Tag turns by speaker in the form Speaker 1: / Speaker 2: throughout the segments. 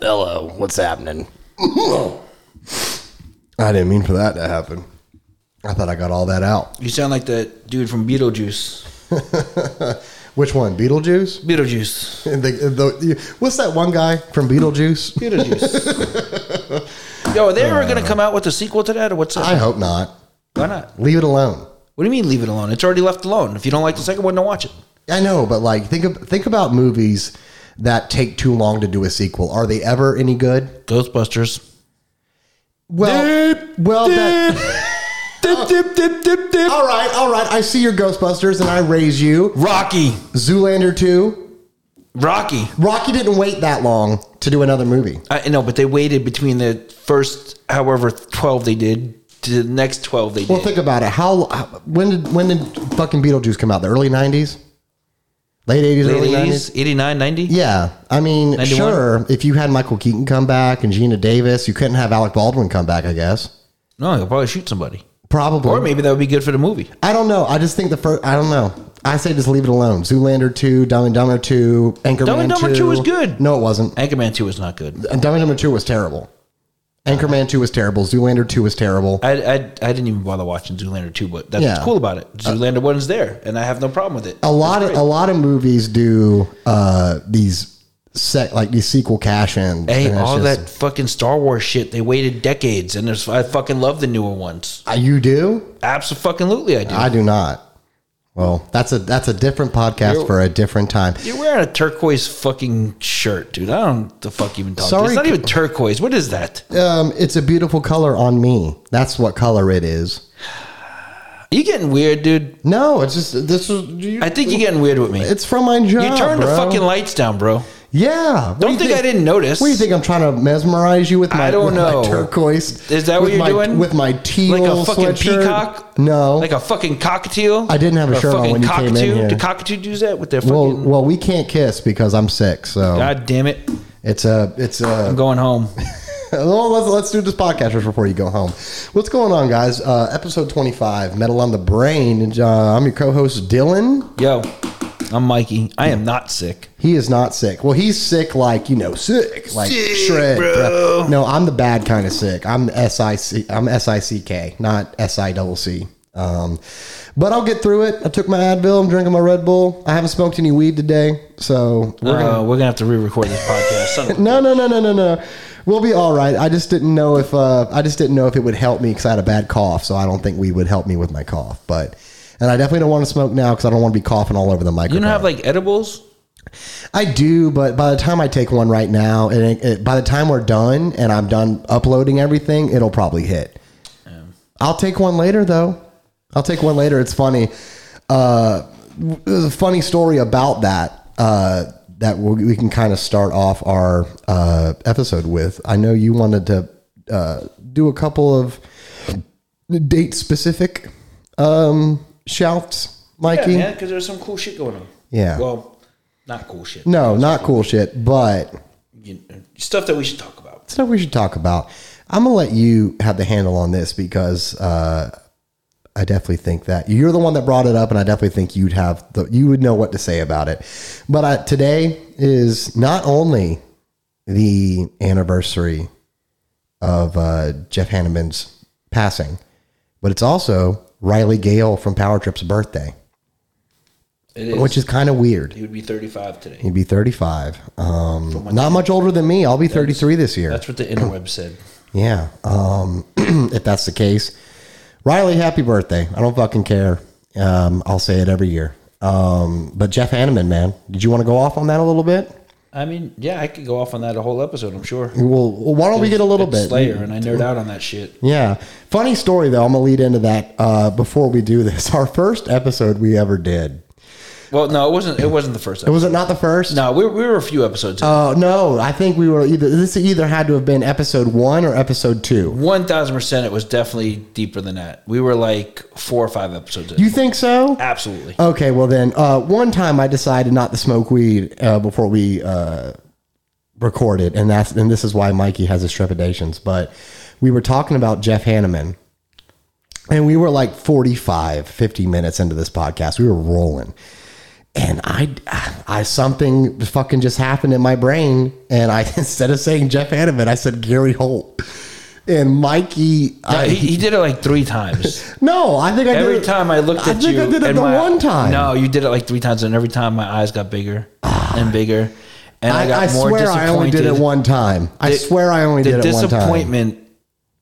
Speaker 1: yo, what's happening?
Speaker 2: I didn't mean for that to happen. I thought I got all that out.
Speaker 3: You sound like that dude from Beetlejuice.
Speaker 2: Which one? Beetlejuice?
Speaker 3: Beetlejuice.
Speaker 2: The, the, what's that one guy from Beetlejuice?
Speaker 3: Beetlejuice. Yo, are they ever going to come out with a sequel to that, or what's
Speaker 2: I
Speaker 3: up?
Speaker 2: hope not.
Speaker 3: Why not?
Speaker 2: Leave it alone.
Speaker 3: What do you mean leave it alone? It's already left alone. If you don't like the second one, don't watch it.
Speaker 2: I know, but like think of, think about movies that take too long to do a sequel. Are they ever any good?
Speaker 3: Ghostbusters.
Speaker 2: Well, well, that,
Speaker 3: Dip, dip, dip, dip, dip.
Speaker 2: all right, all right. I see your Ghostbusters, and I raise you.
Speaker 3: Rocky.
Speaker 2: Zoolander two.
Speaker 3: Rocky.
Speaker 2: Rocky didn't wait that long to do another movie.
Speaker 3: I know, but they waited between the first, however, 12 they did to the next 12 they did.
Speaker 2: Well, think about it. How when did when did fucking Beetlejuice come out? The early nineties, late eighties,
Speaker 3: Late
Speaker 2: early
Speaker 3: 80s,
Speaker 2: nineties.
Speaker 3: 89, 90?
Speaker 2: Yeah, I mean,
Speaker 3: 91?
Speaker 2: sure. If you had Michael Keaton come back and Gina Davis, you couldn't have Alec Baldwin come back. I guess
Speaker 3: No, he'll probably shoot somebody.
Speaker 2: probably.
Speaker 3: Or maybe that would be good for the movie.
Speaker 2: I don't know. I just think the first. I don't know. I say just leave it alone. Zoolander two, Dumb and Dumber two, Anchorman
Speaker 3: Dumb and Dumber 2 was good.
Speaker 2: No, it wasn't.
Speaker 3: Anchorman 2 is not good.
Speaker 2: And Dumb and Dumber two was terrible. Anchorman two was terrible. Zoolander two was terrible.
Speaker 3: I, I, I didn't even bother watching Zoolander 2, but that's what's
Speaker 2: Yeah. Uh,
Speaker 3: cool about it. Zoolander 1 is there, and I have no problem with it.
Speaker 2: A lot of
Speaker 3: That's
Speaker 2: a lot of movies do uh, these sec like these sequel cash ins.
Speaker 3: Hey, all that fucking Star Wars shit, they waited decades, and there's, I fucking love the newer ones.
Speaker 2: that you do.
Speaker 3: Absolutely, I do.
Speaker 2: I do not. Well, that's a that's a different podcast for a different time.
Speaker 3: You're wearing a turquoise fucking shirt, dude. I don't the fuck even talk. Sorry,
Speaker 2: Sorry,
Speaker 3: it's not
Speaker 2: c-
Speaker 3: even turquoise. What is that?
Speaker 2: Um, it's a beautiful color on me. That's what color it is.
Speaker 3: You getting weird, dude?
Speaker 2: No, it's just this is. You,
Speaker 3: I think you're getting weird with me.
Speaker 2: It's from my job.
Speaker 3: you turned the
Speaker 2: bro.
Speaker 3: fucking lights down, bro.
Speaker 2: Yeah. What do
Speaker 3: Don't
Speaker 2: you
Speaker 3: think, I didn't notice.
Speaker 2: What do you think? I'm trying to mesmerize you with my,
Speaker 3: I don't
Speaker 2: with my
Speaker 3: know.
Speaker 2: turquoise.
Speaker 3: Is that what
Speaker 2: with
Speaker 3: you're
Speaker 2: my-
Speaker 3: doing?
Speaker 2: With my teal
Speaker 3: Like a fucking
Speaker 2: sweatshirt?
Speaker 3: peacock?
Speaker 2: No.
Speaker 3: Like a fucking cockatiel.
Speaker 2: I didn't have a
Speaker 3: Or
Speaker 2: shirt on
Speaker 3: fucking
Speaker 2: when you came in
Speaker 3: cockatoo.
Speaker 2: here.
Speaker 3: Do cockatoo do that with their fucking?
Speaker 2: well, well, we can't kiss because I'm sick. So
Speaker 3: God damn it!
Speaker 2: it's a it's
Speaker 3: I'm
Speaker 2: a.
Speaker 3: going home.
Speaker 2: Well, let's let's do this podcast just before you go home. What's going on, guys? Uh, episode 25, Metal on the Brain. And, Uh, I'm your co-host Dylan.
Speaker 3: Yo, I'm Mikey. I am not sick.
Speaker 2: He is not sick. Well, he's sick like you know, sick like
Speaker 3: Sick,
Speaker 2: shred.
Speaker 3: bro.
Speaker 2: No, I'm the bad kind of sick. I'm S I C. I'm S I C K, not S I double C. Um, but I'll get through it. I took my Advil. I'm drinking my Red Bull. I haven't smoked any weed today, so
Speaker 3: We're gonna, Uh, we're gonna have to re-record this podcast. Son of a-
Speaker 2: No, no, no, no, no, no. We'll be all right. I just didn't know if uh, I just didn't know if it would help me because I had a bad cough, so I don't think weed would help me with my cough. But and I definitely don't want to smoke now because I don't want to be coughing all over the
Speaker 3: You
Speaker 2: microphone.
Speaker 3: don't have like edibles?
Speaker 2: I do, but by the time I take one right now, and it, it, by the time we're done and I'm done uploading everything, it'll probably hit. I'll take one later though. I'll take one later. It's funny. Uh, w- there's a funny story about that uh, that we we can kind of start off our uh, episode with. I know you wanted to uh, do a couple of date specific um, shouts, Mikey.
Speaker 3: because there's some cool shit going on.
Speaker 2: Yeah.
Speaker 3: Well, not cool shit.
Speaker 2: no, not cool shit, but
Speaker 3: You- stuff that we should talk about.
Speaker 2: stuff we should talk about. I'm gonna let you have the handle on this because uh, I definitely think that you're the one that brought it up, and I definitely think you'd have the you would know what to say about it. But uh, today is not only the anniversary of uh, Jeff Hanneman's passing, but it's also Riley Gale from Power Trip's birthday,
Speaker 3: It is.
Speaker 2: which is kind of weird.
Speaker 3: he would be 35 today.
Speaker 2: He'd be 35. Um, not much older than me. I'll be 33 this year.
Speaker 3: That's what the interweb said.
Speaker 2: Yeah. Um, if that's the case, Riley, happy birthday. I don't fucking care. Um, I'll say it every year. Um, but Jeff Hanneman, man, did you want to go off on that a little bit?
Speaker 3: I mean, yeah, I could go off on that a whole episode, I'm sure.
Speaker 2: Well, why don't Oh, we get a little
Speaker 3: It's
Speaker 2: bit?
Speaker 3: Slayer, and I nerd out on that shit.
Speaker 2: Yeah. Funny story, though. I'm going to lead into that uh, before we do this. Our first episode we ever did.
Speaker 3: Well, no, it wasn't. It wasn't the first episode.
Speaker 2: Was it not the first?
Speaker 3: No, we, we were a few episodes. in.
Speaker 2: Oh, no. I think we were either, this either had to have been episode one or episode two.
Speaker 3: One thousand percent, it was definitely deeper than that. We were like four or five episodes. in.
Speaker 2: You think so?
Speaker 3: Absolutely.
Speaker 2: Okay, well then, uh, one time I decided not to smoke weed uh, before we uh, recorded, and that's and this is why Mikey has his trepidations. But we were talking about Jeff Hanneman, and we were like 45, 50 minutes into this podcast. We were rolling, and I, I something fucking just happened in my brain, and I instead of saying Jeff Hanneman, I said Gary Holt. And Mikey, I,
Speaker 3: he, he did it like three times.
Speaker 2: no, I think I did
Speaker 3: Every
Speaker 2: it-
Speaker 3: time I looked at
Speaker 2: I think
Speaker 3: you,
Speaker 2: I did it
Speaker 3: and
Speaker 2: the
Speaker 3: my-
Speaker 2: one time.
Speaker 3: No, you did it like three times, and every time my eyes got bigger and bigger, and I,
Speaker 2: I,
Speaker 3: got
Speaker 2: I
Speaker 3: more
Speaker 2: swear I
Speaker 3: disappointed.
Speaker 2: only did it one time. I
Speaker 3: The-
Speaker 2: swear I only
Speaker 3: the
Speaker 2: did it one time.
Speaker 3: disappointment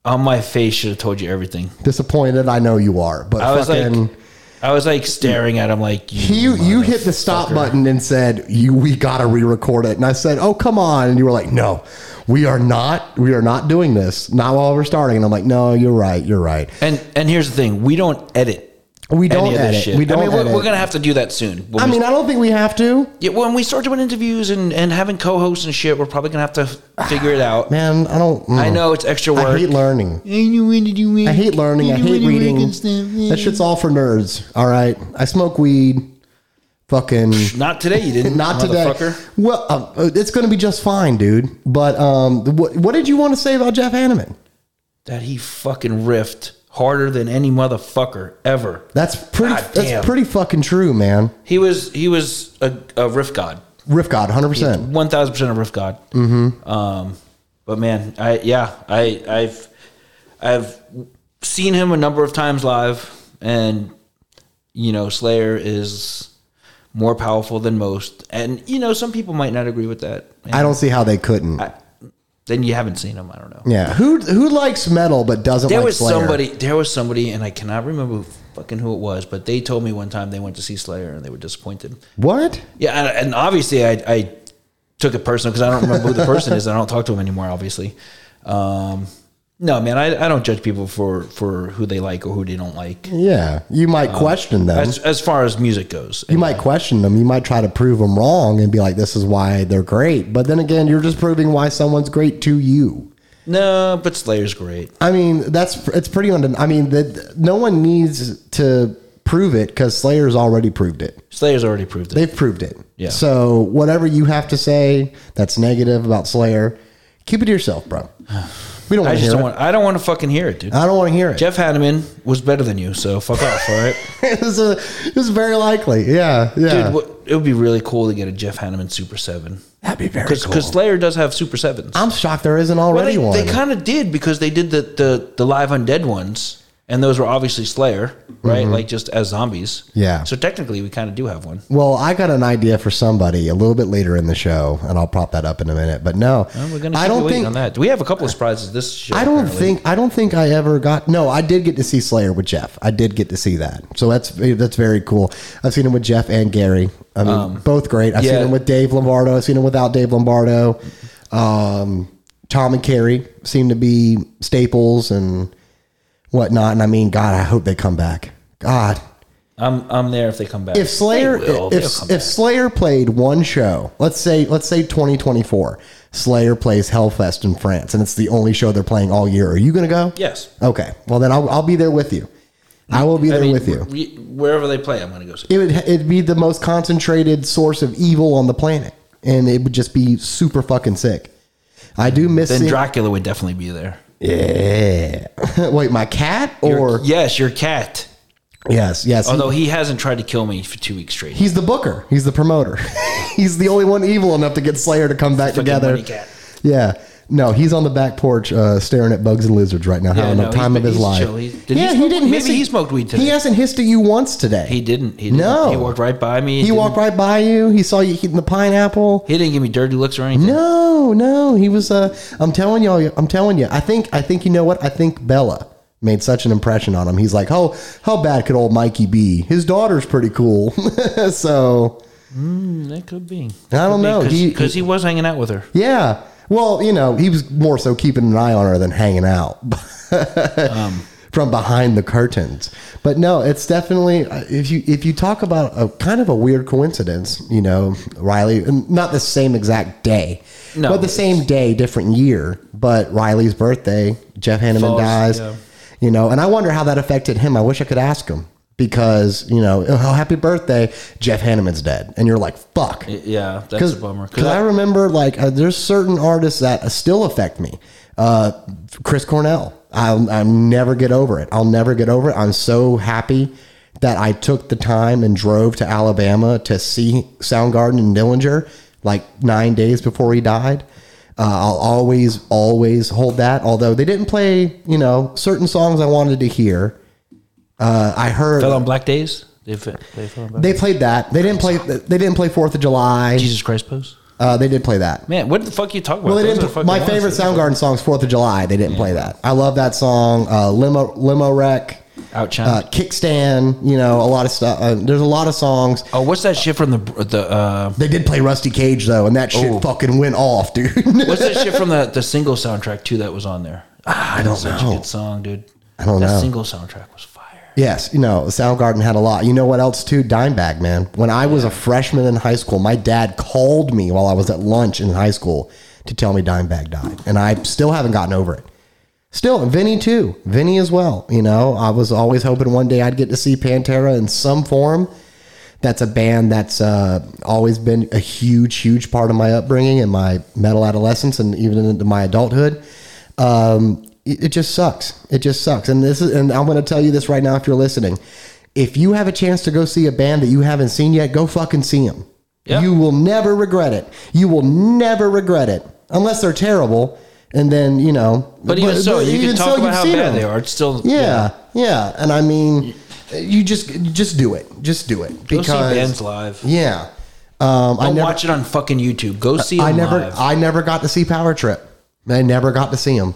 Speaker 3: on my face should have told you everything.
Speaker 2: Disappointed, I know you are, but
Speaker 3: I was
Speaker 2: fucking.
Speaker 3: like, I was like staring at him like you.
Speaker 2: He, you hit the stop button and said, "You, we gotta re-record it." And I said, "Oh, come on!" And you were like, "No, we are not. We are not doing this. Not while we're starting." And I'm like, "No, you're right. You're right.
Speaker 3: and and here's the thing: we don't edit.
Speaker 2: We don't
Speaker 3: any of this
Speaker 2: edit.
Speaker 3: shit.
Speaker 2: We don't
Speaker 3: I mean, we're,
Speaker 2: edit.
Speaker 3: we're gonna have to do that soon. When
Speaker 2: I
Speaker 3: we-
Speaker 2: mean, I don't think we have to,
Speaker 3: yeah, when we start doing interviews and, and having co-hosts and shit, we're probably gonna have to f- figure it out.
Speaker 2: man. I don't. mm.
Speaker 3: I know it's extra work.
Speaker 2: I hate learning. I hate learning. I hate reading. That shit's all for nerds. All right. I smoke weed. Fucking.
Speaker 3: Not today, you didn't.
Speaker 2: Not today.
Speaker 3: motherfucker.
Speaker 2: Well, uh, uh, it's going to be just fine, dude. But um, what, what did you want to say about Jeff Hanneman?
Speaker 3: That he fucking riffed harder than any motherfucker ever.
Speaker 2: That's pretty.
Speaker 3: God damn.
Speaker 2: that's pretty fucking true, man.
Speaker 3: He was he was a, a riff god.
Speaker 2: Riff God, hundred percent.
Speaker 3: one thousand percent of Riff God. Mm-hmm. Um, but man, I yeah, I I've I've seen him a number of times live, and you know Slayer is more powerful than most, and you know some people might not agree with that. And
Speaker 2: I don't see how they couldn't.
Speaker 3: then you haven't seen him. I don't know.
Speaker 2: yeah, who who likes metal but doesn't?
Speaker 3: There
Speaker 2: like
Speaker 3: was
Speaker 2: Slayer?
Speaker 3: somebody. There was somebody, and I cannot remember who, fucking who it was, but they told me one time they went to see Slayer and they were disappointed.
Speaker 2: What?
Speaker 3: Yeah, and, and obviously I, I took it personal because I don't remember who the person is. I don't talk to him anymore, obviously. Um, no, man, I, I don't judge people for, for who they like or who they don't like.
Speaker 2: Yeah, you might
Speaker 3: Uh,
Speaker 2: question them.
Speaker 3: As, as far as music goes,
Speaker 2: you might question them. You might try to prove them wrong and be like, "This is why they're great." But then again, you're just proving why someone's great to you.
Speaker 3: no, but Slayer's great.
Speaker 2: I mean, that's it's pretty. Unden- I mean, that no one needs to prove it because Slayer's already proved it.
Speaker 3: Slayer's already proved it.
Speaker 2: They've proved it.
Speaker 3: Yeah.
Speaker 2: So whatever you have to say that's negative about Slayer, keep it to yourself, bro. We don't want
Speaker 3: I
Speaker 2: to
Speaker 3: just
Speaker 2: hear
Speaker 3: don't
Speaker 2: it.
Speaker 3: want. I don't want to fucking hear it, dude.
Speaker 2: I don't want to hear it.
Speaker 3: Jeff Hanneman was better than you, so fuck off. All right,
Speaker 2: this, is a- this is very likely. Yeah.
Speaker 3: dude.
Speaker 2: Yeah.
Speaker 3: what- it would be really cool to get a Jeff Hanneman Super Seven
Speaker 2: That'd be very
Speaker 3: because Slayer does have Super Sevens.
Speaker 2: I'm shocked there isn't
Speaker 3: Well,
Speaker 2: already
Speaker 3: they,
Speaker 2: one.
Speaker 3: they kind of did because they did the, the the live undead ones, and those were obviously Slayer, right? Like just as zombies.
Speaker 2: Mm-hmm. Yeah.
Speaker 3: So technically, we kind of do have one.
Speaker 2: well, I got an idea for somebody a little bit later in the show, and I'll prop that up in a minute. But no,
Speaker 3: And we're gonna. Keep
Speaker 2: I don't think
Speaker 3: on that. We have a couple of surprises this show.
Speaker 2: I don't
Speaker 3: apparently.
Speaker 2: think I don't think I ever got no. I did get to see Slayer with Jeff. I did get to see that, so that's that's very cool. I've seen him with Jeff and Gary. I mean, both great. I've
Speaker 3: Um, yeah.
Speaker 2: seen him with Dave Lombardo. I've seen him without Dave Lombardo. Um, Tom and Carrie seem to be staples and whatnot. And I mean, God, I hope they come back. God,
Speaker 3: I'm I'm there if they come back.
Speaker 2: if Slayer
Speaker 3: They will. They'll come
Speaker 2: if, if
Speaker 3: back.
Speaker 2: Slayer played one show, let's say let's say 2024, Slayer plays Hellfest in France, and it's the only show they're playing all year. Are you gonna go?
Speaker 3: yes,
Speaker 2: Okay. Well, then I'll, I'll be there with you. I will be there with you.
Speaker 3: we- wherever they play, I'm gonna go. See.
Speaker 2: It would it'd be the most concentrated source of evil on the planet, and it would just be super fucking sick. I do miss
Speaker 3: Then
Speaker 2: seeing-
Speaker 3: Dracula would definitely be there.
Speaker 2: yeah. Wait, my cat or
Speaker 3: yes, your cat.
Speaker 2: yes, yes.
Speaker 3: Although he hasn't tried to kill me for two weeks straight.
Speaker 2: He's the booker. He's the promoter. he's the only one evil enough to get Slayer to come back
Speaker 3: Fucking
Speaker 2: together.
Speaker 3: money cat.
Speaker 2: Yeah. No, he's on the back porch uh, staring at bugs and lizards right now, having
Speaker 3: no,
Speaker 2: the time
Speaker 3: he's-
Speaker 2: of his
Speaker 3: he's
Speaker 2: life.
Speaker 3: chill. He's- did he
Speaker 2: yeah, he
Speaker 3: smoke-
Speaker 2: didn't.
Speaker 3: maybe
Speaker 2: hiss at-
Speaker 3: he smoked weed
Speaker 2: He
Speaker 3: today.
Speaker 2: hasn't hissed at you once today.
Speaker 3: He didn't. He didn't.
Speaker 2: No.
Speaker 3: He walked right by me.
Speaker 2: He
Speaker 3: didn't-
Speaker 2: walked right by you. He saw you eating the pineapple.
Speaker 3: He didn't give me dirty looks or anything.
Speaker 2: No, no, he was. Uh, I'm telling y'all. I'm telling you. I think. I think you know what. I think Bella made such an impression on him. He's like, oh, how bad could old Mikey be? His daughter's pretty cool. so
Speaker 3: That could be.
Speaker 2: I don't know. He-
Speaker 3: because he, was hanging out with her.
Speaker 2: yeah. Well, you know, he was more so keeping an eye on her than hanging out
Speaker 3: Um.
Speaker 2: from behind the curtains. But no, it's definitely if you if you talk about a kind of a weird coincidence, you know, Riley, and not the same exact day,
Speaker 3: No.
Speaker 2: but the same day, different year. But Riley's birthday, Jeff Hanneman
Speaker 3: Falls,
Speaker 2: dies,
Speaker 3: yeah.
Speaker 2: you know, and I wonder how that affected him. I wish I could ask him because you know, oh, happy birthday, Jeff Hanneman's dead, and you're like, fuck,
Speaker 3: Yeah, that's a bummer.
Speaker 2: because I, remember like uh, there's certain artists that still affect me. Uh, Chris Cornell, I'll, I'll never get over it. I'll never get over it. I'm so happy that I took the time and drove to Alabama to see Soundgarden and Dillinger like nine days before he died. Uh, I'll always, always hold that. Although they didn't play, you know, certain songs I wanted to hear. Uh, I heard
Speaker 3: Fell on Black Days. They, fe- they fell on Black
Speaker 2: they played that. They didn't play. They didn't play Fourth of July.
Speaker 3: Jesus Christ pose.
Speaker 2: Uh, they did play that.
Speaker 3: Man, what the fuck you talking about?
Speaker 2: Well, they
Speaker 3: Those are
Speaker 2: didn't.
Speaker 3: fucking
Speaker 2: My favorite
Speaker 3: monsters.
Speaker 2: Soundgarden song's Fourth of July. They didn't play that. I love that song. Uh, limo Limo Wreck.
Speaker 3: Ouch.
Speaker 2: Uh, kickstand, you know, a lot of stuff. Uh, there's a lot of songs.
Speaker 3: oh, what's that shit from the the uh,
Speaker 2: They did play Rusty Cage though, and that shit
Speaker 3: Oh.
Speaker 2: fucking went off, dude.
Speaker 3: What's that shit from the, the single soundtrack too that was on there? Ah, I
Speaker 2: don't
Speaker 3: such
Speaker 2: know.
Speaker 3: a good song, dude.
Speaker 2: I don't
Speaker 3: that
Speaker 2: know.
Speaker 3: single soundtrack was fire.
Speaker 2: Yes, you know, Soundgarden had a lot. You know what else too? Dimebag, man. When I was a freshman in high school, my dad called me while I was at lunch in high school to tell me Dimebag died, and I still haven't gotten over it. Still, Vinny too. Vinny as well. You know, I was always hoping one day I'd get to see Pantera in some form. That's a band that's uh, always been a huge, huge part of my upbringing and my metal adolescence, and even into my adulthood um, it, it just sucks. It just sucks. And this is, and I'm going to tell you this right now if you're listening. If you have a chance to go see a band that you haven't seen yet, go fucking see them.
Speaker 3: Yeah.
Speaker 2: You will never regret it. You will never regret it unless they're terrible. And then you know,
Speaker 3: But even so, you can
Speaker 2: even
Speaker 3: talk
Speaker 2: so,
Speaker 3: about
Speaker 2: you've
Speaker 3: how
Speaker 2: seen
Speaker 3: bad
Speaker 2: them.
Speaker 3: they are. It's still
Speaker 2: Yeah, yeah, And I mean, you just just do it. Just do it
Speaker 3: Go
Speaker 2: because
Speaker 3: see bands live.
Speaker 2: yeah. Um, I
Speaker 3: Don't
Speaker 2: never,
Speaker 3: watch it on fucking YouTube. Go see them
Speaker 2: I never
Speaker 3: live.
Speaker 2: I never got to see Power Trip. I never got to see him.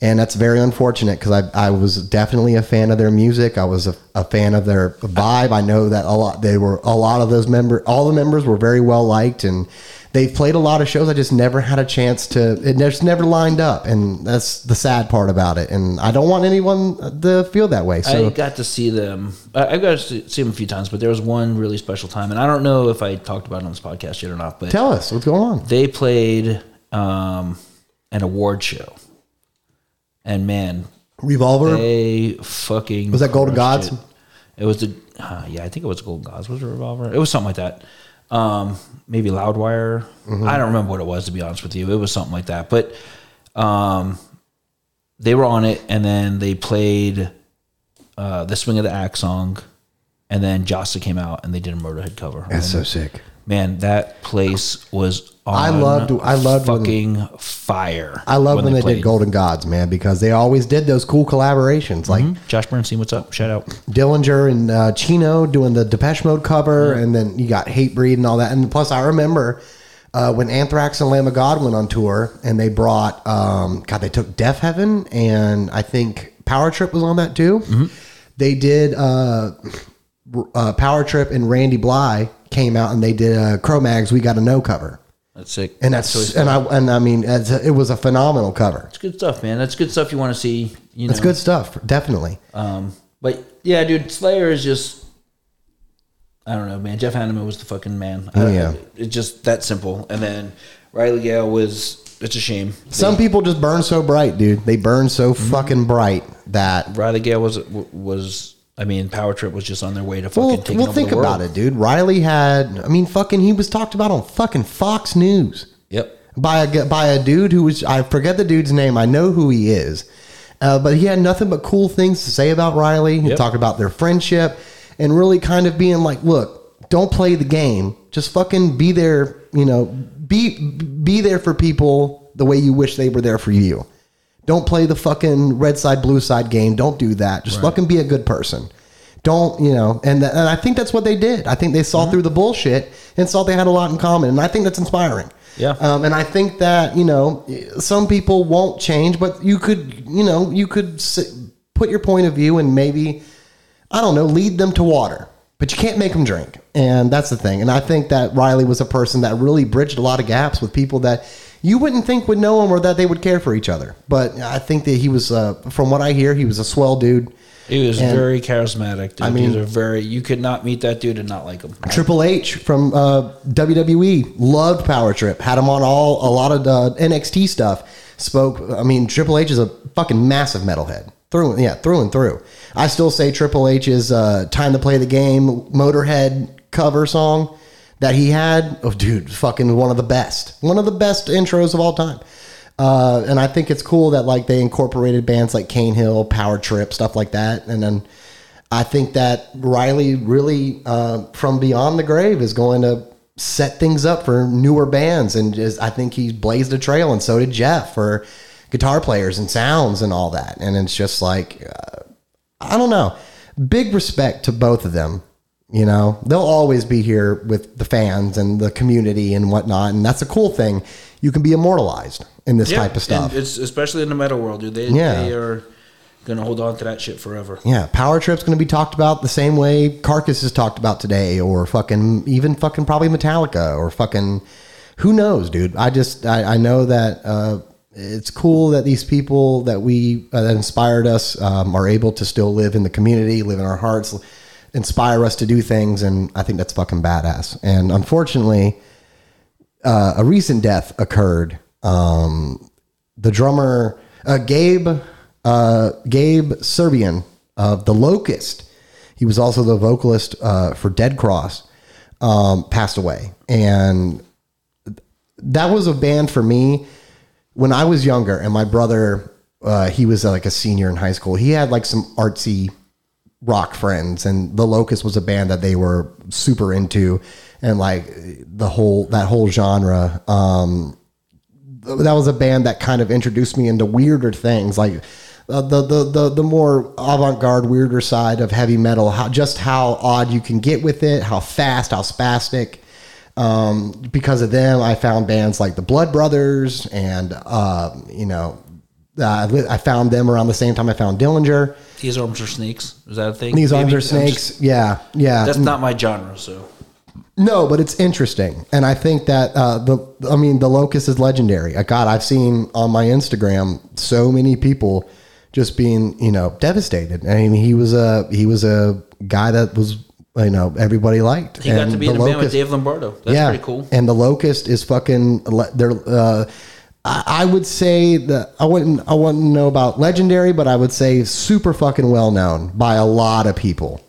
Speaker 2: And that's very unfortunate because I, I was definitely a fan of their music. I was a, a fan of their vibe. I know that a lot they were a lot of those member all the members were very well liked and they've played a lot of shows. I just never had a chance to it just never lined up and that's the sad part about it. And I don't want anyone to feel that way. So
Speaker 3: I got to see them. I, I got to see, see them a few times, but there was one really special time, and I don't know if I talked about it on this podcast yet or not. But
Speaker 2: tell us what's going on.
Speaker 3: they played um, an award show, and man,
Speaker 2: Revolver.
Speaker 3: They fucking
Speaker 2: Was that Golden
Speaker 3: crushed
Speaker 2: Gods?
Speaker 3: It, It was the uh, yeah, I think it was Golden Gods. Was it a revolver? It was something like that. Um, maybe Loudwire.
Speaker 2: Mm-hmm.
Speaker 3: I don't remember what it was to be honest with you. It was something like that. But um, they were on it, and then they played uh, the Swing of the Axe song, and then Josta came out and they did a Murderhead cover.
Speaker 2: That's so
Speaker 3: And,
Speaker 2: sick.
Speaker 3: man, that place was. On
Speaker 2: I loved- I loved when-
Speaker 3: fucking fire.
Speaker 2: I love when, they,
Speaker 3: played.
Speaker 2: did Golden Gods, man, because they always did those cool collaborations, like
Speaker 3: Hmm? Josh Bernstein, what's up? Shout out.
Speaker 2: Mm-hmm. Dillinger and uh, Chino doing the Depeche Mode cover, and then you got Hatebreed and all that. And plus, I remember uh, when Anthrax and Lamb of God went on tour, and they brought um, God, they took Deaf Heaven, and I think Power Trip was on that too. They did uh, r- uh, Power Trip, and Randy Bly came out, and they did uh, Cro-Mags "We Got to Know" cover,
Speaker 3: That's sick.
Speaker 2: and that's and I and I mean, it's a- it was a phenomenal cover.
Speaker 3: It's good stuff, man. That's good stuff you want to see. You know,
Speaker 2: It's good stuff, definitely.
Speaker 3: Um, but yeah, dude, Slayer is just. I don't know, man. Jeff Hanneman was the fucking man. I
Speaker 2: Oh,
Speaker 3: don't-
Speaker 2: yeah.
Speaker 3: it's just that simple. And then Riley Gale was. It's a shame.
Speaker 2: Some people just burn so bright, dude. They burn so
Speaker 3: Mm-hmm.
Speaker 2: fucking bright that.
Speaker 3: Riley Gale was was. I mean, Power Trip was just on their way to fucking
Speaker 2: Well,
Speaker 3: taking
Speaker 2: well
Speaker 3: over
Speaker 2: think
Speaker 3: the world.
Speaker 2: about it, dude. Riley had, I mean, fucking, he was talked about on fucking Fox News
Speaker 3: Yep.
Speaker 2: by a gu- by a dude who was I forget the dude's name. I know who he is, uh, but he had nothing but cool things to say about Riley. He
Speaker 3: Yep.
Speaker 2: talked about their friendship and really kind of being like, look, don't play the game. Just fucking be there. You know, be be there for people the way you wish they were there for you. Don't play the fucking red side blue side game. Don't do that. Just fucking be a good person. Don't you know? And th- and I think that's what they did. I think they
Speaker 3: Mm-hmm.
Speaker 2: saw through the bullshit and saw they had a lot in common. And I think that's inspiring.
Speaker 3: Yeah.
Speaker 2: Um, and I think that you know some people won't change, but you could you know you could s- put your point of view and maybe I don't know lead them to water, but you can't make them drink, and that's the thing. And I think that Riley was a person that really bridged a lot of gaps with people that you wouldn't think would know him or that they would care for each other. But I think that he was, uh, from what I hear, he was a swell dude.
Speaker 3: He was
Speaker 2: And-
Speaker 3: very charismatic. Dude. I
Speaker 2: mean-
Speaker 3: mean, These are very. You could not meet that dude and not like him.
Speaker 2: Triple H from uh, WWE loved Power Trip. Had him on all a lot of uh, NXT stuff. Spoke. I mean, Triple H is a fucking massive metalhead through. Yeah, through and through. I still say Triple H is uh, time to play the game. Motorhead cover song that he had. Oh, dude, fucking one of the best. One of the best intros of all time. Uh, and I think it's cool that like they incorporated bands like Cane Hill, Power Trip, stuff like that, and then I think that Riley really uh, from beyond the grave is going to set things up for newer bands, and just, I think he blazed a trail, and so did Jeff for guitar players and sounds and all that. And it's just like uh, I don't know, big respect to both of them. You know, they'll always be here with the fans and the community and whatnot, and that's a cool thing. You can be immortalized in this
Speaker 3: Yeah,
Speaker 2: type of stuff.
Speaker 3: and it's especially in the metal world, dude. They
Speaker 2: Yeah.
Speaker 3: they are gonna hold on to that shit forever.
Speaker 2: Yeah, power trip's going to be talked about the same way Carcass is talked about today, or fucking even fucking probably Metallica, or fucking who knows, dude. I just I, I know that uh, it's cool that these people that we uh, that inspired us um, are able to still live in the community, live in our hearts, inspire us to do things, and I think that's fucking badass. And unfortunately, uh, a recent death occurred. Um, the drummer uh, Gabe uh, Gabe Serbian of the Locust. He was also the vocalist uh, for Dead Cross. Um, passed away, and that was a band for me when I was younger. And my brother, uh, he was uh, like a senior in high school. He had like some artsy rock friends, and the Locust was a band that they were super into, and like the whole that whole genre. Um, that was a band that kind of introduced me into weirder things like uh, the, the the the more avant-garde weirder side of heavy metal how just how odd you can get with it how fast how spastic um, because of them i found bands like the blood brothers and uh, you know uh, I found them around the same time I found Dillinger.
Speaker 3: These arms are snakes. Is that a thing?
Speaker 2: These arms
Speaker 3: Maybe?
Speaker 2: are
Speaker 3: I'm
Speaker 2: snakes.
Speaker 3: just-
Speaker 2: yeah, yeah.
Speaker 3: that's not my genre. So
Speaker 2: No, but it's interesting, and I think that uh, the I mean the locust is legendary. Uh, God, I've seen on my Instagram so many people just being you know devastated. I mean, he was a he was a guy that was you know everybody liked.
Speaker 3: he got to be in a band with Dave Lombardo. That's
Speaker 2: yeah,
Speaker 3: pretty cool.
Speaker 2: And the locust is fucking. le- They're. Uh, I I would say that I wouldn't. I wouldn't know about legendary, but I would say super fucking well known by a lot of people.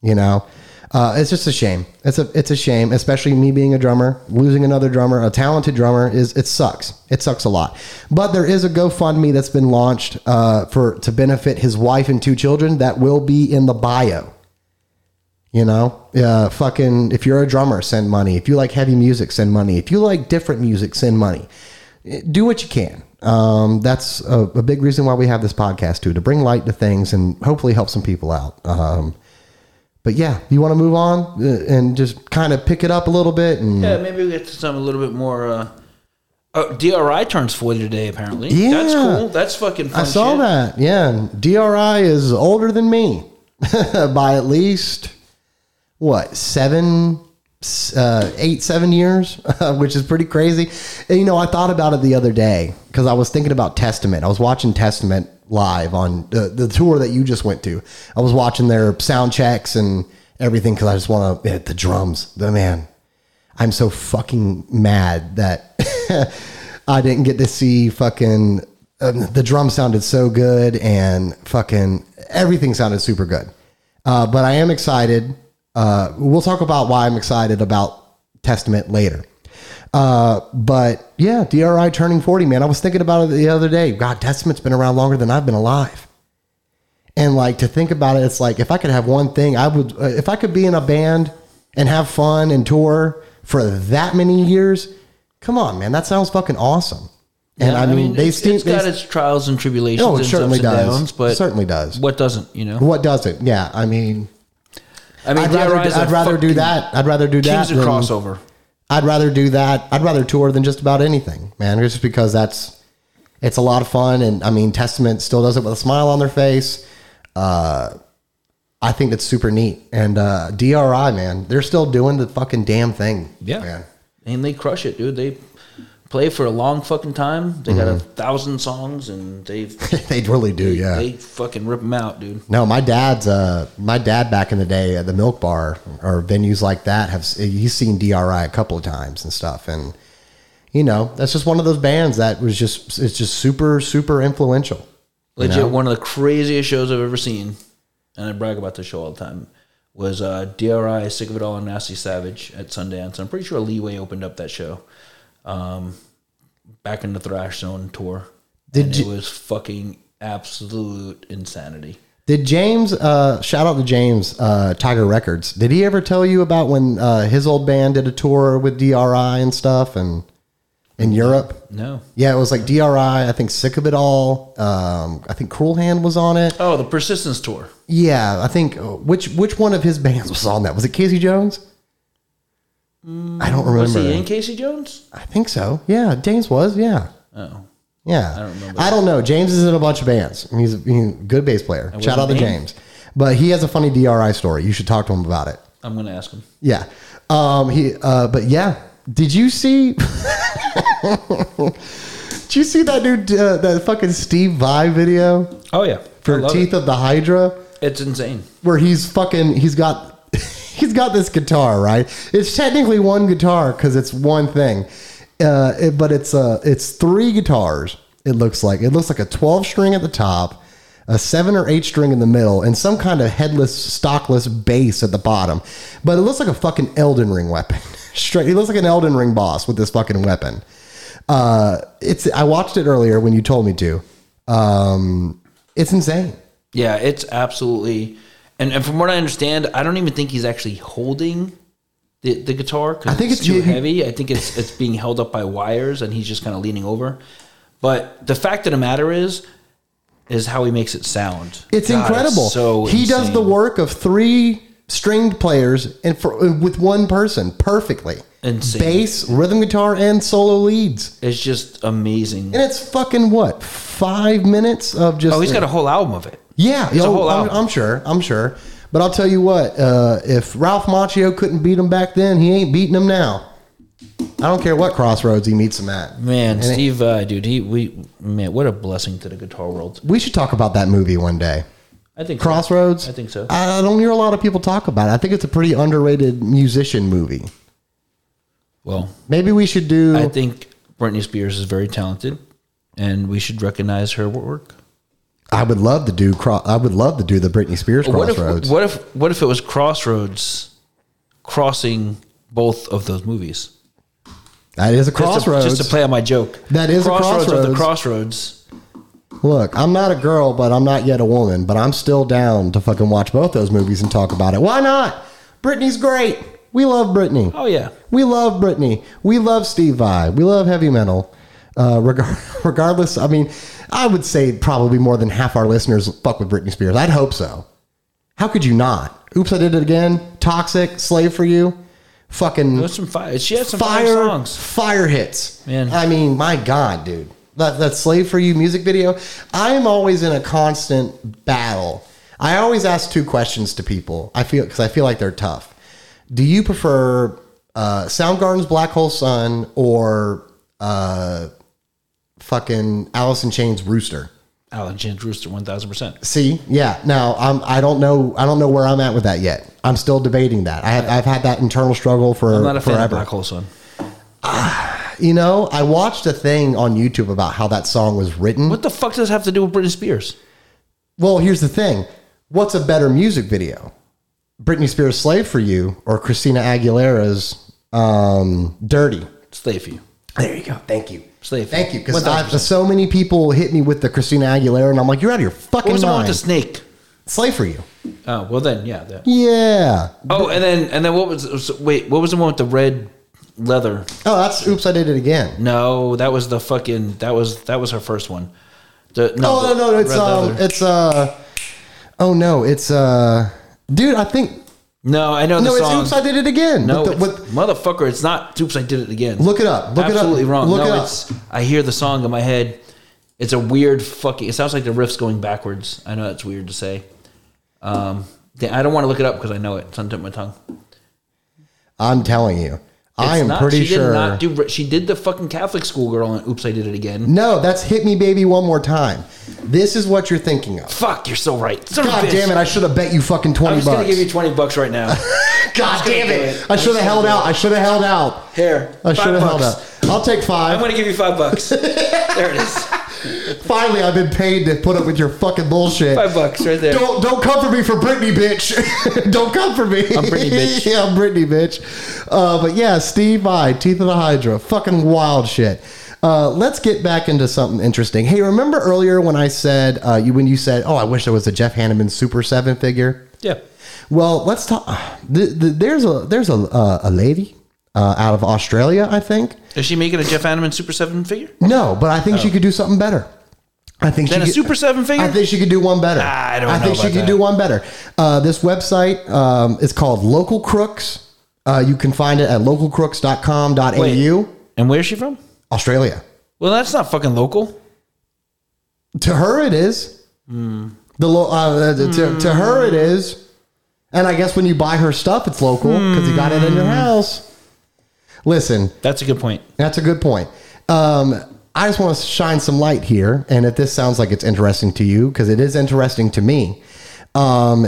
Speaker 2: You know, uh, it's just a shame. It's a it's a shame, especially me being a drummer, losing another drummer, a talented drummer is it sucks. It sucks a lot. But there is a GoFundMe that's been launched uh, for to benefit his wife and two children. That will be in the bio. You know, uh, fucking, if you're a drummer, send money. If you like heavy music, send money. If you like different music, send money. Eh, Do what you can. Um, that's a, a big reason why we have this podcast, too, to bring light to things and hopefully help some people out. Um, but yeah, you want to move on eh, and just kind of pick it up a little bit. And
Speaker 3: Yeah, maybe we get to something a little bit more. Uh, oh, Dri turns forty today. Apparently,
Speaker 2: Yeah.
Speaker 3: that's cool. That's fucking. Fun
Speaker 2: I saw
Speaker 3: shit.
Speaker 2: that. Yeah. DRI is older than me by at least what seven, s- uh, eight, seven years, which is pretty crazy. And, you know, I thought about it the other day because I was thinking about Testament. I was watching Testament live on the, the tour that you just went to. I was watching their sound checks and everything because I just want to hit the drums. The man, I'm so fucking mad that I didn't get to see fucking. Um, the drum sounded so good and fucking everything sounded super good. Uh, but I am excited. Uh, we'll talk about why I'm excited about Testament later. Uh, but yeah, DRI turning 40, man. I was thinking about it the other day. God, Testament's been around longer than I've been alive. And like to think about it, it's like if I could have one thing, I would. Uh, if I could be in a band and have fun and tour for that many years, come on, man, that sounds fucking awesome. And
Speaker 3: Yeah,
Speaker 2: I, mean, they
Speaker 3: it's,
Speaker 2: seem
Speaker 3: it's got
Speaker 2: they-
Speaker 3: its trials and tribulations.
Speaker 2: Oh, it
Speaker 3: and
Speaker 2: certainly
Speaker 3: ups and
Speaker 2: does.
Speaker 3: Downs, but
Speaker 2: Certainly does.
Speaker 3: What doesn't you know?
Speaker 2: what does it? Yeah, I mean,
Speaker 3: I
Speaker 2: I'd
Speaker 3: DRI
Speaker 2: rather,
Speaker 3: is a
Speaker 2: I'd rather do
Speaker 3: fucking
Speaker 2: that. I'd rather do that.
Speaker 3: Kings of
Speaker 2: than-
Speaker 3: crossover.
Speaker 2: I'd rather do that. I'd rather tour than just about anything, man. Just because that's it's a lot of fun, and I mean, Testament still does it with a smile on their face. Uh, I think that's super neat. And uh, DRI, man, they're still doing the fucking damn thing.
Speaker 3: Yeah.
Speaker 2: man.
Speaker 3: And they crush it, dude. They play for a long fucking time. They got a
Speaker 2: Mm-hmm.
Speaker 3: thousand songs and they
Speaker 2: they really do. Yeah,
Speaker 3: they fucking rip them out, dude.
Speaker 2: No, my dad's uh, my dad back in the day at the Milk Bar or venues like that have he's seen DRI a couple of times and stuff, and you know that's just one of those bands that was just it's just super super influential.
Speaker 3: Legit,
Speaker 2: know?
Speaker 3: one of the craziest shows I've ever seen, and I brag about this show all the time, was uh, DRI, Sick of It All, and Nasty Savage at Sundance. I'm pretty sure Leeway opened up that show. Um, back in the Thrash Zone tour.
Speaker 2: Did
Speaker 3: and
Speaker 2: you-
Speaker 3: it was fucking absolute insanity.
Speaker 2: Did James, uh, shout out to James, uh, Tiger Records. Did he ever tell you about when uh, his old band did a tour with DRI and stuff and in Europe?
Speaker 3: No.
Speaker 2: Yeah, it was like DRI, I think Sick of It All. Um, I think Cruel Hand was on it.
Speaker 3: Oh, the Persistence tour.
Speaker 2: Yeah, I think uh, which which one of his bands was on that? Was it Casey Jones? I don't remember.
Speaker 3: Mm, Was he in Casey Jones?
Speaker 2: I think so. Yeah, James was. Yeah.
Speaker 3: Oh,
Speaker 2: Yeah. I don't remember. I don't know. James is in a bunch of bands. He's a, he's a good bass player. Shout out to
Speaker 3: wasn't me.
Speaker 2: James. But he has a funny DRI story. You should talk to him about it.
Speaker 3: I'm gonna ask him.
Speaker 2: Yeah. Um, he, uh, but yeah, did you see? did you see that new uh, that fucking Steve Vai video
Speaker 3: Oh yeah, I
Speaker 2: for
Speaker 3: love
Speaker 2: Teeth of the Hydra,
Speaker 3: it. It's insane.
Speaker 2: where he's fucking he's got he's got this guitar right. It's technically one guitar because it's one thing, uh, it- but it's uh it's three guitars. It looks like it looks like a twelve string at the top. A seven or eight string in the middle, and some kind of headless, stockless bass at the bottom. But it looks like a fucking Elden Ring weapon. Straight, he looks like an Elden Ring boss with this fucking weapon. Uh, it's. I watched it earlier when you told me to. Um, it's insane.
Speaker 3: Yeah, it's absolutely. And, and from what I understand, I don't even think he's actually holding the, the guitar because
Speaker 2: think
Speaker 3: it's,
Speaker 2: it's
Speaker 3: too
Speaker 2: you-
Speaker 3: heavy. I think it's it's being held up by wires, and he's just kind of leaning over. But the fact of the matter is, is how he makes it sound.
Speaker 2: It's
Speaker 3: God,
Speaker 2: incredible.
Speaker 3: so
Speaker 2: he does
Speaker 3: insane.
Speaker 2: the work of three stringed players and for, with one person perfectly.
Speaker 3: Insane.
Speaker 2: Bass, rhythm guitar, and solo leads.
Speaker 3: It's just amazing.
Speaker 2: And it's fucking what five minutes of just.
Speaker 3: Oh, he's got a whole album of it.
Speaker 2: yeah.
Speaker 3: a
Speaker 2: yo,
Speaker 3: whole
Speaker 2: I'm,
Speaker 3: album.
Speaker 2: I'm sure. I'm sure. But I'll tell you what. Uh, if Ralph Macchio couldn't beat him back then, he ain't beating him now. I don't care what crossroads he meets him at.
Speaker 3: Man, Steve, uh, dude, he we man, what a blessing to the guitar world.
Speaker 2: We should talk about that movie one day.
Speaker 3: I think so.
Speaker 2: Crossroads.
Speaker 3: I think so.
Speaker 2: I don't hear a lot of people talk about it. I think it's a pretty underrated musician movie.
Speaker 3: Well,
Speaker 2: Maybe we should do.
Speaker 3: I think Britney Spears is very talented, and we should recognize her work.
Speaker 2: I would love to do. Cro- I would love to do the Britney Spears
Speaker 3: What if
Speaker 2: Crossroads.
Speaker 3: what if what if it was Crossroads crossing both of those movies?
Speaker 2: that is a
Speaker 3: Just to-
Speaker 2: crossroads.
Speaker 3: Just to, play on my joke.
Speaker 2: That is a
Speaker 3: crossroads of the
Speaker 2: crossroads.
Speaker 3: crossroads.
Speaker 2: Look, I'm not a girl, but I'm not yet a woman. But I'm still down to fucking watch both those movies and talk about it. Why not? Britney's great. We love Britney.
Speaker 3: Oh yeah,
Speaker 2: We love Britney. We love Steve Vai. We love heavy metal. Uh, regar- regardless, I mean, I would say probably more than half our listeners fuck with Britney Spears. I'd hope so. How could you not? Oops, I did it again. Toxic, slave for you, fucking
Speaker 3: there's some fire. She had some fire,
Speaker 2: fire,
Speaker 3: songs.
Speaker 2: fire hits.
Speaker 3: Man.
Speaker 2: I mean, my God, dude, that that slave for you music video. I am always in a constant battle. I always ask two questions to people. I feel because I feel like they're tough. Do you prefer uh, Soundgarden's Black Hole Sun or uh, fucking Alice in Chains Rooster?
Speaker 3: Alan James Rooster, one thousand percent.
Speaker 2: See, yeah. Now I'm. I don't know. I don't know where I'm at with that yet. I'm still debating that. I have, I've had that internal struggle for
Speaker 3: I'm not a fan
Speaker 2: forever
Speaker 3: of Black Hole Sun.
Speaker 2: you know, I watched a thing on YouTube about how that song was written.
Speaker 3: What the fuck does it have to do with Britney Spears?
Speaker 2: Well, here's the thing what's a better music video? Britney Spears' Slave for You or Christina Aguilera's um, Dirty?
Speaker 3: Slave for you.
Speaker 2: There you go. Thank you.
Speaker 3: Slave.
Speaker 2: Thank you.
Speaker 3: One thousand
Speaker 2: Because so many people hit me with the Christina Aguilera, and I'm like, you're out of your fucking
Speaker 3: What was the one
Speaker 2: mind.
Speaker 3: with the snake?
Speaker 2: Slave for You.
Speaker 3: Oh well, then yeah. That.
Speaker 2: Yeah.
Speaker 3: Oh, and then and then what was was- wait? What was the one with the red leather?
Speaker 2: Oh, that's Oops, I Did It Again.
Speaker 3: No, that was the fucking that was that was her first one. The, no,
Speaker 2: Oh,
Speaker 3: the
Speaker 2: no, no. It's,
Speaker 3: red
Speaker 2: um,
Speaker 3: leather.
Speaker 2: it's, uh, oh, no. It's, uh, dude, I think,
Speaker 3: no. I know the
Speaker 2: no, it's
Speaker 3: song.
Speaker 2: Oops, I Did It Again.
Speaker 3: no,
Speaker 2: With the-
Speaker 3: it's-
Speaker 2: with-
Speaker 3: motherfucker, it's not. Oops, I did it again.
Speaker 2: Look it up. Look it up.
Speaker 3: Absolutely wrong.
Speaker 2: Look
Speaker 3: no,
Speaker 2: it up.
Speaker 3: it's. I hear the song in my head. It's a weird fucking. It sounds like the riff's going backwards. I know it's weird to say. Um, yeah, I don't want to look it up because I know it. It's on the tip of my tongue.
Speaker 2: I'm telling you. I
Speaker 3: It's
Speaker 2: am
Speaker 3: not-
Speaker 2: pretty
Speaker 3: she
Speaker 2: sure.
Speaker 3: Did not do, she did the fucking Catholic schoolgirl and Oops, I did it again.
Speaker 2: no, that's hit me, baby, one more time. This is what you're thinking of.
Speaker 3: Fuck, you're so right. Son of a
Speaker 2: God
Speaker 3: bitch.
Speaker 2: damn it! I should have bet you fucking
Speaker 3: I'm
Speaker 2: twenty
Speaker 3: just gonna
Speaker 2: bucks.
Speaker 3: give you twenty bucks right now.
Speaker 2: God
Speaker 3: gonna
Speaker 2: damn
Speaker 3: do
Speaker 2: it!
Speaker 3: it.
Speaker 2: I should have held out. I should have held out.
Speaker 3: Here,
Speaker 2: I
Speaker 3: five
Speaker 2: should have held out.
Speaker 3: bucks.
Speaker 2: I'll take
Speaker 3: I'm
Speaker 2: 5
Speaker 3: gonna give you five bucks. there it is.
Speaker 2: Finally, I've been paid to put up with your fucking bullshit.
Speaker 3: Five bucks right there.
Speaker 2: Don't don't come for me for Britney, bitch. don't come for me. I'm
Speaker 3: Britney, bitch.
Speaker 2: yeah, I'm Britney, bitch. Uh, but yeah, Steve I, Teeth of the Hydra, fucking wild shit. Uh, let's get back into something interesting. Hey, remember earlier when I said uh, you when you said, "Oh, I wish there was a Jeff Hanneman Super Seven figure."
Speaker 3: Yeah.
Speaker 2: Well, let's talk. th th there's a there's a uh, a lady uh, out of Australia, I think.
Speaker 3: Is she making a Jeff Hanneman Super 7 figure?
Speaker 2: No, but I think she could do something better. I think
Speaker 3: Oh. Then
Speaker 2: she
Speaker 3: a
Speaker 2: could-
Speaker 3: Super 7 figure?
Speaker 2: I think she could do one better.
Speaker 3: I don't
Speaker 2: I think
Speaker 3: know
Speaker 2: she
Speaker 3: about
Speaker 2: could
Speaker 3: that.
Speaker 2: do one better. Uh, this website um, is called Local Crooks. Uh, you can find it at localcrooks.com.au.
Speaker 3: and where's she from?
Speaker 2: Australia.
Speaker 3: Well, that's not fucking local.
Speaker 2: To her, it is.
Speaker 3: Hmm.
Speaker 2: The lo- uh, to, to her, it is. And I guess when you buy her stuff, it's local because you got it in your
Speaker 3: Hmm.
Speaker 2: house. Listen,
Speaker 3: That's a good point.
Speaker 2: That's a good point. Um, I just want to shine some light here, and if this sounds like it's interesting to you, because it is interesting to me, um,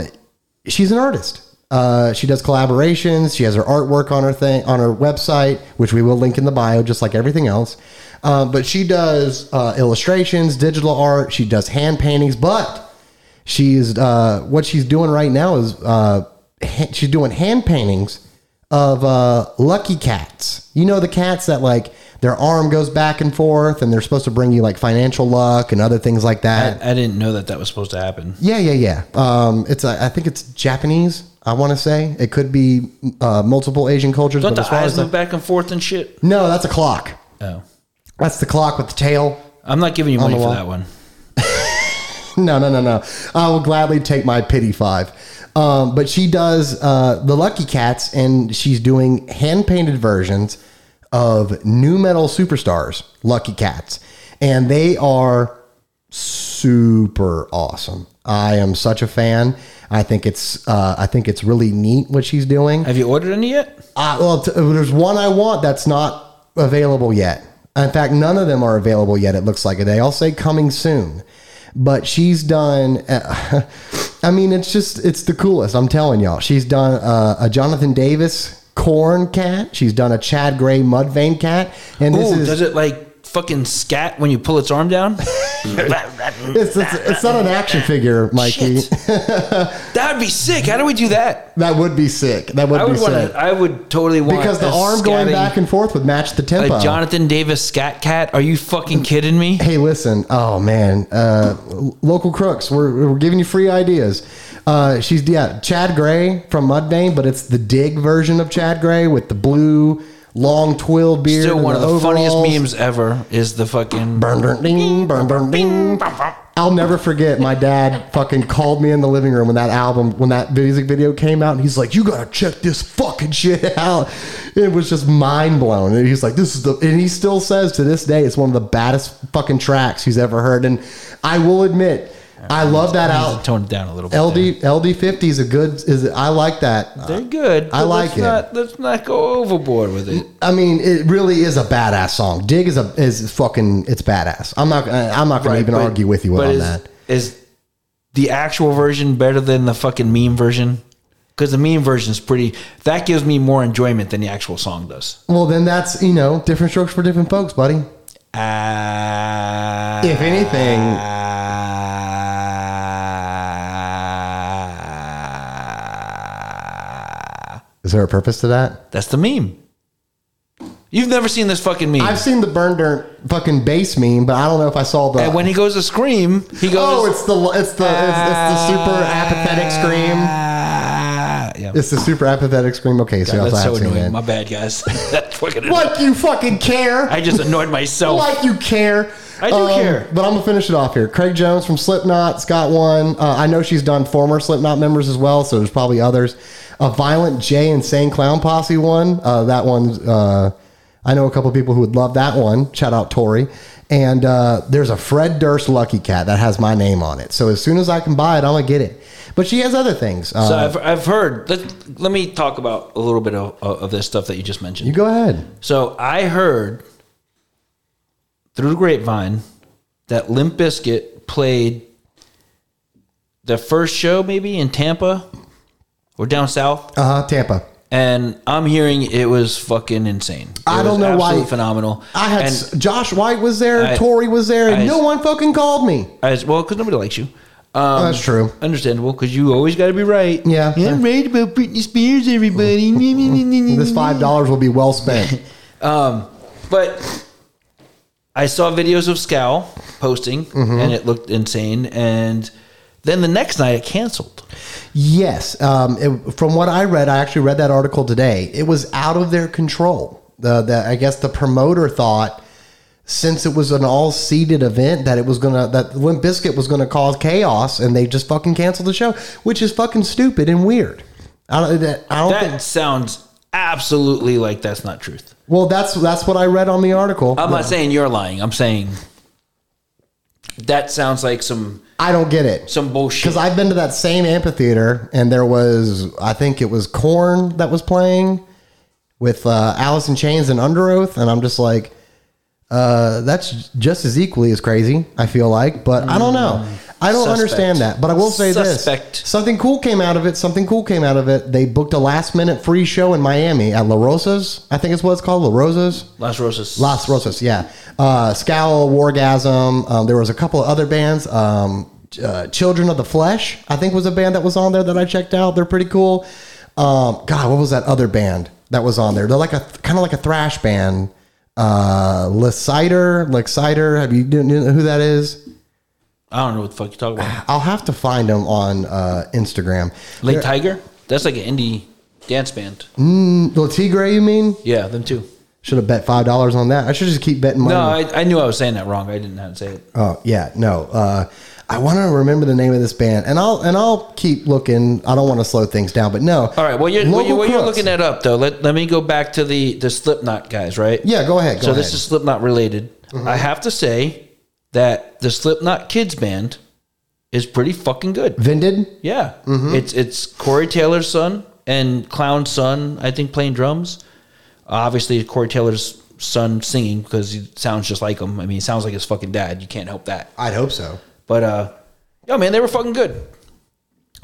Speaker 2: she's an artist. Uh, she does collaborations. She has her artwork on her thing on her website, which we will link in the bio, just like everything else. Uh, but she does uh, illustrations, digital art. She does hand paintings, but she's uh, what she's doing right now is uh, ha- she's doing hand paintings of uh, lucky cats. You know the cats that like their arm goes back and forth, and they're supposed to bring you like financial luck and other things like that.
Speaker 3: I didn't know that that was supposed to happen.
Speaker 2: Yeah, yeah, yeah. Um, it's a, I think it's Japanese. I want to say it could be uh, multiple Asian cultures.
Speaker 3: Don't
Speaker 2: but
Speaker 3: the
Speaker 2: as far as
Speaker 3: eyes
Speaker 2: the-
Speaker 3: move back and forth and shit?
Speaker 2: no, that's a clock.
Speaker 3: Oh.
Speaker 2: That's the clock with the tail.
Speaker 3: I'm not giving you money
Speaker 2: the
Speaker 3: for
Speaker 2: wall.
Speaker 3: that one.
Speaker 2: No, no, no, no. I will gladly take my pity five. Um, but she does uh, the Lucky Cats, and she's doing hand painted versions of new metal superstars, Lucky Cats, and they are super awesome. I am such a fan. I think it's uh, I think it's really neat what she's doing.
Speaker 3: Have you ordered any yet?
Speaker 2: Uh, well, t- there's one I want that's not available yet. In fact, none of them are available yet. It looks like they all say coming soon, but she's done. Uh, I mean, it's just it's the coolest. I'm telling y'all, she's done uh, a Jonathan Davis corn cat. She's done a Chad Gray mud vein cat, and this
Speaker 3: Ooh,
Speaker 2: is
Speaker 3: does it like fucking scat when you pull its arm down?
Speaker 2: it's, it's, it's not an action figure, Mikey.
Speaker 3: Shit. That'd be sick. How do we do that?
Speaker 2: That would be sick. That would
Speaker 3: I
Speaker 2: be
Speaker 3: would want
Speaker 2: sick
Speaker 3: to. I would totally want
Speaker 2: because the
Speaker 3: a
Speaker 2: arm going
Speaker 3: scatting-
Speaker 2: back and forth would match the tempo.
Speaker 3: a Jonathan Davis scat cat. Are you fucking kidding me?
Speaker 2: Hey, listen. Oh man, uh, local crooks. We're, we're giving you free ideas. Uh, she's yeah, Chad Gray from Mudvayne, but it's the Dig version of Chad Gray with the blue long twilled beard.
Speaker 3: Still
Speaker 2: and
Speaker 3: one of the funniest
Speaker 2: overalls.
Speaker 3: memes ever is the fucking
Speaker 2: Burn, burn, ding, burn, burn, ding. I'll never forget. My dad fucking called me in the living room when that album, when that music video came out, and he's like, "You gotta check this fucking shit out." It was just mind blown. And he's like, "This is the," and he still says to this day, it's one of the baddest fucking tracks he's ever heard. And I will admit, I love that
Speaker 3: I'll
Speaker 2: out.
Speaker 3: tone it down a little bit.
Speaker 2: LD LD fifty is a good. Is I like that.
Speaker 3: there. They're good.
Speaker 2: I
Speaker 3: but
Speaker 2: like
Speaker 3: let's
Speaker 2: it.
Speaker 3: Not, let's not go overboard with it.
Speaker 2: I mean, it really is a badass song. Dig is a is fucking. It's badass. I'm not. I'm not gonna even
Speaker 3: But-
Speaker 2: argue with you
Speaker 3: but
Speaker 2: on
Speaker 3: is,
Speaker 2: that.
Speaker 3: Is the actual version better than the fucking meme version? Because the meme version is pretty. That gives me more enjoyment than the actual song does.
Speaker 2: Well, then that's you know different strokes for different folks, buddy.
Speaker 3: Ah.
Speaker 2: If anything, is there a purpose to that?
Speaker 3: That's the meme. You've never seen this fucking meme.
Speaker 2: I've seen the burn dirt fucking bass meme, but I don't know if I saw the.
Speaker 3: and when he goes to scream, he
Speaker 2: oh,
Speaker 3: goes.
Speaker 2: it's the it's the it's, it's the super apathetic scream.
Speaker 3: Ah. Yeah.
Speaker 2: It's the super apathetic scream. Okay, so yes, I
Speaker 3: That's
Speaker 2: have
Speaker 3: so
Speaker 2: seen
Speaker 3: annoying.
Speaker 2: it.
Speaker 3: My bad, guys. That's fucking annoying.
Speaker 2: Like you fucking care.
Speaker 3: I just annoyed myself.
Speaker 2: like you care. Um,
Speaker 3: I do care.
Speaker 2: But I'm gonna finish it off here. Craig Jones from Slipknot's got one. Uh, I know she's done former Slipknot members as well, so there's probably others. A Violent J Insane Clown Posse one. Uh, that one's. Uh, I know a couple people who would love that one. Shout out Tori. And uh, there's a Fred Durst Lucky Cat that has my name on it. So as soon as I can buy it, I'm gonna get it. But she has other things. Uh,
Speaker 3: So I've, I've heard. Let, let me talk about a little bit of, of this stuff that you just mentioned.
Speaker 2: you go ahead.
Speaker 3: so I heard through the grapevine that Limp Bizkit played their first show maybe in Tampa or down south,
Speaker 2: Uh huh. Tampa.
Speaker 3: and I'm hearing it was fucking insane. It
Speaker 2: I don't
Speaker 3: was
Speaker 2: know why-
Speaker 3: absolutely phenomenal.
Speaker 2: I had
Speaker 3: And-
Speaker 2: s- Josh White was there.
Speaker 3: I-
Speaker 2: Tori was there. And
Speaker 3: I-
Speaker 2: no one fucking called me.
Speaker 3: As well, because nobody likes you. Um,
Speaker 2: That's true.
Speaker 3: Understandable, because you always got to be right.
Speaker 2: Yeah.
Speaker 3: I'm right about Britney Spears, everybody.
Speaker 2: This five dollars will be well spent.
Speaker 3: um, but I saw videos of Scowl posting,
Speaker 2: Mm-hmm.
Speaker 3: and it looked insane. And then the next night, it canceled.
Speaker 2: Yes. Um, it- from what I read, I actually read that article today. It was out of their control. The, the I guess the promoter thought since it was an all seated event that it was gonna that Limp Biscuit was gonna cause chaos, and they just fucking canceled the show, which is fucking stupid and weird. I don't. That, I don't
Speaker 3: That
Speaker 2: think.
Speaker 3: sounds absolutely like that's not truth.
Speaker 2: Well, that's that's what I read on the article.
Speaker 3: I'm not saying you're lying. I'm saying that sounds like some
Speaker 2: I don't get it.
Speaker 3: some bullshit.
Speaker 2: Because I've been to that same amphitheater, and there was, I think it was Corn that was playing with uh, Alice in Chains and Under Oath, and I'm just like, uh, that's just as equally as crazy. I feel like, but I don't know. I don't
Speaker 3: Mm. Suspect.
Speaker 2: understand that. But I will say
Speaker 3: Suspect.
Speaker 2: this: something cool came out of it. Something cool came out of it. They booked a last-minute free show in Miami at La Rosa's. I think it's what it's called, La Rosa's.
Speaker 3: Las Rosas.
Speaker 2: Las Rosas, yeah. Uh, Scowl, Wargasm. Um, there was a couple of other bands. Um, uh, Children of the Flesh, I think, was a band that was on there that I checked out. They're pretty cool. Um, God, what was that other band that was on there? They're like a kind of like a thrash band. Uh, Lecider, Lecider. Have you do you know who that is?
Speaker 3: I don't know what the fuck you're talking about.
Speaker 2: I'll have to find them on uh, Instagram.
Speaker 3: Late Tiger? That's like an indie dance band.
Speaker 2: Mm-hmm. La Tigre, you mean?
Speaker 3: Yeah, them too.
Speaker 2: Should have bet five dollars on that. I should just keep betting money.
Speaker 3: No, I, I knew I was saying that wrong. I didn't know how to say it.
Speaker 2: Oh yeah, no. Uh, I want to remember the name of this band, and I'll and I'll keep looking. I don't want to slow things down, but no.
Speaker 3: All right, well you're well,
Speaker 2: Local
Speaker 3: you're, well, you're
Speaker 2: crooks.
Speaker 3: looking that up though. Let let me go back to the the Slipknot guys, right?
Speaker 2: Yeah, go ahead. Go
Speaker 3: so
Speaker 2: ahead. Mm-hmm.
Speaker 3: this is Slipknot related. I have to say that the Slipknot kids band is pretty fucking good.
Speaker 2: Vended.
Speaker 3: Yeah, it's it's Corey Taylor's son and Clown's son. I think playing drums. Obviously, Corey Taylor's son singing because he sounds just like him. I mean, he sounds like his fucking dad. You can't help that.
Speaker 2: I'd hope so.
Speaker 3: But uh, yo, man, they were fucking good.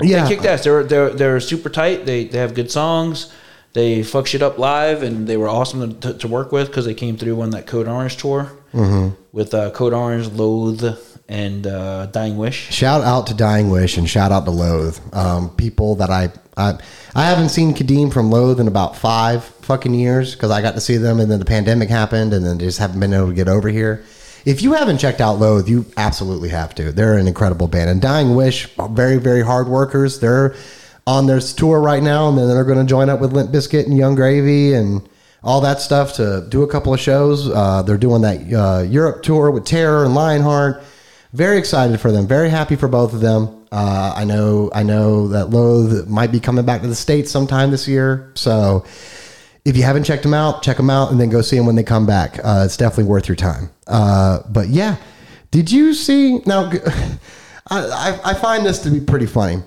Speaker 2: Yeah,
Speaker 3: They kicked ass. They were they're they're super tight. They they have good songs. They fuck shit up live, and they were awesome to, to work with because they came through on that Code Orange tour with uh, Code Orange, Loathe, and uh, Dying Wish.
Speaker 2: Shout out to Dying Wish and shout out to Loathe. Um, people that I, I I haven't seen Kadeem from Loathe in about five fucking years because I got to see them and then the pandemic happened and then just haven't been able to get over here. If you haven't checked out Loathe, you absolutely have to. They're an incredible band and Dying Wish are very very hard workers. They're on their tour right now and then they're going to join up with Limp Bizkit and Young Gravy and all that stuff to do a couple of shows. Uh, they're doing that uh, Europe tour with Terror and Lionheart very excited for them. Very happy for both of them. Uh, I know. I know that Loathe might be coming back to the states sometime this year. So, if you haven't checked them out, check them out, and then go see them when they come back. Uh, it's definitely worth your time. Uh, but yeah, did you see? Now, g- I, I, I find this to be pretty funny.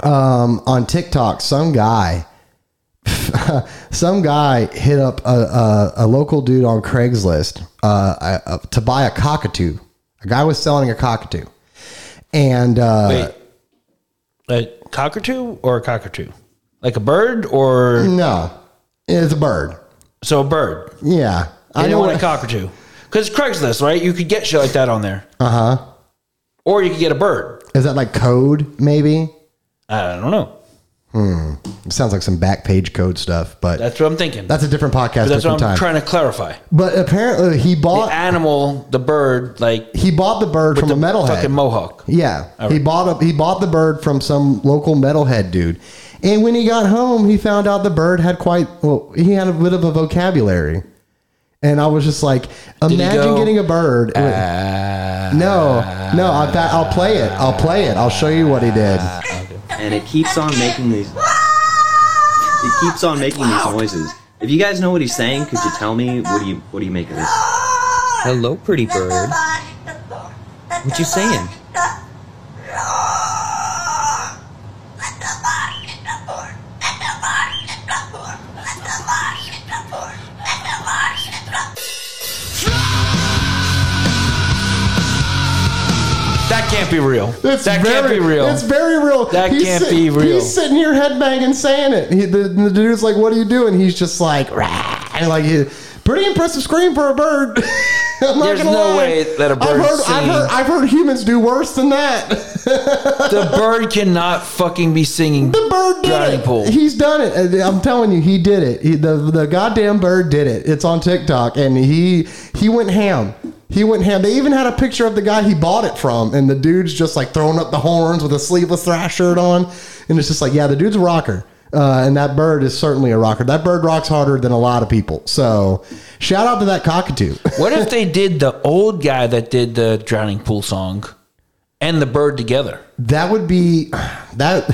Speaker 2: Um, on TikTok, some guy some guy hit up a, a, a local dude on Craigslist uh, uh, uh, to buy a cockatoo. A guy was selling a cockatoo, and uh,
Speaker 3: Wait, a cockatoo or a cockatoo, like a bird or
Speaker 2: no, it's a bird.
Speaker 3: so a bird.
Speaker 2: Yeah,
Speaker 3: I
Speaker 2: I
Speaker 3: didn't
Speaker 2: know.
Speaker 3: want a cockatoo because Craigslist, right? You could get shit like that on there. Uh huh.
Speaker 2: Uh-huh.
Speaker 3: Or you could get a bird.
Speaker 2: Is that like code? Maybe
Speaker 3: I don't know.
Speaker 2: it sounds like some back page code stuff, but that's,
Speaker 3: That's what I'm thinking.
Speaker 2: a different podcast.
Speaker 3: That's
Speaker 2: different
Speaker 3: what I'm
Speaker 2: time.
Speaker 3: trying to clarify.
Speaker 2: but apparently, he
Speaker 3: The
Speaker 2: bought
Speaker 3: animal, the bird, like
Speaker 2: he bought the bird from a metalhead.
Speaker 3: fucking mohawk.
Speaker 2: Yeah, he bought a, he bought the bird from some local metalhead dude, and when he got home, he found out the bird had quite well. He had a bit of a vocabulary, and I was just like, imagine
Speaker 3: go,
Speaker 2: getting a bird. no, no, I'll, I'll play it. I'll play it. I'll show you what he did.
Speaker 1: and it keeps on making these. It keeps on making these noises. If you guys know what he's saying, could you tell me what do you what do you make of this?
Speaker 4: Hello, pretty bird.
Speaker 1: What you saying?
Speaker 3: That can't be real.
Speaker 2: It's very,
Speaker 3: that can't be real.
Speaker 2: It's very real.
Speaker 3: That can't
Speaker 2: sit-
Speaker 3: be real.
Speaker 2: He's sitting here headbanging saying it. He, the, the dude's like, "What are you doing?" He's just like, "Rah," and like, he- pretty impressive scream for a bird. I'm not
Speaker 3: There's
Speaker 2: gonna
Speaker 3: no
Speaker 2: lie.
Speaker 3: way that a bird
Speaker 2: I've heard, I've,
Speaker 3: singing-
Speaker 2: heard, I've heard humans do worse than that.
Speaker 3: The bird cannot fucking be singing.
Speaker 2: the bird did
Speaker 3: Drowning
Speaker 2: it.
Speaker 3: pool.
Speaker 2: He's done it. I'm telling you, he did it. He, the the goddamn bird did it. It's on TikTok, and he he went ham. He went ham. They even had a picture of the guy he bought it from, and the dude's just like throwing up the horns with a sleeveless thrash shirt on, and it's just like, yeah, the dude's a rocker. Uh, and that bird is certainly a rocker. That bird rocks harder than a lot of people. So, shout out to that cockatoo.
Speaker 3: What if they did the old guy that did the drowning pool song and the bird together?
Speaker 2: that would be that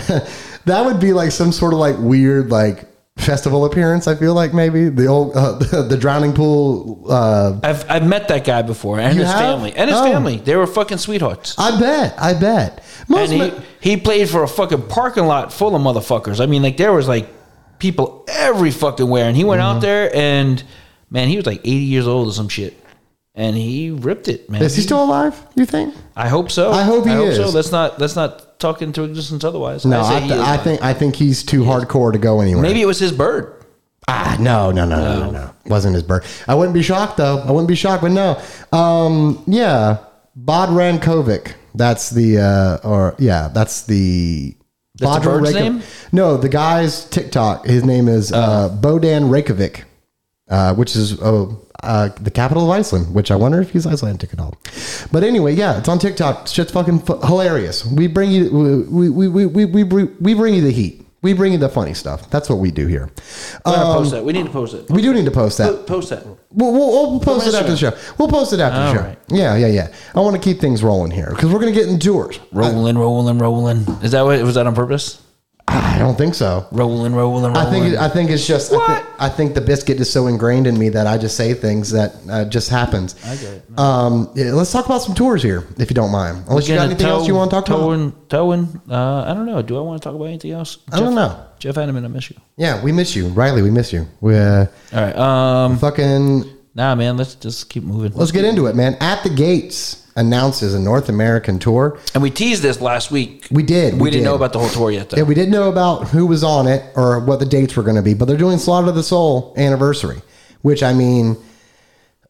Speaker 2: that would be like some sort of like weird like festival appearance i feel like maybe the old uh, the, drowning pool uh
Speaker 3: I've I've met that guy before and
Speaker 2: You
Speaker 3: his
Speaker 2: have?
Speaker 3: family and his
Speaker 2: Oh.
Speaker 3: family. They were fucking sweethearts.
Speaker 2: i bet i bet most
Speaker 3: And he,
Speaker 2: ma-
Speaker 3: he played for a fucking parking lot full of motherfuckers. I mean, like there was like people every fucking where, and he went
Speaker 2: Mm-hmm.
Speaker 3: out there and man, he was like eighty years old or some shit, and he ripped it, man.
Speaker 2: is he still alive you think
Speaker 3: I hope so.
Speaker 2: I hope he
Speaker 3: so.
Speaker 2: is.
Speaker 3: Let's not let's not talk into existence otherwise.
Speaker 2: no i,
Speaker 3: say he
Speaker 2: th-
Speaker 3: is
Speaker 2: I
Speaker 3: fine.
Speaker 2: think i think he's too hardcore to go anywhere
Speaker 3: maybe it was his bird.
Speaker 2: Ah, no, no, no, no, no, no. Wasn't his bird. I wouldn't be shocked though. I wouldn't be shocked, but no. Um, yeah, Bod Rankovic. That's the uh, or yeah, that's the.
Speaker 3: That's the
Speaker 2: Bodran
Speaker 3: bird's
Speaker 2: Rajkovic-
Speaker 3: name? Oh.
Speaker 2: No, the guy's TikTok. His name is uh, Bodan Reykjavik, uh, which is oh, uh, the capital of Iceland. Which I wonder if he's Icelandic at all. But anyway, yeah, it's on TikTok. Shit's fucking fu- hilarious. We bring you we we, we, we, we bring- we bring you the heat. We bring you the funny stuff. That's what we do here.
Speaker 3: We're gonna post that. We need to post it.
Speaker 2: Um, We do need to post that.
Speaker 3: Post that.
Speaker 2: We'll, we'll, we'll post it after the show. We'll post it after
Speaker 3: All
Speaker 2: the show.
Speaker 3: right.
Speaker 2: Yeah, yeah, yeah. I want to keep things rolling here because we're going to get into tours.
Speaker 3: Rolling, rolling, rolling. Is that what? Was that on purpose?
Speaker 2: I don't think so.
Speaker 3: Rolling, rolling, rolling.
Speaker 2: I think I think it's just I,
Speaker 3: What?
Speaker 2: thi- I think the biscuit is so ingrained in me that I just say things that uh, just happens. I get it. Um, yeah, let's talk about some tours here, if you don't mind. Unless you got anything else you want to talk about.
Speaker 3: towing, about? Towing. Uh, I don't know. Do I want to talk about anything else?
Speaker 2: I don't know.
Speaker 3: Jeff Hanneman, I miss you.
Speaker 2: Yeah, we miss you, Riley. We miss you. We uh,
Speaker 3: All right. Um.
Speaker 2: fucking
Speaker 3: Nah, man. Let's just keep moving.
Speaker 2: let's get into it, man. At the gates announces a North American tour.
Speaker 3: And we teased this last week.
Speaker 2: We did.
Speaker 3: We, didn't
Speaker 2: did.
Speaker 3: know about the whole tour yet, though.
Speaker 2: Yeah, we didn't know about who was on it or what the dates were going to be, but they're doing Slaughter of the Soul anniversary, which I mean,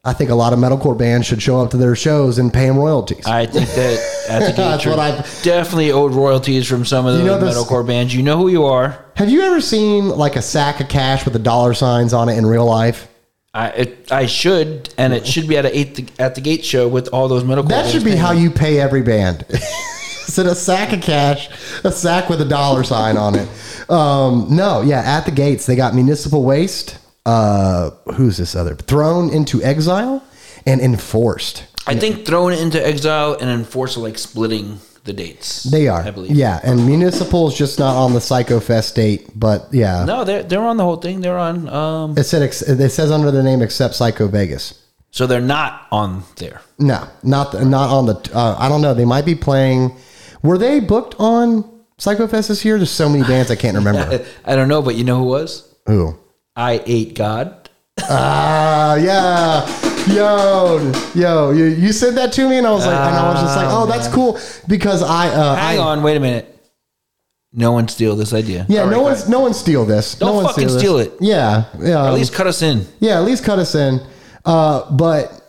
Speaker 2: I think a lot of metalcore bands should show up to their shows and pay them royalties.
Speaker 3: I think that at the
Speaker 2: That's
Speaker 3: Gator,
Speaker 2: what I-
Speaker 3: definitely owed royalties from some of the
Speaker 2: You know this-
Speaker 3: metalcore bands. You know who you are.
Speaker 2: Have you ever seen like a sack of cash with the dollar signs on it in real life?
Speaker 3: I it, I should, and it should be at a eight at the gate show with all those metalcore.
Speaker 2: That
Speaker 3: bands
Speaker 2: should be
Speaker 3: playing.
Speaker 2: how you pay every band. Is it a sack of cash, a sack with a dollar sign on it? Um, no, yeah, at the gates they got municipal waste. Uh, who's this other? Thrown into exile and enforced.
Speaker 3: I think thrown into exile and enforced like splitting the dates.
Speaker 2: They are.
Speaker 3: I believe.
Speaker 2: Yeah, and municipal is just not on the Psycho Fest date, but yeah.
Speaker 3: No, they're they're on the whole thing. They're on. Um.
Speaker 2: It said ex- it says under the name except Psycho Vegas.
Speaker 3: So they're not on there.
Speaker 2: No, not the, not on the. Uh, I don't know. They might be playing. Were they booked on Psycho Fest this year? There's so many bands I can't remember.
Speaker 3: I don't know, but you know who was?
Speaker 2: Who?
Speaker 3: I ate God.
Speaker 2: Ah, yeah. Yo, yo, you, you said that to me, and I was like, and I was just like, oh, that's cool because I, uh, I,
Speaker 3: Hang on, wait a minute. No one steal this idea.
Speaker 2: yeah,
Speaker 3: All
Speaker 2: no
Speaker 3: right,
Speaker 2: one's, no one steal this.
Speaker 3: Don't
Speaker 2: no one
Speaker 3: fucking
Speaker 2: this.
Speaker 3: steal it.
Speaker 2: Yeah, yeah. um,
Speaker 3: At least cut us in.
Speaker 2: Yeah, at least cut us in. Uh, but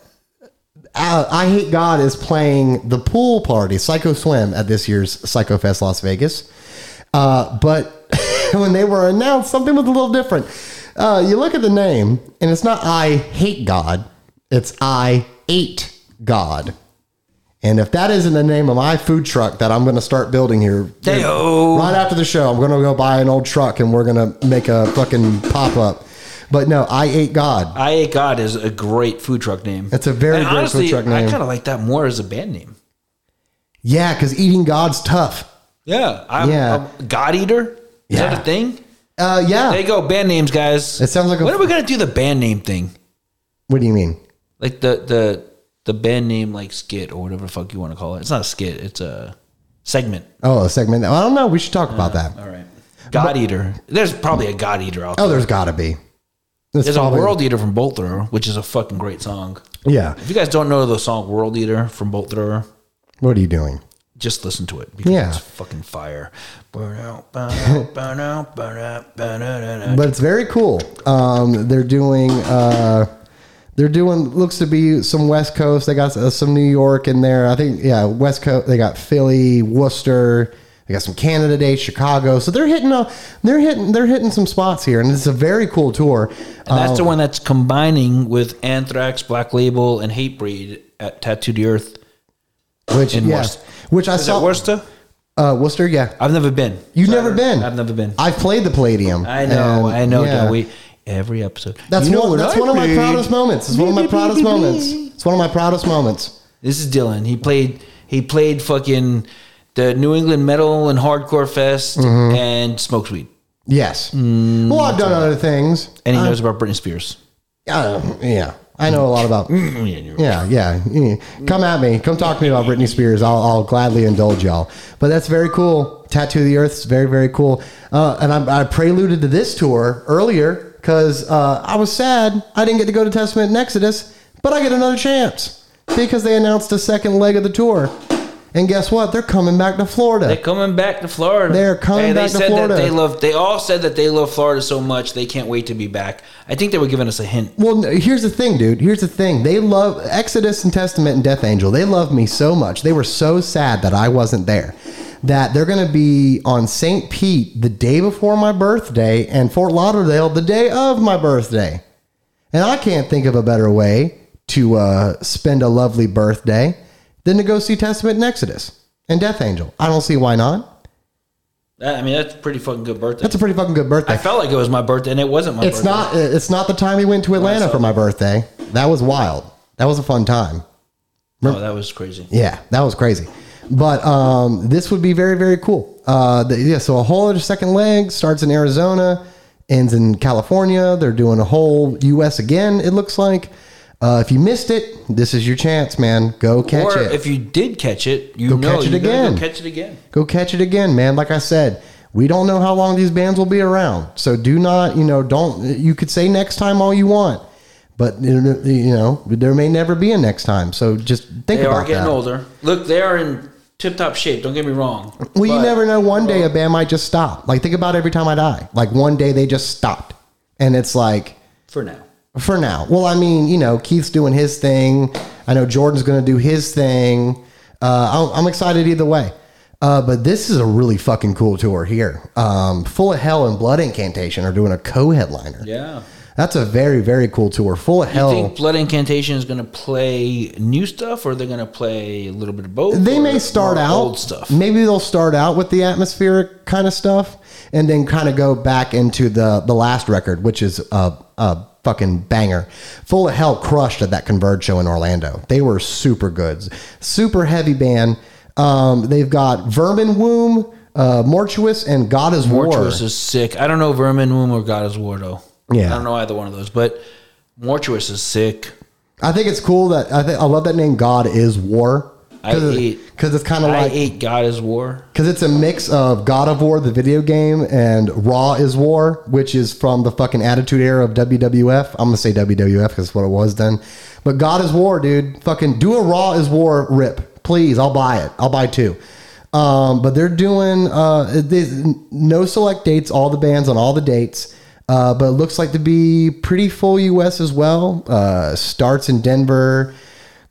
Speaker 2: uh, I Hate God is playing the pool party, Psycho Swim, at this year's Psycho Fest Las Vegas. Uh, but when they were announced, something was a little different. Uh, you look at the name, and it's not I Hate God, it's I Ate God. And if that isn't the name of my food truck that I'm going to start building here,
Speaker 3: Hey-o.
Speaker 2: right after the show, I'm going to go buy an old truck and we're going to make a fucking pop up. But no, I ate God.
Speaker 3: I ate God is a great food truck name.
Speaker 2: It's a very
Speaker 3: And
Speaker 2: great food truck
Speaker 3: I
Speaker 2: name.
Speaker 3: kind of like that more as a band name.
Speaker 2: Yeah, because eating God's tough.
Speaker 3: Yeah, I'm,
Speaker 2: Yeah.
Speaker 3: I'm God Eater. Is
Speaker 2: Yeah.
Speaker 3: that a thing?
Speaker 2: Uh, yeah.
Speaker 3: There you go, band names, guys.
Speaker 2: It sounds like a-
Speaker 3: when are we gonna do the band name thing?
Speaker 2: what do you mean?
Speaker 3: Like the the the band name like skit or whatever the fuck you want to call it. It's not a skit. It's a segment.
Speaker 2: Oh, a segment. I don't know. We should talk about that.
Speaker 3: All right. God Eater. There's probably a God Eater out there.
Speaker 2: Oh, there's got to be. It's
Speaker 3: There's
Speaker 2: probably-
Speaker 3: a World Eater from Bolt Thrower, which is a fucking great song.
Speaker 2: Yeah.
Speaker 3: If you guys don't know the song World Eater from Bolt Thrower,
Speaker 2: What are you doing?
Speaker 3: just listen to it because
Speaker 2: Yeah.
Speaker 3: it's fucking fire. Burn out, burn out, burn out, burn out, burn out, burn out.
Speaker 2: But it's very cool. Um, they're doing. Uh, They're doing looks to be some West Coast. They got uh, some New York in there. I think yeah, West Coast. They got Philly, Worcester. They got some Canada Day, Chicago. So they're hitting a, they're hitting they're hitting some spots here, and it's a very cool tour. uh,
Speaker 3: And that's
Speaker 2: Oh.
Speaker 3: the one that's combining with Anthrax, Black Label, and Hatebreed at Tattoo the Earth.
Speaker 2: Which
Speaker 3: in
Speaker 2: yeah,
Speaker 3: Worcester.
Speaker 2: which I
Speaker 3: Is that
Speaker 2: saw
Speaker 3: Worcester?
Speaker 2: Uh, Worcester. Yeah,
Speaker 3: I've never been.
Speaker 2: You've never been.
Speaker 3: I've never been.
Speaker 2: I've played the Palladium.
Speaker 3: I know,
Speaker 2: and,
Speaker 3: I know.
Speaker 2: yeah.
Speaker 3: That we every episode.
Speaker 2: That's
Speaker 3: You know
Speaker 2: one.
Speaker 3: what
Speaker 2: That's
Speaker 3: I
Speaker 2: one of my
Speaker 3: played?
Speaker 2: proudest moments. It's one of my proudest moments. It's one of my proudest moments.
Speaker 3: This is Dylan. He played. He played fucking the New England Metal and Hardcore Fest
Speaker 2: Mm-hmm.
Speaker 3: and smokes weed.
Speaker 2: Yes. well, I've
Speaker 3: Mm.
Speaker 2: done other things.
Speaker 3: And he knows about Britney Spears.
Speaker 2: Uh, yeah, I know a lot about.
Speaker 3: Yeah,
Speaker 2: Yeah, yeah. yeah. Come at me. Come talk to me about Britney Spears. I'll, I'll gladly indulge y'all. But that's very cool. Tattoo of the Earth is very, very cool. Uh, and I, I preluded to this tour earlier because uh, I was sad I didn't get to go to Testament and Exodus, but I get another chance because they announced a second leg of the tour. And guess what? They're coming back to Florida.
Speaker 3: They're coming back to Florida.
Speaker 2: They're coming
Speaker 3: Hey,
Speaker 2: back to
Speaker 3: said
Speaker 2: Florida.
Speaker 3: That they love. They all said that they love Florida so much they can't wait to be back. I think they were giving us a hint.
Speaker 2: Well, no, here's the thing, dude. Here's the thing. They love Exodus and Testament and Death Angel. They love me so much. They were so sad that I wasn't there. That they're going to be on St. Pete the day before my birthday and Fort Lauderdale the day of my birthday. And I can't think of a better way to uh, spend a lovely birthday than to go see Testament and Exodus and Death Angel. I don't see why not.
Speaker 3: That- I mean, that's a pretty fucking good birthday.
Speaker 2: That's a pretty fucking good birthday.
Speaker 3: I felt like it was my birthday, and it wasn't my
Speaker 2: It's
Speaker 3: birthday.
Speaker 2: not. It's not the time we went to Atlanta for my birthday. That was wild. That was a fun time.
Speaker 3: No, that was crazy.
Speaker 2: Yeah, that was crazy. But um, this would be very very cool. Uh, the, yeah. So a whole other second leg starts in Arizona, ends in California. They're doing a whole U.S. again. It looks like. Uh, if you missed it, this is your chance, man. Go catch
Speaker 3: or
Speaker 2: it.
Speaker 3: if you did catch it, you
Speaker 2: Go
Speaker 3: know
Speaker 2: catch it
Speaker 3: you gotta go
Speaker 2: again.
Speaker 3: catch it again.
Speaker 2: go catch it again, man. Like I said, we don't know how long these bands will be around. So do not, you know, don't, you could say next time all you want, but, you know, there may never be a next time. So just think
Speaker 3: They
Speaker 2: about
Speaker 3: are getting
Speaker 2: that.
Speaker 3: older. Look, they are in tip-top shape. Don't get me wrong.
Speaker 2: Well, you
Speaker 3: But-
Speaker 2: never know. One day a band might just stop. Like, think about every time I die. Like, one day they just stopped. And it's like,
Speaker 3: for now.
Speaker 2: for now. Well, I mean, you know, Keith's doing his thing. I know Jordan's going to do his thing. Uh, I'm, I'm excited either way. Uh, but this is a really fucking cool tour here. Um, Full of Hell and Blood Incantation are doing a co-headliner.
Speaker 3: Yeah.
Speaker 2: That's a very very cool tour. Full of
Speaker 3: Do you
Speaker 2: Hell.
Speaker 3: think Blood Incantation is going to play new stuff, or they're going to play a little bit of both?
Speaker 2: they
Speaker 3: or
Speaker 2: may start
Speaker 3: more
Speaker 2: out
Speaker 3: old stuff.
Speaker 2: Maybe they'll start out with the atmospheric kind of stuff, and then kind of go back into the the last record, which is a, a fucking banger. Full of hell crushed at that Converge show in Orlando. They were super goods, super heavy band. Um, they've got Vermin Womb, uh, Mortuous, and God is War.
Speaker 3: Mortuous is sick. I don't know Vermin Womb or God is War though.
Speaker 2: Yeah.
Speaker 3: I don't know either one of those, but Mortuous is sick.
Speaker 2: I think it's cool that I think I love that name. God is War.
Speaker 3: I hate-
Speaker 2: because it's kind of
Speaker 3: I
Speaker 2: like
Speaker 3: ate God is War.
Speaker 2: Because it's a mix of God of War, the video game, and Raw is War, which is from the fucking Attitude Era of WWF. I'm going to say WWF because it's what it was then. But God is War, dude. Fucking do a Raw is War rip. Please, I'll buy it. I'll buy two. Um, but they're doing uh, there's no select dates, all the bands on all the dates. Uh, but it looks like to be pretty full US as well. Uh, starts in Denver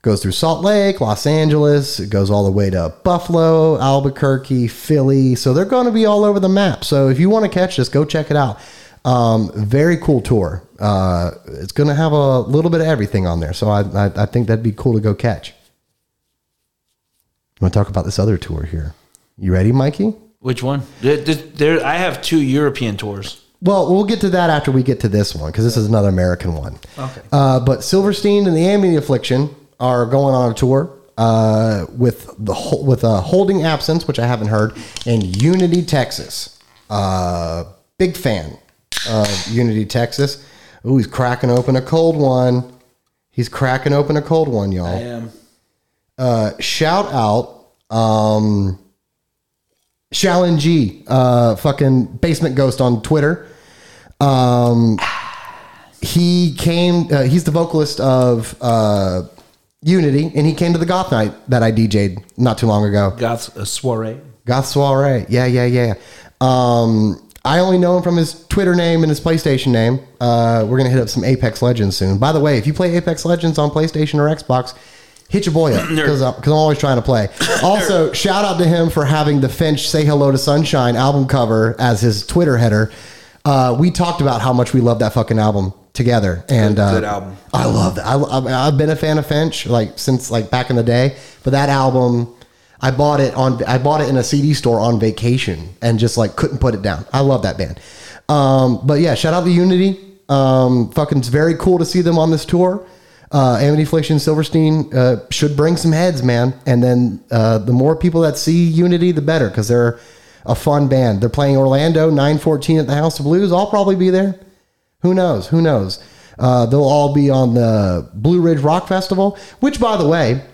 Speaker 2: goes through Salt Lake, Los Angeles, it goes all the way to Buffalo, Albuquerque, Philly. So they're going to be all over the map. So if you want to catch this, go check it out. Um, very cool tour. Uh, it's going to have a little bit of everything on there. So I, I, I think that'd be cool to go catch. I'm going to talk about this other tour here. You ready, Mikey?
Speaker 3: Which one? There, there, there- I have two European tours.
Speaker 2: Well, we'll get to that after we get to this one because this is another American one. Okay. Uh, but Silverstein and the Amity Affliction are going on a tour uh, with the whole, with a holding absence, which I haven't heard, in Unity, Texas. Uh, big fan of Unity, Texas. Ooh, he's cracking open a cold one. He's cracking open a cold one, y'all
Speaker 3: I am.
Speaker 2: shout out um Shallon G, uh fucking basement ghost on Twitter. Um he came uh, he's the vocalist of uh Unity and he came to the Goth night that I DJ'd not too long ago.
Speaker 3: God's a soiree.
Speaker 2: Goth soiree. Yeah, yeah, yeah. Um, I only know him from his Twitter name and his PlayStation name. Uh, we're gonna hit up some Apex Legends soon. By the way, if you play Apex Legends on PlayStation or Xbox, hit your boy up because I'm, 'cause I'm always trying to play. Also, shout out to him for having the Finch "Say Hello to Sunshine" album cover as his Twitter header. Uh, we talked about how much we love that fucking album together, and uh,
Speaker 3: good album.
Speaker 2: I love that. I, I, I've been a fan of Finch like since like back in the day, but that album. I bought it on I bought it in a CD store on vacation and just like couldn't put it down. I love that band. Um, but yeah, shout out to Unity. Um, fucking, it's very cool to see them on this tour. Uh, Amity Flesh and Silverstein uh, should bring some heads, man. And then uh, the more people that see Unity, the better because they're a fun band. They're playing Orlando 914 at the House of Blues. I'll probably be there. Who knows? Who knows? Uh, they'll all be on the Blue Ridge Rock Festival, which, by the way,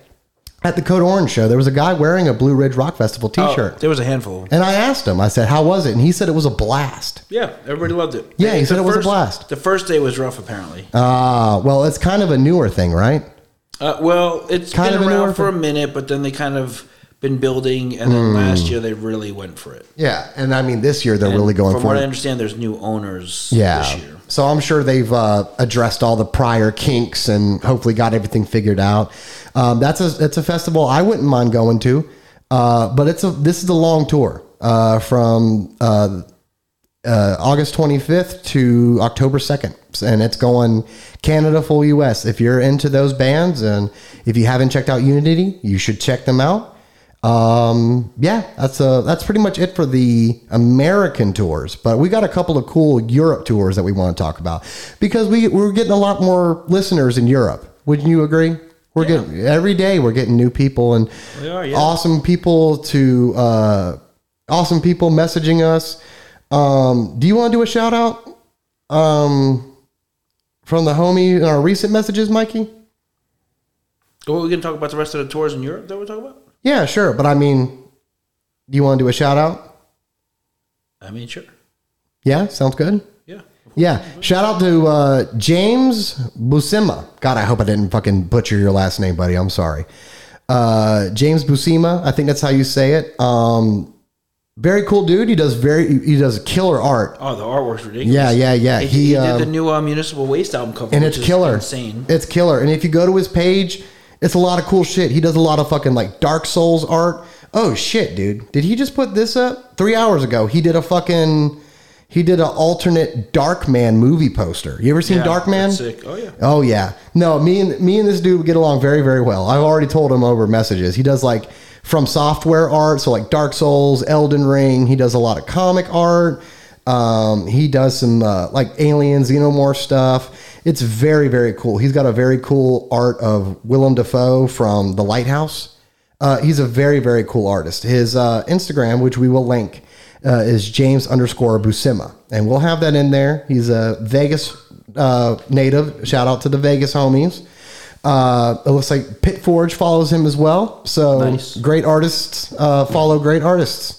Speaker 2: at the Code Orange show, there was a guy wearing a Blue Ridge Rock Festival
Speaker 3: Oh,
Speaker 2: T-shirt,
Speaker 3: there was a handful.
Speaker 2: and I asked him. I said, "How was it?" And he said, "It was a blast."
Speaker 3: Yeah, everybody loved it.
Speaker 2: Yeah, he
Speaker 3: The
Speaker 2: said it was a
Speaker 3: first-
Speaker 2: blast.
Speaker 3: The first day was rough, apparently.
Speaker 2: Ah, well, it's kind of a newer thing, right?
Speaker 3: Uh, well, it's
Speaker 2: Kind
Speaker 3: been
Speaker 2: of a newer
Speaker 3: around for a
Speaker 2: thing.
Speaker 3: minute, but then they kind of been building, and
Speaker 2: Hmm.
Speaker 3: then last year they really went for it.
Speaker 2: Yeah, and I mean, this year they're really
Speaker 3: And
Speaker 2: going
Speaker 3: From
Speaker 2: for
Speaker 3: what I
Speaker 2: it.
Speaker 3: understand, there's new owners
Speaker 2: Yeah.
Speaker 3: this year.
Speaker 2: So I'm sure they've uh, addressed all the prior kinks and hopefully got everything figured out. Um, that's a that's a festival I wouldn't mind going to, uh, but it's a this is a long tour uh, from uh, uh, August 25th to October 2nd, and it's going Canada full U.S. If you're into those bands and if you haven't checked out Unity, you should check them out. Um, yeah, that's uh that's pretty much it for the American tours, but we got a couple of cool Europe tours that we want to talk about because we we're getting a lot more listeners in Europe. Wouldn't you agree? We're getting every day we're getting new people and
Speaker 3: We are, yeah.
Speaker 2: awesome people to uh, awesome people messaging us. Um, do you want to do a shout out um, from the homie in our recent messages, Mikey?
Speaker 3: Well, we can talk about the rest of the tours in Europe that we're talking about.
Speaker 2: Yeah, sure. But I mean, do you want to do a shout out?
Speaker 3: I mean, sure.
Speaker 2: Yeah, sounds good.
Speaker 3: Yeah.
Speaker 2: Yeah. Shout out to uh, James Busima. God, I hope I didn't fucking butcher your last name, buddy. I'm sorry. Uh, James Busima. I think that's how you say it. Um, very cool dude. He does very he does killer art.
Speaker 3: Oh, the artwork's ridiculous.
Speaker 2: Yeah, yeah, yeah.
Speaker 3: He,
Speaker 2: He,
Speaker 3: he
Speaker 2: um,
Speaker 3: did the new uh, Municipal Waste album cover,
Speaker 2: and
Speaker 3: which
Speaker 2: it's
Speaker 3: is
Speaker 2: killer.
Speaker 3: insane.
Speaker 2: It's killer. And if you go to his page, it's a lot of cool shit. He does a lot of fucking like Dark Souls art. Oh shit, dude! Did he just put this up three hours ago? He did a fucking he did an alternate Dark Man movie poster. You ever seen
Speaker 3: Yeah,
Speaker 2: Dark Man?
Speaker 3: it's sick. Oh yeah.
Speaker 2: Oh yeah. No, me and me and this dude get along very very well. I've already told him over messages. He does like from software art, so like Dark Souls, Elden Ring. He does a lot of comic art. Um, he does some uh, like alien xenomorph stuff. It's very very cool. He's got a very cool art of Willem Dafoe from The Lighthouse. Uh, he's a very very cool artist. His uh, Instagram, which we will link, uh, is James underscore Busima, and we'll have that in there. He's a Vegas uh, native. Shout out to the Vegas homies. Uh, it looks like Pit Forge follows him as well. So
Speaker 3: Nice.
Speaker 2: great artists uh, follow great artists.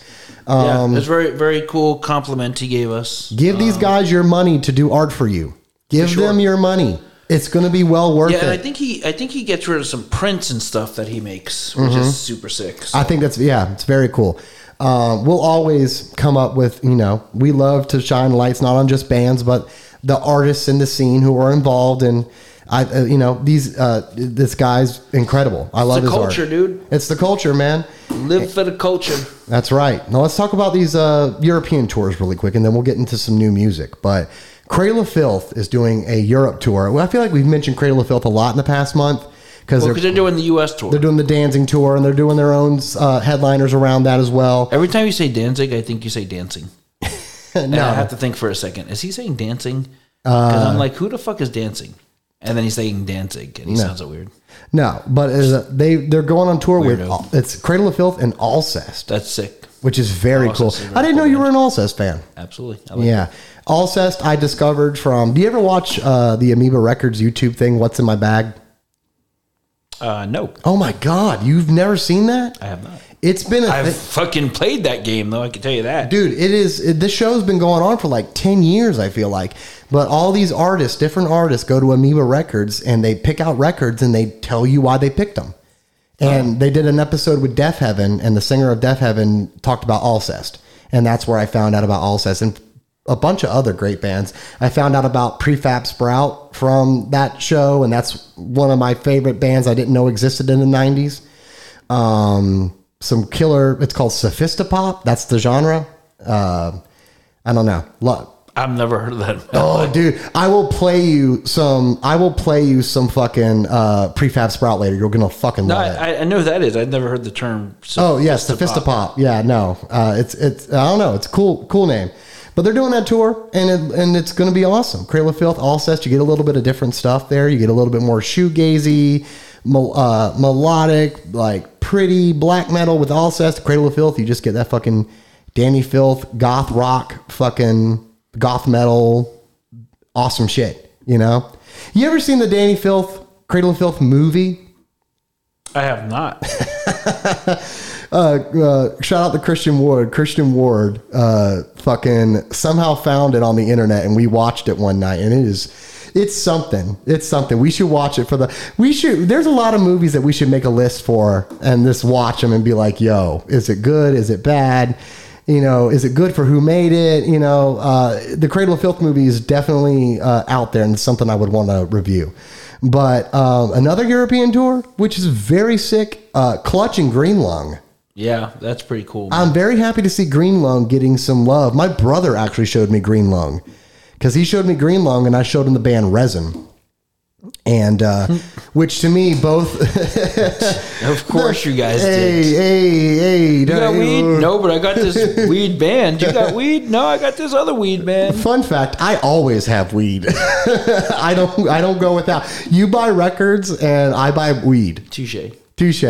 Speaker 3: Yeah,
Speaker 2: Um,
Speaker 3: it's very very cool compliment he gave us.
Speaker 2: Give these guys your money to do art for you. Give
Speaker 3: Um, sure.
Speaker 2: them your money. It's going to be well worth
Speaker 3: Yeah, and
Speaker 2: it.
Speaker 3: I think he I think he gets rid of some prints and stuff that he makes, which is super sick. So
Speaker 2: Mm-hmm. I think that's yeah, it's very cool. Um, we'll always come up with you know we love to shine lights not on just bands but the artists in the scene who are involved and I uh, you know these uh, this guy's incredible. I love
Speaker 3: the
Speaker 2: his art.
Speaker 3: culture, dude.
Speaker 2: It's the culture, man.
Speaker 3: live for the culture.
Speaker 2: That's right. Now let's talk about these uh, European tours really quick, and then we'll get into some new music. But Cradle of Filth is doing a Europe tour. Well, I feel like we've mentioned Cradle of Filth a lot in the past month because
Speaker 3: Well, because
Speaker 2: they're
Speaker 3: they're doing the U.S. tour.
Speaker 2: they're doing the dancing tour and they're doing their own uh, headliners around that as well.
Speaker 3: Every time you say Danzig, I think you say dancing. And
Speaker 2: No. Uh,
Speaker 3: I have to think for a second. Is he saying dancing? Because I'm like, who the fuck is dancing? And then he's saying Danzig, and he sounds so weird.
Speaker 2: No, but is a, they they're going on tour with
Speaker 3: Weirdo.
Speaker 2: all, it's Cradle of Filth and Alcest,
Speaker 3: That's sick.
Speaker 2: which is very
Speaker 3: Alcest
Speaker 2: cool.
Speaker 3: is a very
Speaker 2: I didn't know
Speaker 3: cool
Speaker 2: you were an Alcest fan.
Speaker 3: Absolutely. I like
Speaker 2: Yeah, Alcest I discovered from. Do you ever watch uh, the Amoeba Records YouTube thing? What's in my bag?
Speaker 3: it. Uh, no,
Speaker 2: Oh my God, you've never seen that?
Speaker 3: I have not.
Speaker 2: It's been a
Speaker 3: I've
Speaker 2: thi-
Speaker 3: fucking played that game though. I can tell you that.
Speaker 2: dude. It is it, this show's been going on for like ten years. I feel like, but all these artists, different artists, go to Amoeba Records and they pick out records and they tell you why they picked them. And they did an episode with Death Heaven, and the singer of Death Heaven talked about Alcest, and that's where I found out about Alcest. And a bunch of other great bands. I found out about Prefab Sprout from that show, and that's one of my favorite bands I didn't know existed in the 90s. Um, some killer, it's called Sophistopop. That's the genre. Uh, I don't know. Lo-
Speaker 3: I've never heard of that.
Speaker 2: Oh, dude, I will play you some. I will play you some fucking uh, prefab sprout later. You're gonna fucking
Speaker 3: No,
Speaker 2: love it.
Speaker 3: I, I- I know who that is. I've never heard the term. So
Speaker 2: oh yes, the Fistapop. Yeah, no, uh, it's it's. I don't know. It's a cool cool name, but they're doing that tour and it, and it's gonna be awesome. Cradle of Filth, all sets. You get a little bit of different stuff there. You get a little bit more shoegazy, mel- uh, melodic, like pretty black metal with all sets. Cradle of Filth, you just get that fucking Danny Filth goth rock, fucking goth metal awesome shit. You know, you ever seen the Danny Filth Cradle of Filth movie?
Speaker 3: I have not.
Speaker 2: Uh, shout out to Christian Ward. Christian Ward uh, fucking somehow found it on the internet, and we watched it one night, and it is. It's something. It's something. We should watch it for the. We should. There's a lot of movies that we should make a list for and just watch them and be like, "Yo, is it good? Is it bad? You know, is it good for who made it? You know, uh, the Cradle of Filth movie is definitely uh, out there and it's something I would want to review. But um, another European tour, which is very sick, uh, Clutch and Green Lung.
Speaker 3: Yeah, that's pretty cool.
Speaker 2: I'm very happy to see Green Lung getting some love. My brother actually showed me Green Lung because he showed me Green Lung and I showed him the band Resin. And uh,
Speaker 3: Hmm.
Speaker 2: which to me both
Speaker 3: of course, you guys
Speaker 2: hey,
Speaker 3: did.
Speaker 2: hey, hey,
Speaker 3: You got weed? No, but I got this weed band. You got weed? No, I got this other weed band.
Speaker 2: Fun fact: I always have weed. I don't. I don't go without. You buy records, and I buy weed.
Speaker 3: Touche.
Speaker 2: Touche.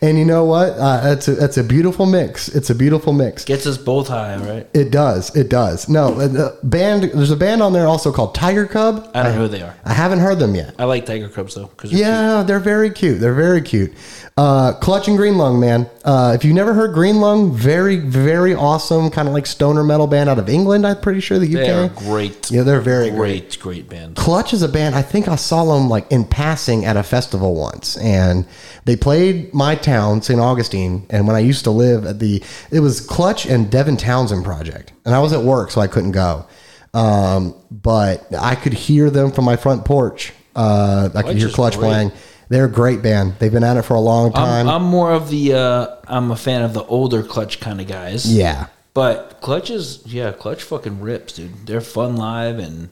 Speaker 2: And you know what? Uh, that's a that's a beautiful mix. It's a beautiful mix.
Speaker 3: Gets us both high, right?
Speaker 2: It does. It does. No, uh, the band. There's a band on there also called Tiger Cub.
Speaker 3: I don't know who they are.
Speaker 2: I haven't heard them yet.
Speaker 3: I like Tiger Cubs though. Cause they're cute.
Speaker 2: Yeah, they're very cute. They're very cute. Uh, Clutch and Green Lung, man. Uh, if you've never heard Green Lung, very, very awesome, kind of like stoner metal band out of England. I'm pretty sure the UK.
Speaker 3: they are great.
Speaker 2: Yeah, they're very great.
Speaker 3: great, great band.
Speaker 2: Clutch is a band. I think I saw them like in passing at a festival once, and they played my town, St. Augustine. And when I used to live at the, it was Clutch and Devin Townsend project, and I was at work, so I couldn't go. Um, but I could hear them from my front porch. Uh, I could
Speaker 3: Clutch
Speaker 2: hear
Speaker 3: is
Speaker 2: Clutch
Speaker 3: great.
Speaker 2: playing. They're a great band. They've been at it for a long time.
Speaker 3: I'm, I'm more of the uh, I'm a fan of the older Clutch kind of guys.
Speaker 2: yeah,
Speaker 3: But Clutch is yeah, Clutch fucking rips, dude. They're fun live and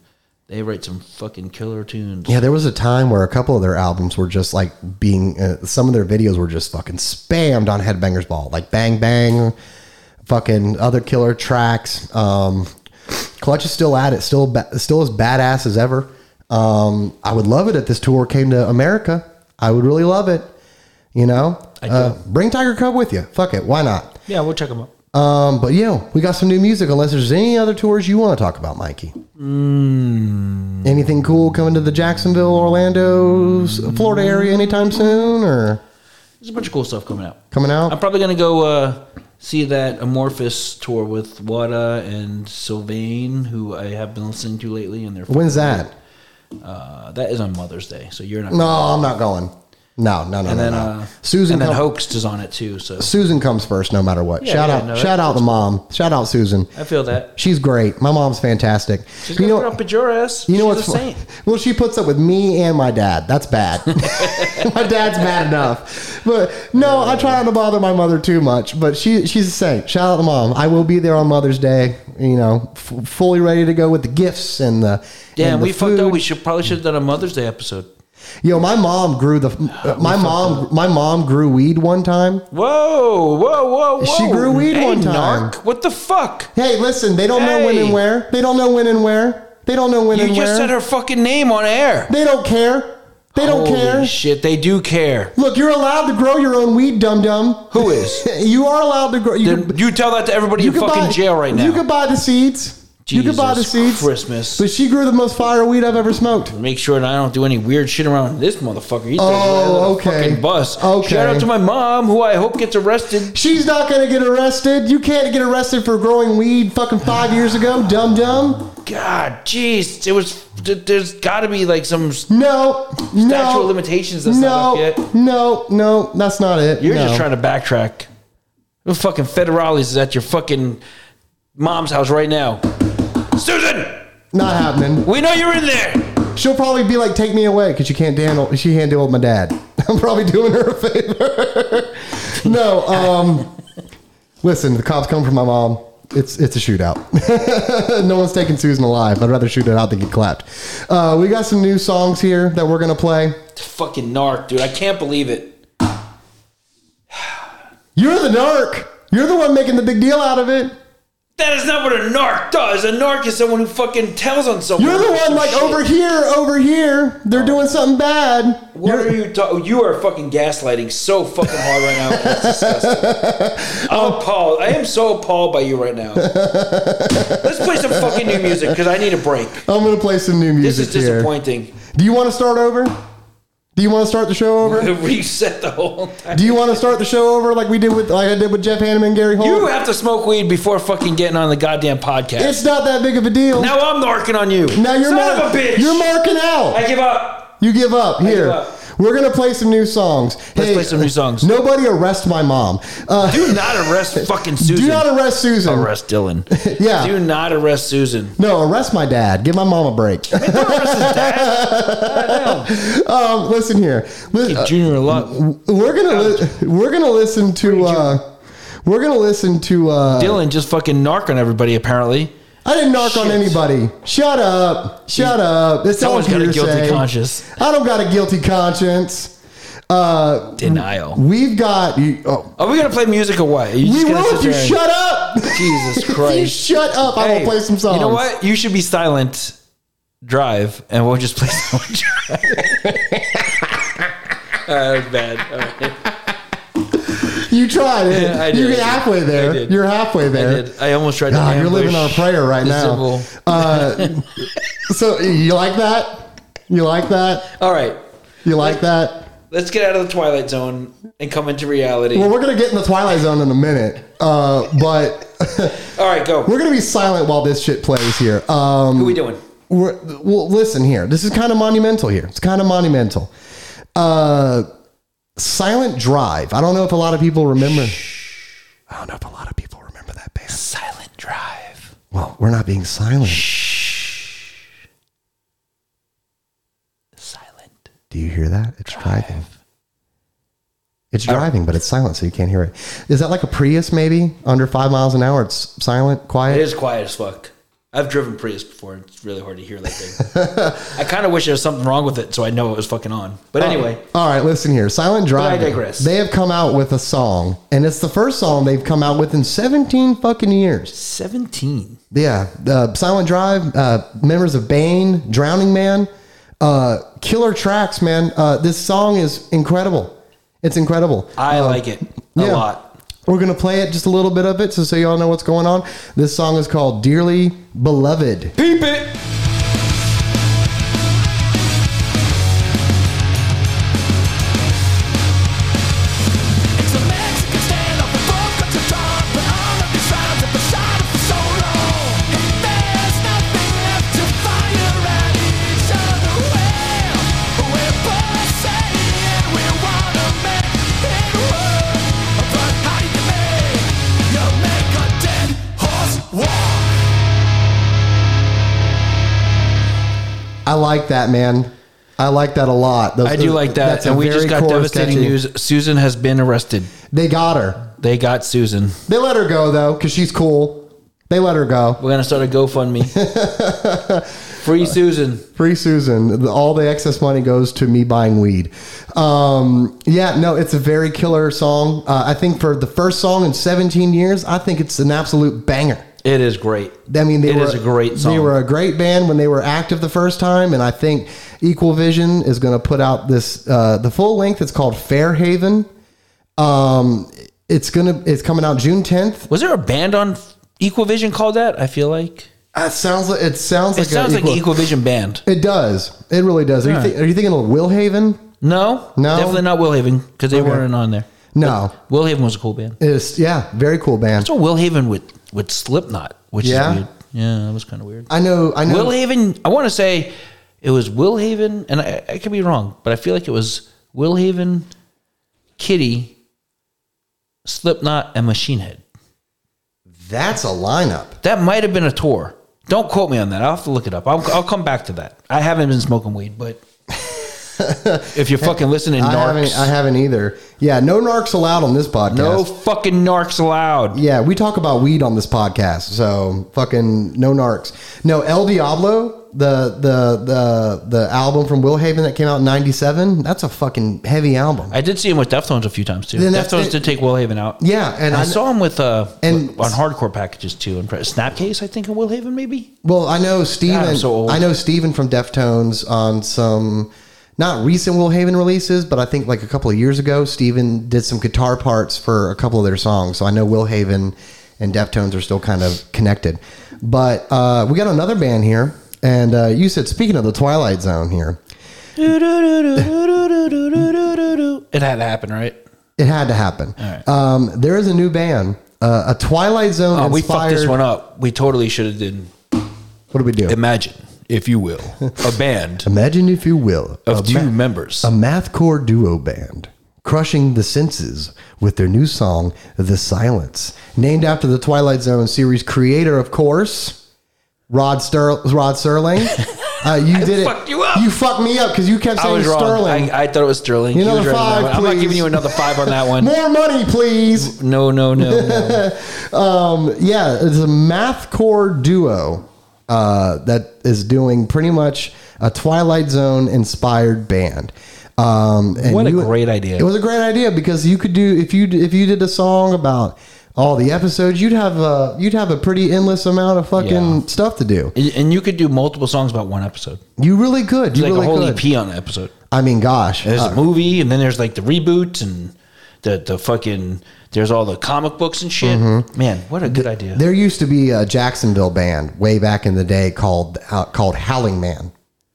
Speaker 3: they write some fucking killer tunes.
Speaker 2: yeah. There was a time where a couple of their albums were just like being. Uh, some of their videos were just fucking spammed on Headbangers Ball, like Bang Bang. fucking other killer tracks. Um, Clutch is still at it, still ba- still as badass as ever. Um, I would love it if this tour came to America. I would really love it. You know,
Speaker 3: I do.
Speaker 2: Uh, bring Tiger Cub with you. Fuck it, why not?
Speaker 3: Yeah, we'll check them out.
Speaker 2: Um, but yeah, we got some new music. Unless there's any other tours you want to talk about, Mikey.
Speaker 3: Hmm.
Speaker 2: Anything cool coming to the Jacksonville, Orlando, s- Florida area anytime soon, or
Speaker 3: There's a bunch of cool stuff coming out.
Speaker 2: coming out?
Speaker 3: I'm probably gonna go uh, see that Amorphous tour with Wada and Sylvain, who I have been listening to lately, and they're
Speaker 2: When's that?
Speaker 3: uh, that is on Mother's Day, so you're not.
Speaker 2: No, I'm not going. No, no, no,
Speaker 3: and
Speaker 2: no.
Speaker 3: then
Speaker 2: no.
Speaker 3: uh,
Speaker 2: Susan
Speaker 3: and then
Speaker 2: come-
Speaker 3: Hoaxed is on it too. So
Speaker 2: Susan comes first, no matter what.
Speaker 3: Yeah,
Speaker 2: shout
Speaker 3: yeah,
Speaker 2: out,
Speaker 3: no,
Speaker 2: shout
Speaker 3: that's-
Speaker 2: out to mom. Shout out Susan.
Speaker 3: I feel that
Speaker 2: She's great. My mom's fantastic.
Speaker 3: she's
Speaker 2: you
Speaker 3: gonna
Speaker 2: know,
Speaker 3: put up with your ass.
Speaker 2: you know
Speaker 3: She's
Speaker 2: what's
Speaker 3: a
Speaker 2: fu-
Speaker 3: saint.
Speaker 2: well, she puts up with me and my dad. That's bad. my dad's bad enough, but no, I try not to bother my mother too much. But she, she's a saint. Shout out to mom. I will be there on Mother's Day. You know, f- fully ready to go with the gifts and the
Speaker 3: Yeah,
Speaker 2: and
Speaker 3: and
Speaker 2: the
Speaker 3: we fucked up.
Speaker 2: food.
Speaker 3: We should probably should have done a Mother's Day episode.
Speaker 2: Yo, my mom grew the uh, my mom my mom grew weed one time.
Speaker 3: Whoa, whoa, whoa, whoa!
Speaker 2: She grew weed
Speaker 3: hey,
Speaker 2: one time.
Speaker 3: Narc, what the fuck?
Speaker 2: Hey, listen, they don't know when and
Speaker 3: Hey.
Speaker 2: where. They don't know when and where. They don't know when
Speaker 3: You
Speaker 2: and
Speaker 3: just
Speaker 2: where.
Speaker 3: said her fucking name on air.
Speaker 2: they don't care. They don't
Speaker 3: Holy
Speaker 2: care.
Speaker 3: Shit, they do care.
Speaker 2: Look, you're allowed to grow your own weed, dum dum.
Speaker 3: Who is?
Speaker 2: You are allowed to grow. You
Speaker 3: Then you tell that to everybody in fucking jail right now.
Speaker 2: You could buy the seeds. you could buy the
Speaker 3: Jesus
Speaker 2: seeds.
Speaker 3: Christmas.
Speaker 2: But she grew the most fire weed I've ever smoked.
Speaker 3: Make sure that I don't do any weird shit around this motherfucker. He throws
Speaker 2: Oh,
Speaker 3: me under the
Speaker 2: okay.
Speaker 3: Fucking bus.
Speaker 2: Okay.
Speaker 3: Shout out to my mom, who I hope gets arrested.
Speaker 2: She's not gonna get arrested. You can't get arrested for growing weed fucking five years ago, dum dum.
Speaker 3: God, jeez, it was. th- There's got to be like some statute
Speaker 2: No, no,
Speaker 3: of limitations that's
Speaker 2: no,
Speaker 3: not up yet.
Speaker 2: no, no, that's not it.
Speaker 3: You're
Speaker 2: no.
Speaker 3: just trying to backtrack. The fucking federales is at your fucking mom's house right now. Susan,
Speaker 2: Not happening.
Speaker 3: we know you're in there.
Speaker 2: She'll probably be like, "Take me away," because she can't handle. She can't deal with my dad. I'm probably doing her a favor. no. Um. Listen, the cops come for my mom. It's it's a shootout. no one's taking Susan alive. I'd rather shoot it out than get clapped. Uh, we got some new songs here that we're gonna play.
Speaker 3: Fucking narc, dude. I can't believe it.
Speaker 2: You're the narc. You're the one making the big deal out of it.
Speaker 3: That is not what a narc does. A narc is someone who fucking tells on someone.
Speaker 2: You're the one like
Speaker 3: Shit.
Speaker 2: over here, over here. They're doing something bad.
Speaker 3: What are you talking? You are fucking gaslighting so fucking hard right now. It's disgusting. I'm appalled. I am so appalled by you right now. Let's play some fucking new music because I need a break.
Speaker 2: I'm gonna play some new
Speaker 3: This
Speaker 2: music
Speaker 3: is
Speaker 2: here.
Speaker 3: disappointing.
Speaker 2: Do you want to start over? Do you want to start the show over?
Speaker 3: Reset the whole time.
Speaker 2: Do you want to start the show over like we did with like I did with Jeff Hanneman, and Gary Holt?
Speaker 3: You have to smoke weed before fucking getting on the goddamn podcast.
Speaker 2: it's not that big of a deal.
Speaker 3: now I'm narking on you.
Speaker 2: now you're
Speaker 3: Son
Speaker 2: mar-
Speaker 3: of a bitch.
Speaker 2: You're marking out.
Speaker 3: I give up.
Speaker 2: you give up here.
Speaker 3: up.
Speaker 2: We're gonna play some new songs.
Speaker 3: Let's play some new songs.
Speaker 2: Nobody arrest my mom. Uh,
Speaker 3: Do not arrest fucking Susan.
Speaker 2: do not arrest Susan.
Speaker 3: arrest Dylan.
Speaker 2: Yeah.
Speaker 3: Do not arrest Susan.
Speaker 2: No, arrest my dad. Give my mom a break. um, listen here. Li- uh,
Speaker 3: Junior a lot.
Speaker 2: we're gonna li- we're gonna listen to uh, we're gonna listen to uh,
Speaker 3: Dylan just fucking narc on everybody apparently.
Speaker 2: I didn't narc on anybody. Shut up. Shut up. It's all
Speaker 3: Someone's got a
Speaker 2: hearsay.
Speaker 3: guilty conscience.
Speaker 2: I don't got a guilty conscience. Uh,
Speaker 3: Denial.
Speaker 2: we've got you. Oh,
Speaker 3: Are we gonna play music or what? Are you
Speaker 2: we
Speaker 3: just gonna
Speaker 2: will if
Speaker 3: sit
Speaker 2: you
Speaker 3: there and-
Speaker 2: shut up.
Speaker 3: Jesus
Speaker 2: if you
Speaker 3: Christ.
Speaker 2: shut up, I
Speaker 3: Hey,
Speaker 2: will play some songs.
Speaker 3: You know what? You should be silent. Drive, and we'll just play some drive. All right, that was bad. All right.
Speaker 2: You tried it.
Speaker 3: Yeah, I did, I
Speaker 2: You're
Speaker 3: did.
Speaker 2: halfway
Speaker 3: I
Speaker 2: there.
Speaker 3: did.
Speaker 2: You're halfway
Speaker 3: I
Speaker 2: there.
Speaker 3: did. I almost tried to.
Speaker 2: God, you're living on a
Speaker 3: ambush
Speaker 2: prayer right
Speaker 3: the
Speaker 2: now.
Speaker 3: symbol.
Speaker 2: Uh, so you like that? You like that?
Speaker 3: All right,
Speaker 2: You like that?
Speaker 3: let's get out of the twilight zone and come into reality.
Speaker 2: Well, we're gonna get in the twilight zone in a minute, uh, but
Speaker 3: All right, go.
Speaker 2: we're gonna be silent while this shit plays here. Um,
Speaker 3: Who we doing?
Speaker 2: we're, well, listen here. This is kind of monumental here. It's kind of monumental. Uh, Silent Drive. I don't know if a lot of people remember. I don't know if a lot of people remember that band.
Speaker 3: Silent drive.
Speaker 2: Well, we're not being silent.
Speaker 3: Silent.
Speaker 2: Do you hear that? It's driving. It's driving, but it's silent, so you can't hear it. Is that like a Prius, maybe under five miles an hour? It's silent,
Speaker 3: It
Speaker 2: quiet.
Speaker 3: is quiet as fuck. I've driven Prius before. It's really hard to hear that thing. I kind of wish there was something wrong with it so I know it was fucking on.
Speaker 2: Oh,
Speaker 3: But anyway,
Speaker 2: All right, listen here. Silent Drive.
Speaker 3: digress.
Speaker 2: They have come out with a song, and it's the first song they've come out with in 17 fucking years.
Speaker 3: 17.
Speaker 2: Yeah. Uh, Silent Drive, uh, members of Bane, Drowning Man, uh, killer tracks, man. Uh, this song is incredible. It's incredible.
Speaker 3: I like it a
Speaker 2: yeah.
Speaker 3: lot.
Speaker 2: We're gonna play it just a little bit of it, so so y'all know what's going on. This song is called "Dearly Beloved."
Speaker 3: Peep it.
Speaker 5: It's the Mexican standoff, the folk cuts are drawn, but all of these sides have been shot up for so long. And there's nothing left to fire at each other with. We're both saying we wanna make it work, but how do you make you make a dead horse walk?
Speaker 2: I like that, man. I like that a lot. Those-
Speaker 3: I do like that.
Speaker 2: that's a
Speaker 3: and we just
Speaker 2: very
Speaker 3: got
Speaker 2: core
Speaker 3: devastating
Speaker 2: sketchy-
Speaker 3: news. Susan has been arrested.
Speaker 2: They got her.
Speaker 3: They got Susan.
Speaker 2: They let her go though, cause she's cool. They let her go.
Speaker 3: We're gonna start a GoFundMe. Free Susan.
Speaker 2: Free Susan. The- All the excess money goes to me buying weed. Um, yeah, no, it's a very killer song. Uh, I think for the first song in 17 years, I think it's an absolute banger.
Speaker 3: It is great.
Speaker 2: I mean, they
Speaker 3: It
Speaker 2: were
Speaker 3: is a great
Speaker 2: They
Speaker 3: song.
Speaker 2: were a great band when they were active the first time, and I think Equal Vision is going to put out this uh, the full length. It's called Fairhaven. Um, it's gonna it's coming out June tenth.
Speaker 3: Was there a band on Equavision called that? I feel like
Speaker 2: It Uh, sounds like it sounds
Speaker 3: it
Speaker 2: like
Speaker 3: sounds
Speaker 2: a
Speaker 3: like an Equavision band.
Speaker 2: It does. It really does. Are, you, thi- are you thinking of Willhaven?
Speaker 3: No,
Speaker 2: No?
Speaker 3: definitely not Willhaven because they weren't on there.
Speaker 2: No,
Speaker 3: Willhaven was a cool band.
Speaker 2: it's yeah, very cool band.
Speaker 3: So Willhaven with with Slipknot, which
Speaker 2: Yeah?
Speaker 3: is weird. Yeah, that was kind of weird.
Speaker 2: I know. I know.
Speaker 3: Willhaven, I want to say it was Willhaven, and I, I could be wrong, but I feel like it was Willhaven, Kitty, Slipknot, and Machine Head.
Speaker 2: That's a lineup.
Speaker 3: That might have been a tour Don't quote me on that. I'll have to look it up. I'll, I'll come back to that. I haven't been smoking weed, but if you're fucking listening,
Speaker 2: I haven't,
Speaker 3: narcs,
Speaker 2: I haven't either. Yeah, no narcs allowed on this podcast.
Speaker 3: no fucking narcs allowed.
Speaker 2: Yeah, we talk about weed on this podcast, so fucking no narcs. No, El Diablo, the the the the album from Will Haven that came out in '97. That's a fucking heavy album.
Speaker 3: I did see him with Deftones a few times too.
Speaker 2: Then that's
Speaker 3: Deftones
Speaker 2: it.
Speaker 3: did take Willhaven out.
Speaker 2: yeah, and I,
Speaker 3: I saw him with uh
Speaker 2: And-
Speaker 3: on hardcore packages too, and Snapcase I think in Willhaven maybe.
Speaker 2: well, I know
Speaker 3: God,
Speaker 2: Steven.
Speaker 3: I'm so old.
Speaker 2: I know Steven from Deftones on some not recent Will Haven releases, but I think like a couple of years ago, Steven did some guitar parts for a couple of their songs. So I know Will Haven and Deftones are still kind of connected. But uh, we got another band here, and uh, you said speaking of the Twilight Zone here.
Speaker 3: it had to happen, right?
Speaker 2: It had to happen.
Speaker 3: right.
Speaker 2: Um, there is a new band, uh, a Twilight Zone
Speaker 3: Oh, we
Speaker 2: inspired.
Speaker 3: fucked this one up. We totally should have did
Speaker 2: What do we do?
Speaker 3: Imagine, if you will, a band
Speaker 2: Imagine if you will,
Speaker 3: of
Speaker 2: a,
Speaker 3: two
Speaker 2: ma-
Speaker 3: members.
Speaker 2: a mathcore duo band crushing the senses with their new song "The Silence," named after the Twilight Zone series creator, of course, Rod Ster- Rod Serling. Uh, you did
Speaker 3: fucked
Speaker 2: it.
Speaker 3: you up.
Speaker 2: You fucked me up because you kept
Speaker 3: I
Speaker 2: saying
Speaker 3: was wrong.
Speaker 2: Sterling.
Speaker 3: I, I thought it was Sterling.
Speaker 2: You
Speaker 3: He
Speaker 2: know
Speaker 3: was
Speaker 2: the
Speaker 3: right on that
Speaker 2: five,
Speaker 3: one. I'm not
Speaker 2: please.
Speaker 3: giving you another five on that one.
Speaker 2: More money, please.
Speaker 3: No, no, no. no.
Speaker 2: yeah, it's a mathcore duo uh, that is doing pretty much a Twilight Zone inspired band. Um, and
Speaker 3: What a great idea.
Speaker 2: It was a great idea because you could do if you if you did a song about all the episodes, you'd have a you'd have a pretty endless amount of fucking
Speaker 3: Yeah.
Speaker 2: stuff to do.
Speaker 3: And- and you could do multiple songs about one episode.
Speaker 2: You really could. You
Speaker 3: It's like
Speaker 2: really
Speaker 3: a whole
Speaker 2: could.
Speaker 3: EP on an episode.
Speaker 2: I mean, gosh,
Speaker 3: There's
Speaker 2: uh,
Speaker 3: a movie, and then there's like the reboot and the the fucking there's all the comic books and shit. Man, what a good idea.
Speaker 2: there used to be a Jacksonville band way back in the day called uh, called Howling Man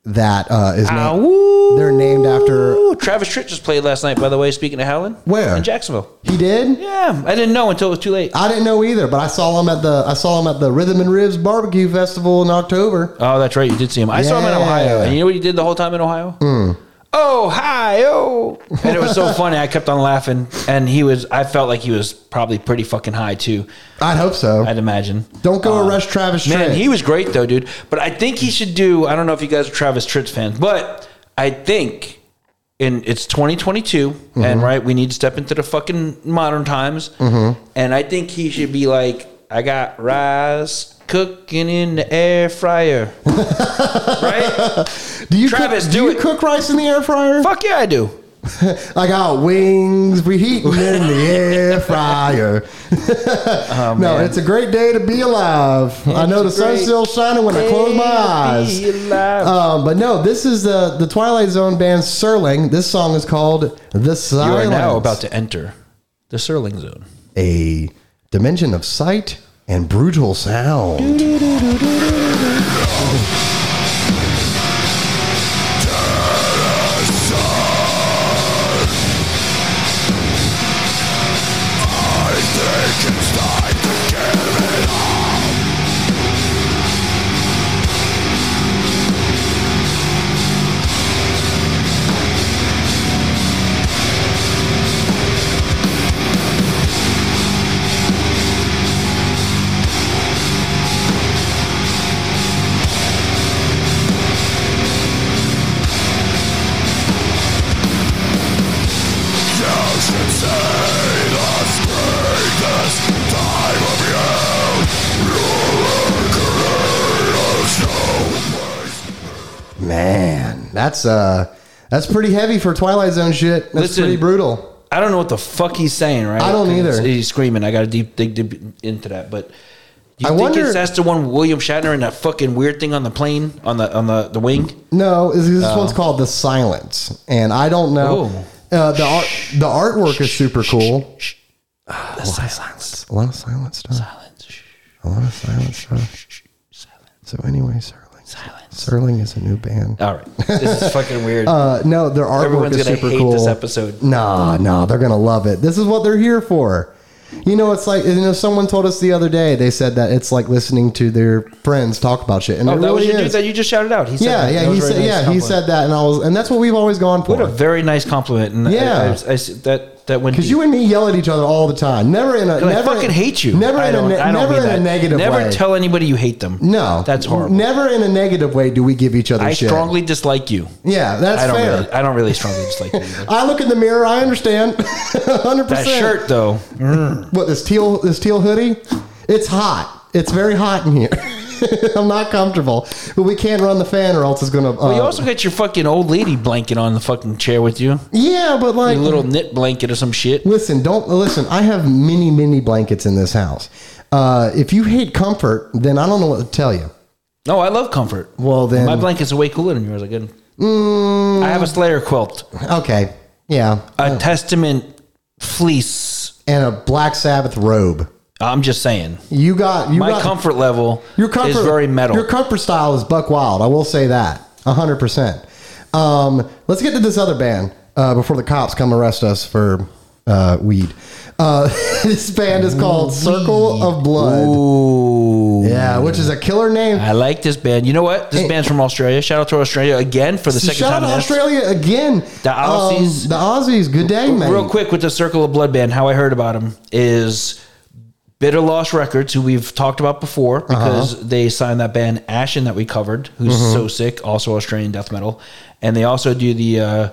Speaker 2: that uh, is
Speaker 3: Ah,
Speaker 2: named,
Speaker 3: woo.
Speaker 2: they're named after
Speaker 3: Ooh, Travis Tritt just played last night. By the way, speaking of Howlin',
Speaker 2: Where?
Speaker 3: in Jacksonville?
Speaker 2: he did
Speaker 3: Yeah, I didn't know until it was too late.
Speaker 2: I didn't know either, but I saw him at the I saw him at the Rhythm and Ribs Barbecue Festival in October.
Speaker 3: Oh, that's right, you did see him. I saw him in
Speaker 2: Yeah. Hmm.
Speaker 3: Ohio, and you know what he did the whole time in Ohio? Ohio, and it was so funny. I kept on laughing, and he was. I felt like he was probably pretty fucking high too.
Speaker 2: I'd hope so.
Speaker 3: I'd imagine.
Speaker 2: Don't go arrest Travis Tritt.
Speaker 3: Uh, Man, he was great though, dude. But I think he should do. I don't know if you guys are Travis Tritt fans, but I think in it's 2022,
Speaker 2: Mm-hmm.
Speaker 3: and right, we need to step into the fucking modern times.
Speaker 2: Mm-hmm.
Speaker 3: And I think he should be like, I got rice cooking in the air fryer, right?
Speaker 2: do you
Speaker 3: Travis,
Speaker 2: cook,
Speaker 3: do
Speaker 2: you
Speaker 3: it.
Speaker 2: cook rice in the air fryer?
Speaker 3: Fuck yeah, I do.
Speaker 2: I got wings reheating in the air fryer. no, it's a great day to be alive. I know the
Speaker 3: Oh, It's a
Speaker 2: sun's
Speaker 3: great
Speaker 2: still shining when I close my eyes. Um, but no, this is the the Twilight Zone band Serling. This song is called "The
Speaker 3: You
Speaker 2: Silence."
Speaker 3: are now about to enter the Serling Zone.
Speaker 2: a dimension of sight and brutal sound. Man, that's uh that's pretty heavy for Twilight Zone shit. That's
Speaker 3: Listen.
Speaker 2: pretty brutal.
Speaker 3: I don't know what the fuck he's saying, right?
Speaker 2: I don't
Speaker 3: 'Cause
Speaker 2: either.
Speaker 3: it's- He's screaming. I got to deep dig deep into that, but do you
Speaker 2: I
Speaker 3: think
Speaker 2: wonder-
Speaker 3: it's, that's the one with William Shatner and that fucking weird thing on the plane on the on the, the wing.
Speaker 2: No, this this
Speaker 3: Oh.
Speaker 2: one's called The Silence, and I don't know. Uh, the art, the artwork is super cool.
Speaker 3: The silence,
Speaker 2: A lot of silent stuff.
Speaker 3: silence, shh,
Speaker 2: A lot of silent stuff.
Speaker 3: silence,
Speaker 2: So anyway, Serling.
Speaker 3: silence.
Speaker 2: Serling is a new band.
Speaker 3: All right, this is fucking weird.
Speaker 2: Uh, no, their artwork
Speaker 3: Everyone's
Speaker 2: is
Speaker 3: gonna
Speaker 2: super
Speaker 3: hate
Speaker 2: cool.
Speaker 3: this episode.
Speaker 2: Nah, nah, they're gonna love it. This is what they're here for. You know, it's like you know, someone told us the other day. They said that it's like listening to their friends talk about shit, and
Speaker 3: oh,
Speaker 2: it
Speaker 3: that was
Speaker 2: really
Speaker 3: your dude
Speaker 2: is.
Speaker 3: that you just shouted out. He said
Speaker 2: yeah,
Speaker 3: that. That
Speaker 2: yeah,
Speaker 3: was
Speaker 2: he
Speaker 3: a very
Speaker 2: said,
Speaker 3: nice
Speaker 2: yeah, he
Speaker 3: compliment.
Speaker 2: said that, and I was, and that's what we've always gone for.
Speaker 3: What a very nice compliment. And I-
Speaker 2: Yeah.
Speaker 3: I, I, I- that That went
Speaker 2: Because you and me yell at each other all the time. Never in a.
Speaker 3: Because
Speaker 2: Never,
Speaker 3: I fucking hate you.
Speaker 2: Never
Speaker 3: I
Speaker 2: in a.
Speaker 3: don't-
Speaker 2: ne-
Speaker 3: I don't
Speaker 2: Never
Speaker 3: mean
Speaker 2: in a
Speaker 3: that.
Speaker 2: negative
Speaker 3: Never
Speaker 2: way.
Speaker 3: tell anybody you hate them.
Speaker 2: No,
Speaker 3: that's horrible.
Speaker 2: Never in a negative way do we give each other
Speaker 3: I
Speaker 2: shit.
Speaker 3: strongly dislike you.
Speaker 2: Yeah, that's
Speaker 3: I don't.
Speaker 2: fair.
Speaker 3: Really, I don't really strongly dislike you. Either.
Speaker 2: I look in the mirror. I understand. Hundred
Speaker 3: That
Speaker 2: percent.
Speaker 3: shirt though,
Speaker 2: What this teal? This teal hoodie? It's hot. It's very hot in here. I'm not comfortable, but we can't run the fan or else it's gonna. Uh,
Speaker 3: you also got your fucking old lady blanket on the fucking chair with you.
Speaker 2: yeah, but like
Speaker 3: Your little knit blanket or some shit.
Speaker 2: Listen, don't listen. I have many, many blankets in this house. Uh, if you hate comfort, then I don't know what to tell you.
Speaker 3: No, I love comfort.
Speaker 2: Well, then-
Speaker 3: my blankets are way cooler than yours. I can. I have a Slayer quilt,
Speaker 2: Okay, yeah,
Speaker 3: a Testament fleece.
Speaker 2: and a Black Sabbath robe.
Speaker 3: I'm just saying,
Speaker 2: You got you
Speaker 3: my
Speaker 2: got,
Speaker 3: comfort level
Speaker 2: Your comfort
Speaker 3: is very metal.
Speaker 2: Your comfort style is Buck Wild. I will say that hundred percent. Um, let's get to this other band uh, before the cops come arrest us for uh, weed. Uh, this band is called Circle of Blood.
Speaker 3: Ooh.
Speaker 2: Yeah, which is a killer name.
Speaker 3: I like this band. You know what? This band's from Australia. Shout out to Australia again for the second
Speaker 2: Shout out
Speaker 3: time.
Speaker 2: to
Speaker 3: in this.
Speaker 2: Australia again.
Speaker 3: The Aussies.
Speaker 2: Um, the Aussies. Good day, man.
Speaker 3: Real quick with the Circle of Blood band, how I heard about them is Bitter Loss Records, who we've talked about before
Speaker 2: Uh-huh.
Speaker 3: because they signed that band Ashen that we covered, who's
Speaker 2: Mm-hmm.
Speaker 3: so sick, also Australian death metal, and they also do the uh,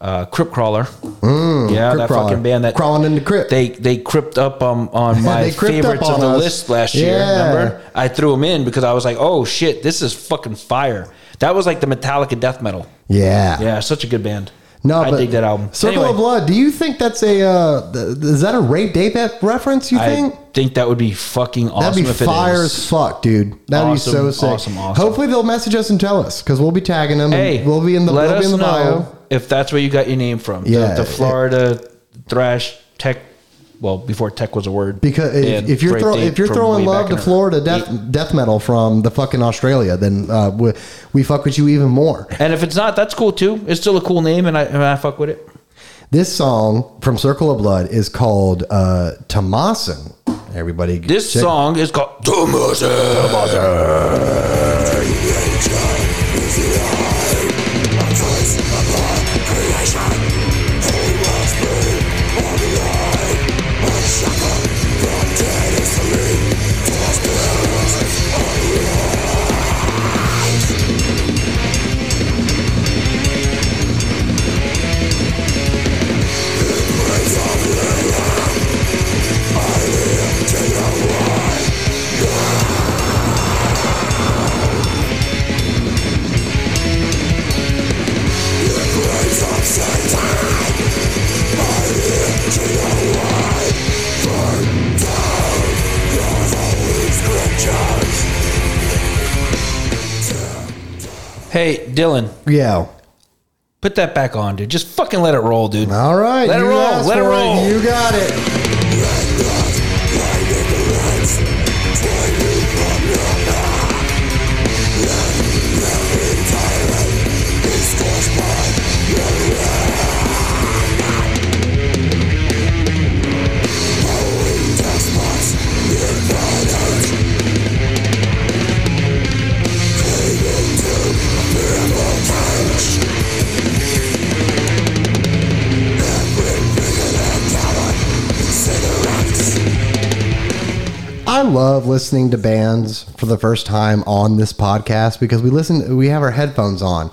Speaker 3: uh, Crypt Crawler. yeah,
Speaker 2: Mm, Crypt
Speaker 3: that
Speaker 2: Crawler.
Speaker 3: fucking band that
Speaker 2: Crawling in the crypt.
Speaker 3: They they crypt up um, on my
Speaker 2: They crypt up
Speaker 3: favorites
Speaker 2: on
Speaker 3: of the
Speaker 2: us.
Speaker 3: list last year.
Speaker 2: Yeah.
Speaker 3: Remember, I threw them in because I was like, oh shit, this is fucking fire. That was like the Metallica death metal.
Speaker 2: yeah.
Speaker 3: Yeah, such a good band.
Speaker 2: No,
Speaker 3: I
Speaker 2: but
Speaker 3: dig that album.
Speaker 2: Circle
Speaker 3: Anyway.
Speaker 2: of Blood. Do you think that's a uh, th- is that a rape date that reference? You
Speaker 3: I
Speaker 2: think?
Speaker 3: think that would be fucking awesome.
Speaker 2: That'd be
Speaker 3: if it
Speaker 2: fire
Speaker 3: is.
Speaker 2: as fuck, dude. That'd
Speaker 3: Awesome,
Speaker 2: be so sick.
Speaker 3: awesome, awesome.
Speaker 2: Hopefully they'll message us and tell us because we'll be tagging them.
Speaker 3: Hey,
Speaker 2: and we'll be in the
Speaker 3: let
Speaker 2: we'll
Speaker 3: us
Speaker 2: be in the
Speaker 3: know
Speaker 2: bio.
Speaker 3: if that's where you got your name from. The-
Speaker 2: Yeah,
Speaker 3: the,
Speaker 2: it-
Speaker 3: Florida thrash tech. Well, before tech was a word,
Speaker 2: Because if,
Speaker 3: and
Speaker 2: if you're
Speaker 3: rape
Speaker 2: throw,
Speaker 3: date
Speaker 2: if you're
Speaker 3: from
Speaker 2: throwing
Speaker 3: way
Speaker 2: love
Speaker 3: back
Speaker 2: to
Speaker 3: in-
Speaker 2: Florida death death metal from the fucking Australia, then uh, we, we fuck with you even more.
Speaker 3: and if it's not, that's cool too. It's still a cool name, and I and I fuck with it.
Speaker 2: This song from Circle of Blood is called uh, Tomasin. Everybody,
Speaker 3: This
Speaker 2: check-
Speaker 3: song is called "Hey Dylan,
Speaker 2: yeah.
Speaker 3: put that back on, dude. Just fucking let it roll, dude."
Speaker 2: All right,
Speaker 3: Let it
Speaker 2: you
Speaker 3: roll,
Speaker 2: asked
Speaker 3: let it
Speaker 2: for
Speaker 3: roll.
Speaker 2: You got it. I love listening to bands for the first time on this podcast because we listen. We have our headphones on,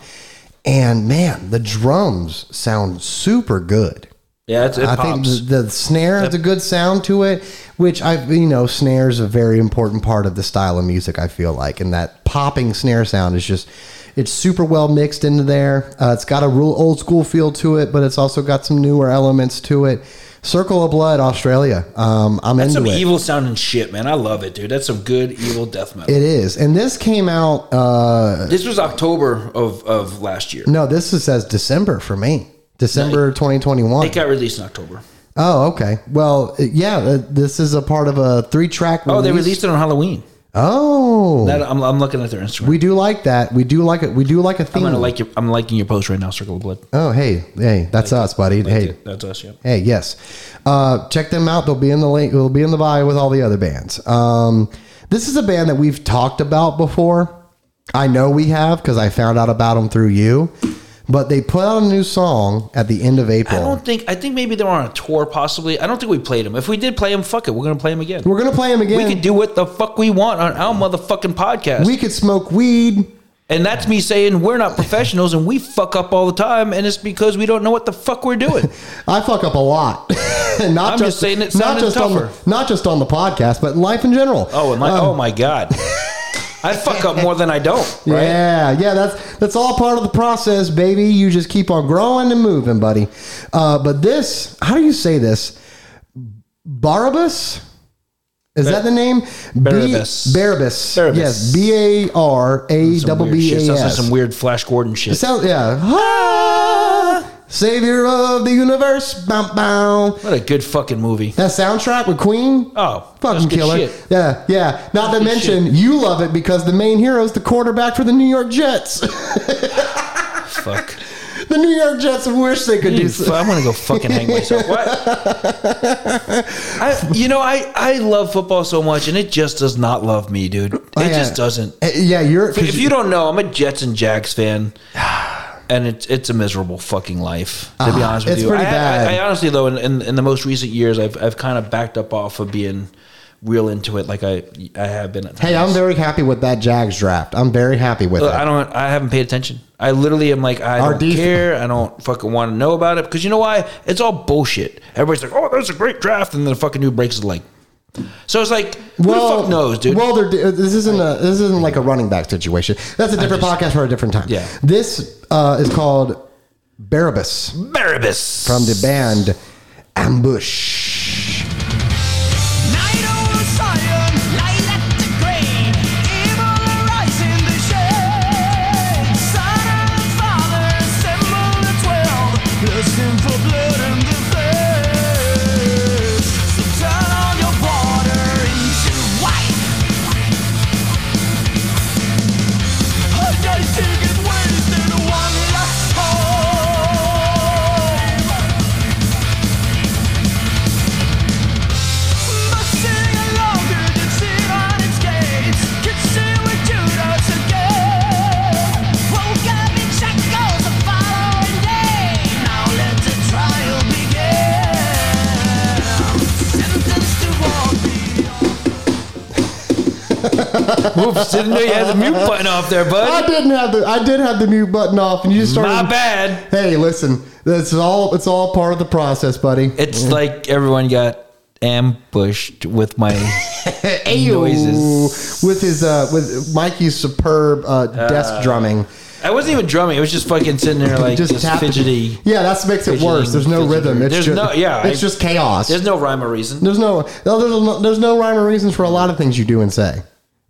Speaker 2: and man, the drums sound super good.
Speaker 3: Yeah, it's, it
Speaker 2: I
Speaker 3: pops.
Speaker 2: think the, the snare has a good sound to it, which I you know snare is a very important part of the style of music. I feel like, and that popping snare sound is just it's super well mixed into there. Uh, it's got a real old school feel to it, but it's also got some newer elements to it. Circle of Blood, Australia. Um, I'm
Speaker 3: That's
Speaker 2: into
Speaker 3: some
Speaker 2: it.
Speaker 3: evil sounding shit, man. I love it, dude. That's some good evil death metal.
Speaker 2: it is, and this came out. Uh,
Speaker 3: this was October of of last year.
Speaker 2: no, this is, says December for me. December 2021.
Speaker 3: It got released in October.
Speaker 2: oh, okay. Well, yeah, uh, this is a part of a three-track.
Speaker 3: Oh, they released it on Halloween.
Speaker 2: Oh,
Speaker 3: That, I'm, I'm looking at their Instagram.
Speaker 2: We do like that. We do like it. We do like a
Speaker 3: I'm
Speaker 2: theme.
Speaker 3: gonna like your. I'm liking your post right now. Circle of Blood.
Speaker 2: oh, hey, hey, that's us, buddy. hey,
Speaker 3: that's us. Yep.
Speaker 2: hey, yes. Uh, check them out. They'll be in the link. They'll be in the bio with all the other bands. Um, this is a band that we've talked about before. I know we have because I found out about them through you. But they put out a new song at the end of
Speaker 3: I
Speaker 2: April.
Speaker 3: don't think. I think maybe they were on a tour, possibly. I don't think we played them. If we did play them, fuck it, we're gonna play them again.
Speaker 2: We're gonna play them again.
Speaker 3: We can do what the fuck we want on our motherfucking podcast.
Speaker 2: We could smoke weed.
Speaker 3: and that's me saying we're not professionals and we fuck up all the time, and it's because we don't know what the fuck we're doing.
Speaker 2: I fuck up a lot. not
Speaker 3: I'm just saying it
Speaker 2: not
Speaker 3: sounded
Speaker 2: just on the,
Speaker 3: tougher.
Speaker 2: not just on the podcast, but in life in general.
Speaker 3: Oh, and like,
Speaker 2: Um,
Speaker 3: oh my god, I fuck up more than I don't. Right?
Speaker 2: Yeah, yeah, that's that's all part of the process, baby. You just keep on growing and moving, buddy. Uh, but this, how do you say this? Barabbas? Is that the name? B-
Speaker 3: Barabbas.
Speaker 2: Barabbas.
Speaker 3: Barabbas.
Speaker 2: Yes, B A R A
Speaker 3: Some
Speaker 2: double
Speaker 3: weird
Speaker 2: B
Speaker 3: shit.
Speaker 2: A
Speaker 3: Sounds like some
Speaker 2: S.
Speaker 3: weird Flash Gordon
Speaker 2: It
Speaker 3: shit.
Speaker 2: sounds yeah. Ah, Savior of the universe. Bow, bow.
Speaker 3: What a good fucking movie.
Speaker 2: That soundtrack with Queen.
Speaker 3: Oh, that's
Speaker 2: Fucking
Speaker 3: good
Speaker 2: killer.
Speaker 3: shit.
Speaker 2: Yeah, yeah. Not to mention, you love it because the main hero is the quarterback for the New York Jets.
Speaker 3: Fuck.
Speaker 2: the New York Jets wish they could do
Speaker 3: Dude,
Speaker 2: so.
Speaker 3: I want to go fucking hang myself. What? I, you know, I, I love football so much, and it just does not love me, dude. It
Speaker 2: Oh, yeah.
Speaker 3: just doesn't.
Speaker 2: Uh, Yeah, you're. 'cause
Speaker 3: If you don't know, I'm a Jets and Jags fan, and it's it's a miserable fucking life. To be
Speaker 2: Ah,
Speaker 3: honest with
Speaker 2: it's
Speaker 3: you,
Speaker 2: pretty
Speaker 3: I, I-
Speaker 2: bad.
Speaker 3: I, honestly though, in, in, in the most recent years, I've I've kind of backed up off of being real into it, like I I have been. At times.
Speaker 2: hey, I'm very happy with that Jags draft. I'm very happy with
Speaker 3: Look,
Speaker 2: it.
Speaker 3: Uh, I don't. I haven't paid attention. I literally am like, I
Speaker 2: Our
Speaker 3: don't
Speaker 2: def-
Speaker 3: care. I don't fucking want to know about it because you know why? It's all bullshit. Everybody's like, oh, that's a great draft, and then the fucking dude breaks his leg. So it's like, who the fuck knows, dude?
Speaker 2: Well, they're, di- uh, this isn't a this isn't like a running back situation. That's a different
Speaker 3: just-
Speaker 2: podcast for a different time.
Speaker 3: Yeah.
Speaker 2: this uh, is called Barabbas
Speaker 3: Barabbas
Speaker 2: from the band Ambush.
Speaker 5: Night on the Zion, light at the grave, evil arise in the shade. Son and father, symbol the twelve, lusting for blood and the flesh. So turn all your water into wine. A day ticket wasted, one last hope.
Speaker 3: Oops, didn't know you had the mute button off there,
Speaker 2: I
Speaker 3: bud.
Speaker 2: didn't have the I did have the mute button off, and you just started.
Speaker 3: Uh, My bad.
Speaker 2: Hey, listen, this is all it's all part of the process, buddy.
Speaker 3: It's like everyone got ambushed with my noises.
Speaker 2: with his uh, with Mikey's superb uh, desk drumming.
Speaker 3: I wasn't even drumming. I was just fucking sitting there like just,
Speaker 2: tap-
Speaker 3: fidgety.
Speaker 2: Yeah, that makes it worse. There's no
Speaker 3: fidgeting.
Speaker 2: rhythm. It's
Speaker 3: There's
Speaker 2: just,
Speaker 3: no- yeah,
Speaker 2: It's
Speaker 3: I-
Speaker 2: just chaos.
Speaker 3: There's no rhyme or reason.
Speaker 2: There's no, no, there's no, there's no rhyme or reasons for a lot of things you do and say.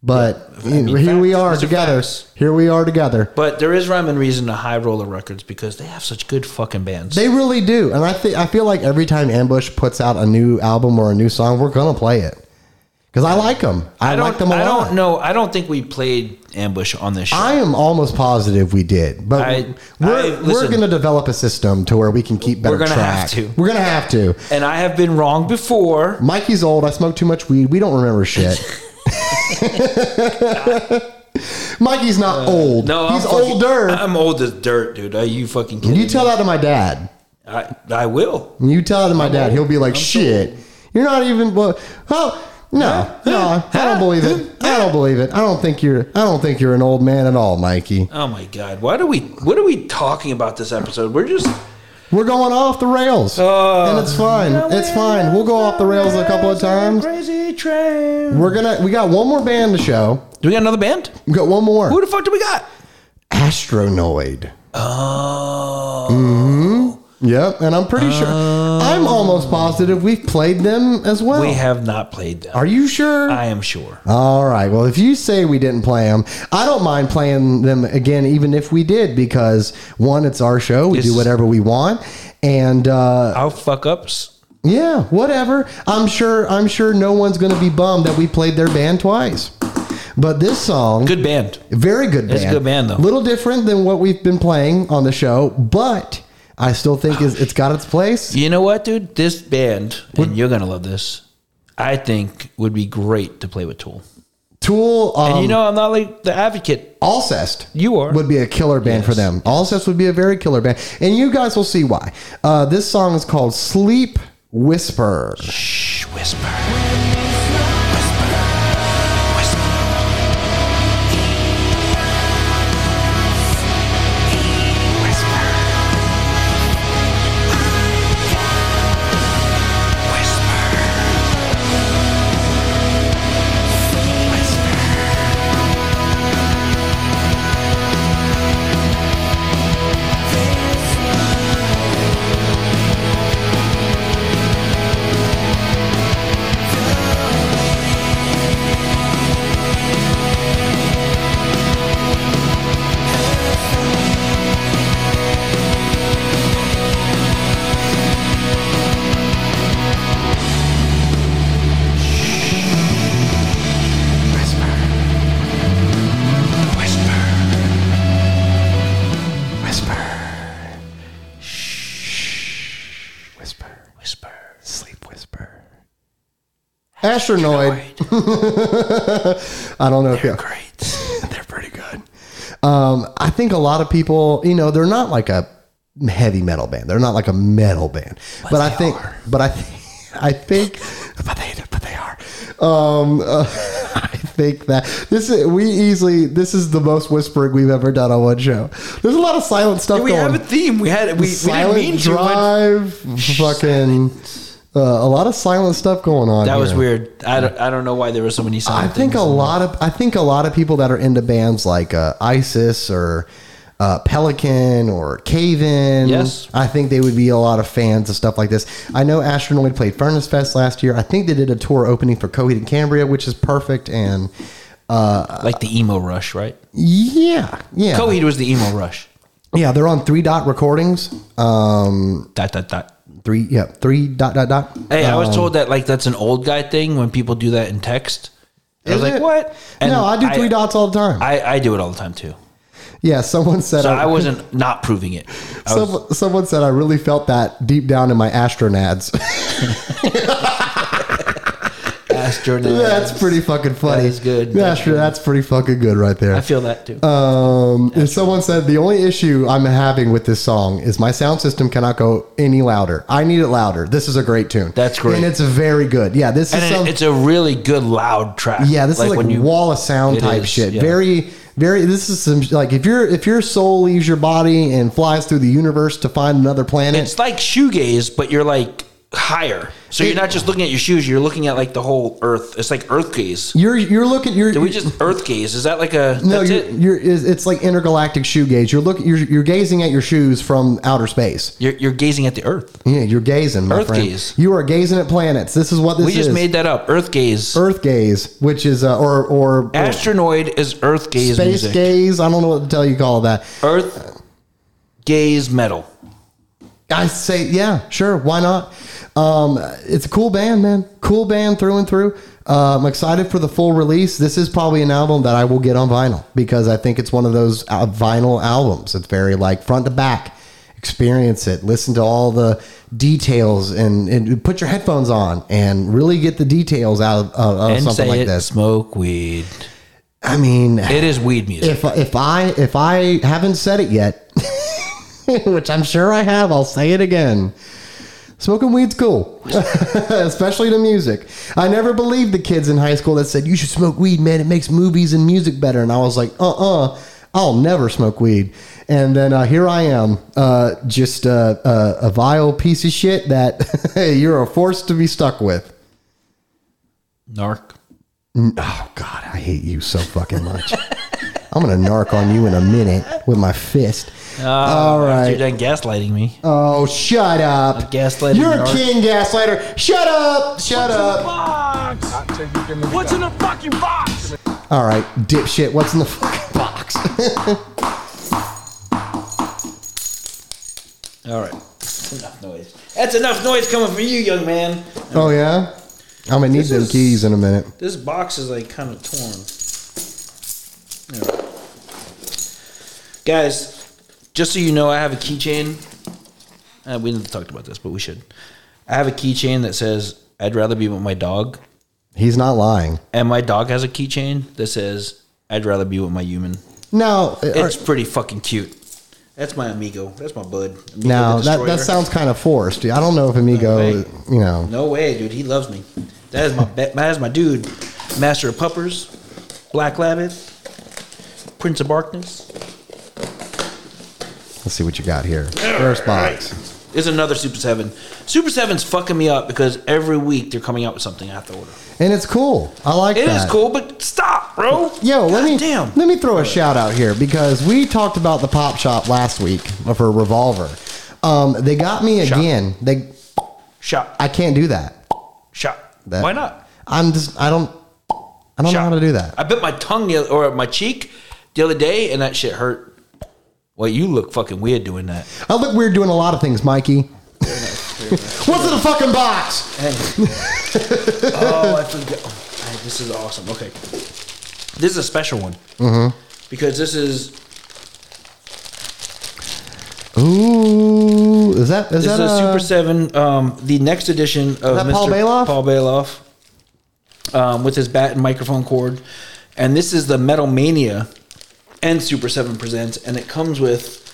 Speaker 2: But you know, here we
Speaker 3: facts.
Speaker 2: are
Speaker 3: Those are
Speaker 2: together.
Speaker 3: facts.
Speaker 2: Here we are together.
Speaker 3: But there is rhyme and reason to High Roller Records because they have such good fucking bands.
Speaker 2: They really do, and I think I feel like every time Ambush puts out a new album or a new song, we're gonna play it because I like them. I,
Speaker 3: I don't.
Speaker 2: like them a
Speaker 3: I
Speaker 2: lot.
Speaker 3: don't know. I don't think we played Ambush on this show.
Speaker 2: I am almost positive we did, but
Speaker 3: I-
Speaker 2: we're,
Speaker 3: I-
Speaker 2: we're
Speaker 3: listen.
Speaker 2: going to develop a system to where we can keep better
Speaker 3: We're gonna
Speaker 2: track.
Speaker 3: have to.
Speaker 2: We're going to have to.
Speaker 3: and I have been wrong before.
Speaker 2: Mikey's old. I smoke too much weed. We don't remember shit. Mikey's not old.
Speaker 3: Uh, No,
Speaker 2: he's
Speaker 3: I'm fucking-
Speaker 2: older.
Speaker 3: I'm old as dirt, dude. Are you fucking kidding
Speaker 2: you tell
Speaker 3: me?
Speaker 2: that to my dad.
Speaker 3: I, I will.
Speaker 2: You tell that to my dad. He'll be like, "Shit, you're not even." Well, oh no, no, I don't believe it. I don't believe it. I don't think you're. I don't think you're an old man at all, Mikey.
Speaker 3: Oh my god. Why do we? What are we talking about this episode? We're just.
Speaker 2: We're going off the rails,
Speaker 3: Uh,
Speaker 2: and it's fine. It's fine. We'll go off the rails a couple of times.
Speaker 3: Crazy train.
Speaker 2: We're gonna. We got one more band to show.
Speaker 3: Do we got another band?
Speaker 2: We got one more.
Speaker 3: Who the fuck do we got?
Speaker 2: Astronoid.
Speaker 3: Oh.
Speaker 2: Yep, and I'm pretty sure. I'm almost positive we've played them as well.
Speaker 3: We have not played them.
Speaker 2: Are you sure?
Speaker 3: I am sure.
Speaker 2: All right. Well, if you say we didn't play them, I don't mind playing them again, even if we did, because one, it's our show. We do
Speaker 3: Yes.
Speaker 2: whatever we want, and uh,
Speaker 3: I'll fuck ups.
Speaker 2: yeah, whatever. I'm sure. I'm sure no one's going to be bummed that we played their band twice. But this song,
Speaker 3: Good band.
Speaker 2: Very good band.
Speaker 3: It's a good band, though.
Speaker 2: Little different than what we've been playing on the show, but I still think is, it's got its place.
Speaker 3: You know what, dude? This band, and you're gonna love this. I think would be great to play with Tool.
Speaker 2: Tool, um,
Speaker 3: and you know, I'm not like the advocate.
Speaker 2: Alcest.
Speaker 3: You are.
Speaker 2: Would be a killer band for them. Alcest would be a very killer band. And you guys will see why. Uh, this song is called Sleep Whisper.
Speaker 3: Shh, whisper.
Speaker 2: Astronoid. I don't know if you
Speaker 3: Great. They're pretty good.
Speaker 2: Um, I think a lot of people, you know, they're not like a heavy metal band. They're not like a metal band. But, I
Speaker 3: they
Speaker 2: think,
Speaker 3: are.
Speaker 2: but I, th- I think,
Speaker 3: But they, but they are.
Speaker 2: um, uh, I think that this is we easily this is the most whispering we've ever done on one show. There's a lot of silent stuff
Speaker 3: We
Speaker 2: going.
Speaker 3: have a theme. We had we, we didn't
Speaker 2: silent
Speaker 3: mean to. but-
Speaker 2: drive, fucking, uh, a lot of silent stuff going on.
Speaker 3: That was
Speaker 2: here.
Speaker 3: weird. I don't, I don't know why there were so many
Speaker 2: I
Speaker 3: silent
Speaker 2: think a
Speaker 3: things.
Speaker 2: lot of I think a lot of people that are into bands like uh, ISIS or uh, Pelican or Cave-In,
Speaker 3: Yes.
Speaker 2: I think they would be a lot of fans of stuff like this. I know Astronoid played Furnace Fest last year. I think they did a tour opening for Coheed and Cambria, which is perfect. And
Speaker 3: like the emo rush, right?
Speaker 2: yeah, yeah,
Speaker 3: Coheed was the emo rush.
Speaker 2: yeah. They're on Three Dot Recordings. Um,
Speaker 3: Dot dot dot.
Speaker 2: three, yeah, Three Dot Dot Dot.
Speaker 3: Hey, I
Speaker 2: Um,
Speaker 3: was told that like that's an old guy thing when people do that in text. I was
Speaker 2: Is
Speaker 3: like,
Speaker 2: it?
Speaker 3: what? And
Speaker 2: no, I do Three Dots all the time.
Speaker 3: I, I do it all the time too.
Speaker 2: yeah, someone said
Speaker 3: So
Speaker 2: I-
Speaker 3: I wasn't not proving it. I was-
Speaker 2: Some, someone said I really felt that deep down in my astronads. That's pretty fucking funny.
Speaker 3: That is good.
Speaker 2: Yeah,
Speaker 3: That's
Speaker 2: sure. That's pretty fucking good right there.
Speaker 3: I feel that too.
Speaker 2: um, and someone said the only issue I'm having with this song is my sound system cannot go any louder. I need it louder. This is a great tune.
Speaker 3: That's great.
Speaker 2: and it's very good. Yeah, this
Speaker 3: and
Speaker 2: is
Speaker 3: it-
Speaker 2: some,
Speaker 3: it's a really good loud track.
Speaker 2: yeah. This is like
Speaker 3: when you
Speaker 2: wall of sound
Speaker 3: it
Speaker 2: type
Speaker 3: is,
Speaker 2: shit.
Speaker 3: yeah.
Speaker 2: Very, very. This is some like if your if your soul leaves your body and flies through the universe to find another planet.
Speaker 3: It's like shoegaze, but you're like higher. So you're not just looking at your shoes; you're looking at like the whole earth. It's like earth gaze.
Speaker 2: you're you're looking. You're
Speaker 3: Did we just earth gaze? Is that like a
Speaker 2: No,
Speaker 3: that's
Speaker 2: you're,
Speaker 3: it?
Speaker 2: you're, it's it's like intergalactic shoe gaze. You're looking, you're, you're gazing at your shoes from outer space.
Speaker 3: You're, you're gazing at the earth.
Speaker 2: Yeah, you're gazing, my
Speaker 3: Earth
Speaker 2: friend.
Speaker 3: gaze.
Speaker 2: You are gazing at planets. This is what this
Speaker 3: We just
Speaker 2: is.
Speaker 3: made that up. Earth gaze.
Speaker 2: Earth gaze, which is uh, or or
Speaker 3: Astronoid is earth gaze
Speaker 2: space
Speaker 3: music.
Speaker 2: gaze. I don't know what to tell you. Call that.
Speaker 3: Earth gaze metal.
Speaker 2: I say, yeah, sure, why not? Um, it's a cool band, man. Cool band through and through. Uh, I'm excited for the full release. This is probably an album that I will get on vinyl because I think it's one of those uh, vinyl albums. It's very like front to back. Experience it. Listen to all the details and, and put your headphones on and really get the details out of, of, of
Speaker 3: and
Speaker 2: Oh, something
Speaker 3: say
Speaker 2: like
Speaker 3: it.
Speaker 2: this.
Speaker 3: Smoke weed.
Speaker 2: I mean,
Speaker 3: It is weed music.
Speaker 2: if if I if I haven't said it yet, which I'm sure I have, I'll say it again. Smoking weed's cool, especially to music. I never believed the kids in high school that said you should smoke weed, man. It makes movies and music better. And I was like, uh uh-uh, uh, i will never smoke weed. And then uh, here I am, uh, just uh, uh, a vile piece of shit that you're a force to be stuck with.
Speaker 3: Narc.
Speaker 2: Oh God, I hate you so fucking much. I'm gonna narc on you in a minute with my fist. All
Speaker 3: You're
Speaker 2: right.
Speaker 3: done gaslighting me.
Speaker 2: Oh, shut up.
Speaker 3: gaslighting
Speaker 2: You're a
Speaker 3: narc.
Speaker 2: king gaslighter. Shut up. Shut up.
Speaker 5: What's in the fucking box?
Speaker 2: All right, dipshit. What's in the fucking box?
Speaker 3: All right. That's enough noise. That's enough noise coming from you, young man.
Speaker 2: oh yeah. I'm gonna need
Speaker 3: This
Speaker 2: them
Speaker 3: is-
Speaker 2: keys in a minute.
Speaker 3: This box is like kind of torn. There. Guys, just so you know, I have a keychain. Uh, we didn't talk about this, but we should. I have a keychain that says, I'd rather be with my dog
Speaker 2: He's not lying.
Speaker 3: And my dog has a keychain that says, I'd rather be with my human.
Speaker 2: Now,
Speaker 3: It's pretty fucking cute. That's my amigo. That's my bud. Amigo
Speaker 2: now
Speaker 3: the
Speaker 2: that, that
Speaker 3: Destroyer.
Speaker 2: sounds kind of forced. I don't know if
Speaker 3: No
Speaker 2: Amigo,
Speaker 3: way.
Speaker 2: you know.
Speaker 3: No way, dude. He loves me. That is my be- that is my dude. Master of Puppers, Black Rabbit, Prince of Darkness.
Speaker 2: Let's see what you got here. First box.
Speaker 3: It's another Super Seven. Super Seven's fucking me up because every week they're coming out with something I have to order.
Speaker 2: And it's cool. I like
Speaker 3: It is
Speaker 2: that.
Speaker 3: cool, but stop, bro.
Speaker 2: Yo, let me
Speaker 3: Goddamn.
Speaker 2: let me throw a shout out here because we talked about the pop shop last week for Revolver. Um, they got me
Speaker 3: Shop.
Speaker 2: again. They
Speaker 3: Shop,
Speaker 2: I can't do that.
Speaker 3: shop.
Speaker 2: That-
Speaker 3: Why not?
Speaker 2: I'm just I don't I don't know
Speaker 3: Shop.
Speaker 2: how to do that.
Speaker 3: I bit my tongue the other, or my cheek the other day, and that shit hurt. Well, you look fucking weird doing that.
Speaker 2: I look weird doing a lot of things, Mikey. What's in the fucking box?
Speaker 3: oh, I forgot. Oh, man, this is awesome. Okay, this is a special one mm-hmm. because this is
Speaker 2: Ooh, is that is
Speaker 3: this is
Speaker 2: that
Speaker 3: a
Speaker 2: uh,
Speaker 3: Super Seven, um, the next edition of
Speaker 2: that
Speaker 3: Mr.
Speaker 2: Paul Bailoff?
Speaker 3: Paul Bailoff, um, with his bat and microphone cord, and this is the Metal Mania and Super Seven presents, and it comes with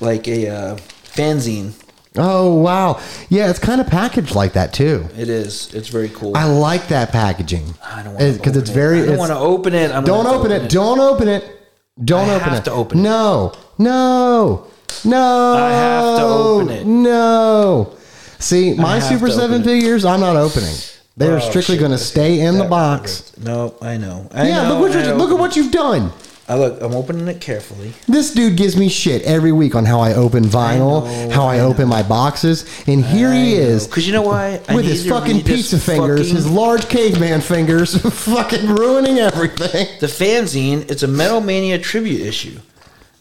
Speaker 3: like a uh, fanzine.
Speaker 2: Oh wow, yeah, it's kind of packaged like that too.
Speaker 3: It is. It's very cool.
Speaker 2: I like that packaging
Speaker 3: I don't want
Speaker 2: because it's very.
Speaker 3: I don't
Speaker 2: it's-
Speaker 3: want to open it. I'm
Speaker 2: Don't
Speaker 3: gonna
Speaker 2: open it. Don't open it. Don't
Speaker 3: I
Speaker 2: open
Speaker 3: have
Speaker 2: it.
Speaker 3: to open it.
Speaker 2: No. No. No.
Speaker 3: I have to open it.
Speaker 2: No. See, my
Speaker 3: have
Speaker 2: Super
Speaker 3: to
Speaker 2: 7
Speaker 3: open it.
Speaker 2: figures, I'm not opening. They are
Speaker 3: Oh,
Speaker 2: strictly
Speaker 3: shit,
Speaker 2: going to
Speaker 3: this-
Speaker 2: stay in the
Speaker 3: that-
Speaker 2: box.
Speaker 3: No, I know. I
Speaker 2: yeah, look,
Speaker 3: know,
Speaker 2: what
Speaker 3: I
Speaker 2: you, look at
Speaker 3: opened
Speaker 2: what you've done.
Speaker 3: I look, I'm opening it carefully.
Speaker 2: This dude gives me shit every week on how I open vinyl,
Speaker 3: know,
Speaker 2: how I,
Speaker 3: I
Speaker 2: open my boxes, and here he is
Speaker 3: Because you know why? I
Speaker 2: with
Speaker 3: need
Speaker 2: his
Speaker 3: to
Speaker 2: fucking
Speaker 3: read this
Speaker 2: pizza fingers,
Speaker 3: fucking-
Speaker 2: his large caveman fingers, fucking ruining everything.
Speaker 3: the fanzine, it's a Metal Mania tribute issue.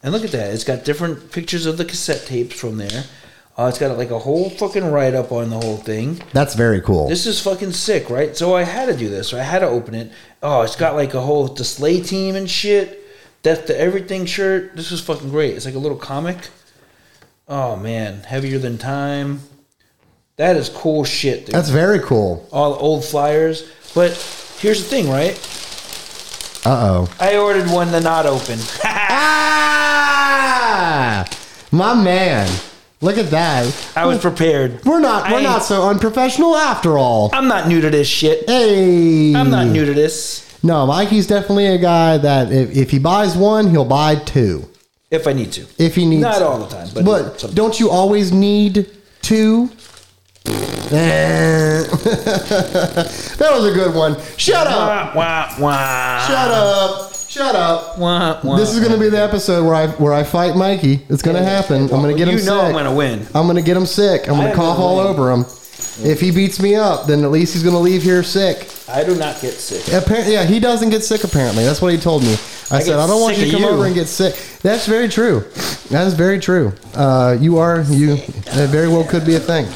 Speaker 3: And look at that. It's got different pictures of the cassette tapes from there. Uh, it's got like a whole fucking write up on the whole thing.
Speaker 2: That's very cool.
Speaker 3: This is fucking sick, right? So I had to do this. I had to open it. Oh, it's got like a whole display team and shit. Death to Everything shirt. This is fucking great. It's like a little comic. Oh man, heavier than time. That is cool shit. Dude.
Speaker 2: That's very cool.
Speaker 3: all the old flyers. But here's the thing, right?
Speaker 2: Uh oh.
Speaker 3: I ordered one to not open.
Speaker 2: Ah! My man. Look at that.
Speaker 3: I was prepared.
Speaker 2: We're not we're
Speaker 3: I-
Speaker 2: not so unprofessional after all.
Speaker 3: I'm not new to this shit.
Speaker 2: Hey.
Speaker 3: I'm not new to this.
Speaker 2: No, Mikey's definitely a guy that if, if he buys one, he'll buy two.
Speaker 3: If I need to.
Speaker 2: If he needs
Speaker 3: Not all the time, but,
Speaker 2: But
Speaker 3: sometimes.
Speaker 2: don't you always need two? Eh. that was a good one. Shut up.
Speaker 3: Wah, wah, wah.
Speaker 2: Shut up. Shut up.
Speaker 3: Wah, wah.
Speaker 2: This is going to be the episode where I where I fight Mikey. It's going to happen. I'm going to get him
Speaker 3: You know
Speaker 2: sick.
Speaker 3: I'm gonna win.
Speaker 2: I'm gonna get him sick. I'm
Speaker 3: I
Speaker 2: gonna
Speaker 3: am
Speaker 2: cough
Speaker 3: gonna
Speaker 2: all
Speaker 3: win.
Speaker 2: over him. If he beats me up, then at least he's gonna leave here sick.
Speaker 3: I do not get sick.
Speaker 2: Apparently, yeah, he doesn't get sick. Apparently, that's what he told me. I,
Speaker 3: get
Speaker 2: said, I don't want
Speaker 3: sick
Speaker 2: you to come
Speaker 3: of you."
Speaker 2: over and get sick. That's very true. That is very true. Uh, you are you. That very well could be a thing.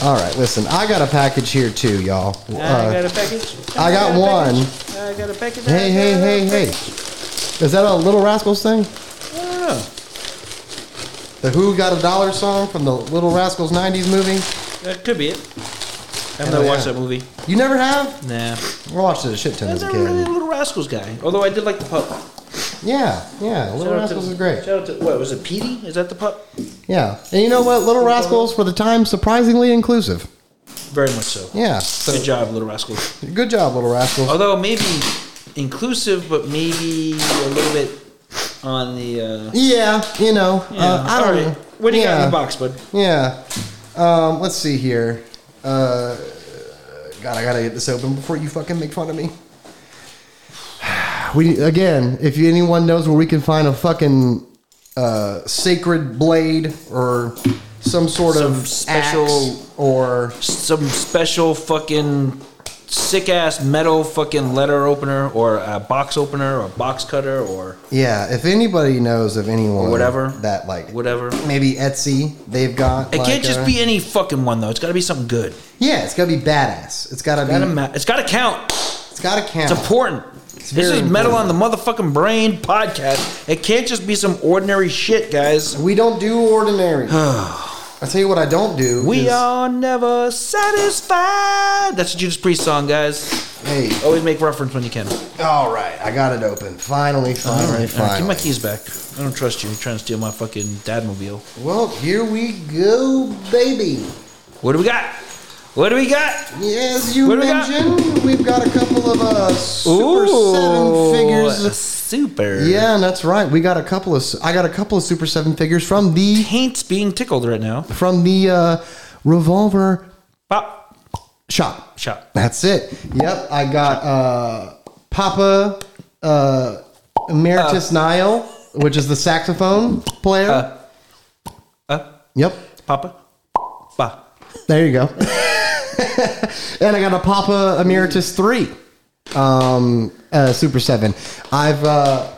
Speaker 2: All right, listen. I got a package here too, y'all.
Speaker 3: I
Speaker 2: Uh,
Speaker 3: got a package.
Speaker 2: I got
Speaker 3: a
Speaker 2: one.
Speaker 3: package. I got a package.
Speaker 2: hey, hey, hey, hey. Is that a Little Rascals thing?
Speaker 3: I don't know.
Speaker 2: The Who got a dollar song from the Little Rascals '90s movie?
Speaker 3: That could be it. I've
Speaker 2: Hell
Speaker 3: never
Speaker 2: yeah.
Speaker 3: watched that movie.
Speaker 2: You never have?
Speaker 3: Nah.
Speaker 2: I watched it a shit ton as
Speaker 3: That's
Speaker 2: a
Speaker 3: not really
Speaker 2: kid.
Speaker 3: a Little Rascals guy. Although I did like the pup.
Speaker 2: Yeah, yeah. Little
Speaker 3: Shout out to-
Speaker 2: Rascals is great.
Speaker 3: Shout out to, what, was it Petey? Is that the pup?
Speaker 2: Yeah, and you know what? Little Rascals for the time surprisingly inclusive.
Speaker 3: Very much so.
Speaker 2: Yeah, so
Speaker 3: Good job, Little Rascals.
Speaker 2: good job, Little Rascals.
Speaker 3: Although maybe inclusive, but maybe a little bit on the. Uh,
Speaker 2: Yeah, you know, Uh, I don't.
Speaker 3: All right. What do you
Speaker 2: yeah,
Speaker 3: got in the box, bud?
Speaker 2: Yeah. Um, let's see here. Uh, God, I gotta get this open before you fucking make fun of me. We again, if you- anyone knows where we can find a fucking uh, sacred blade or some sort
Speaker 3: Some
Speaker 2: of
Speaker 3: special-
Speaker 2: axe or
Speaker 3: Some special fucking sick ass metal fucking letter opener or a box opener or a box cutter or
Speaker 2: Yeah, if anybody knows of anyone
Speaker 3: Or whatever.
Speaker 2: that like
Speaker 3: whatever.
Speaker 2: maybe Etsy they've got.
Speaker 3: It
Speaker 2: like,
Speaker 3: can't
Speaker 2: uh,
Speaker 3: just be any fucking one though. It's got to be something good.
Speaker 2: Yeah, it's gotta be badass. It's gotta
Speaker 3: Gotta
Speaker 2: be.
Speaker 3: ma- It's got to count.
Speaker 2: It's gotta count.
Speaker 3: It's important.
Speaker 2: very
Speaker 3: This is metal on the motherfucking brain podcast. It can't just be some ordinary shit, guys.
Speaker 2: we don't do ordinary. I tell you what, I don't do.
Speaker 3: We
Speaker 2: is-
Speaker 3: are never satisfied. That's a Judas Priest song, guys.
Speaker 2: Hey.
Speaker 3: Always make reference when you can.
Speaker 2: All right, I got it open. Finally, finally,
Speaker 3: Give
Speaker 2: finally.
Speaker 3: my keys back. I don't trust you. You're trying to steal my fucking dadmobile.
Speaker 2: Well, here we go, baby.
Speaker 3: What do we got? What do we got?
Speaker 2: Yeah, as you
Speaker 3: What do we got?
Speaker 2: mentioned, we've got a couple of uh, super seven figures.
Speaker 3: Super.
Speaker 2: Yeah, and that's right. We got a couple of. I got a couple of super seven figures from the
Speaker 3: Taint's being tickled right now.
Speaker 2: from the uh, revolver
Speaker 3: Pop.
Speaker 2: shop.
Speaker 3: Shot.
Speaker 2: That's it. Yep, I got uh, Papa uh, Emeritus Nile, which is the saxophone player.
Speaker 3: Uh,
Speaker 2: yep,
Speaker 3: Papa. Ba.
Speaker 2: there you go. and I got a Papa Emeritus three, um, uh, Super Seven. I've uh,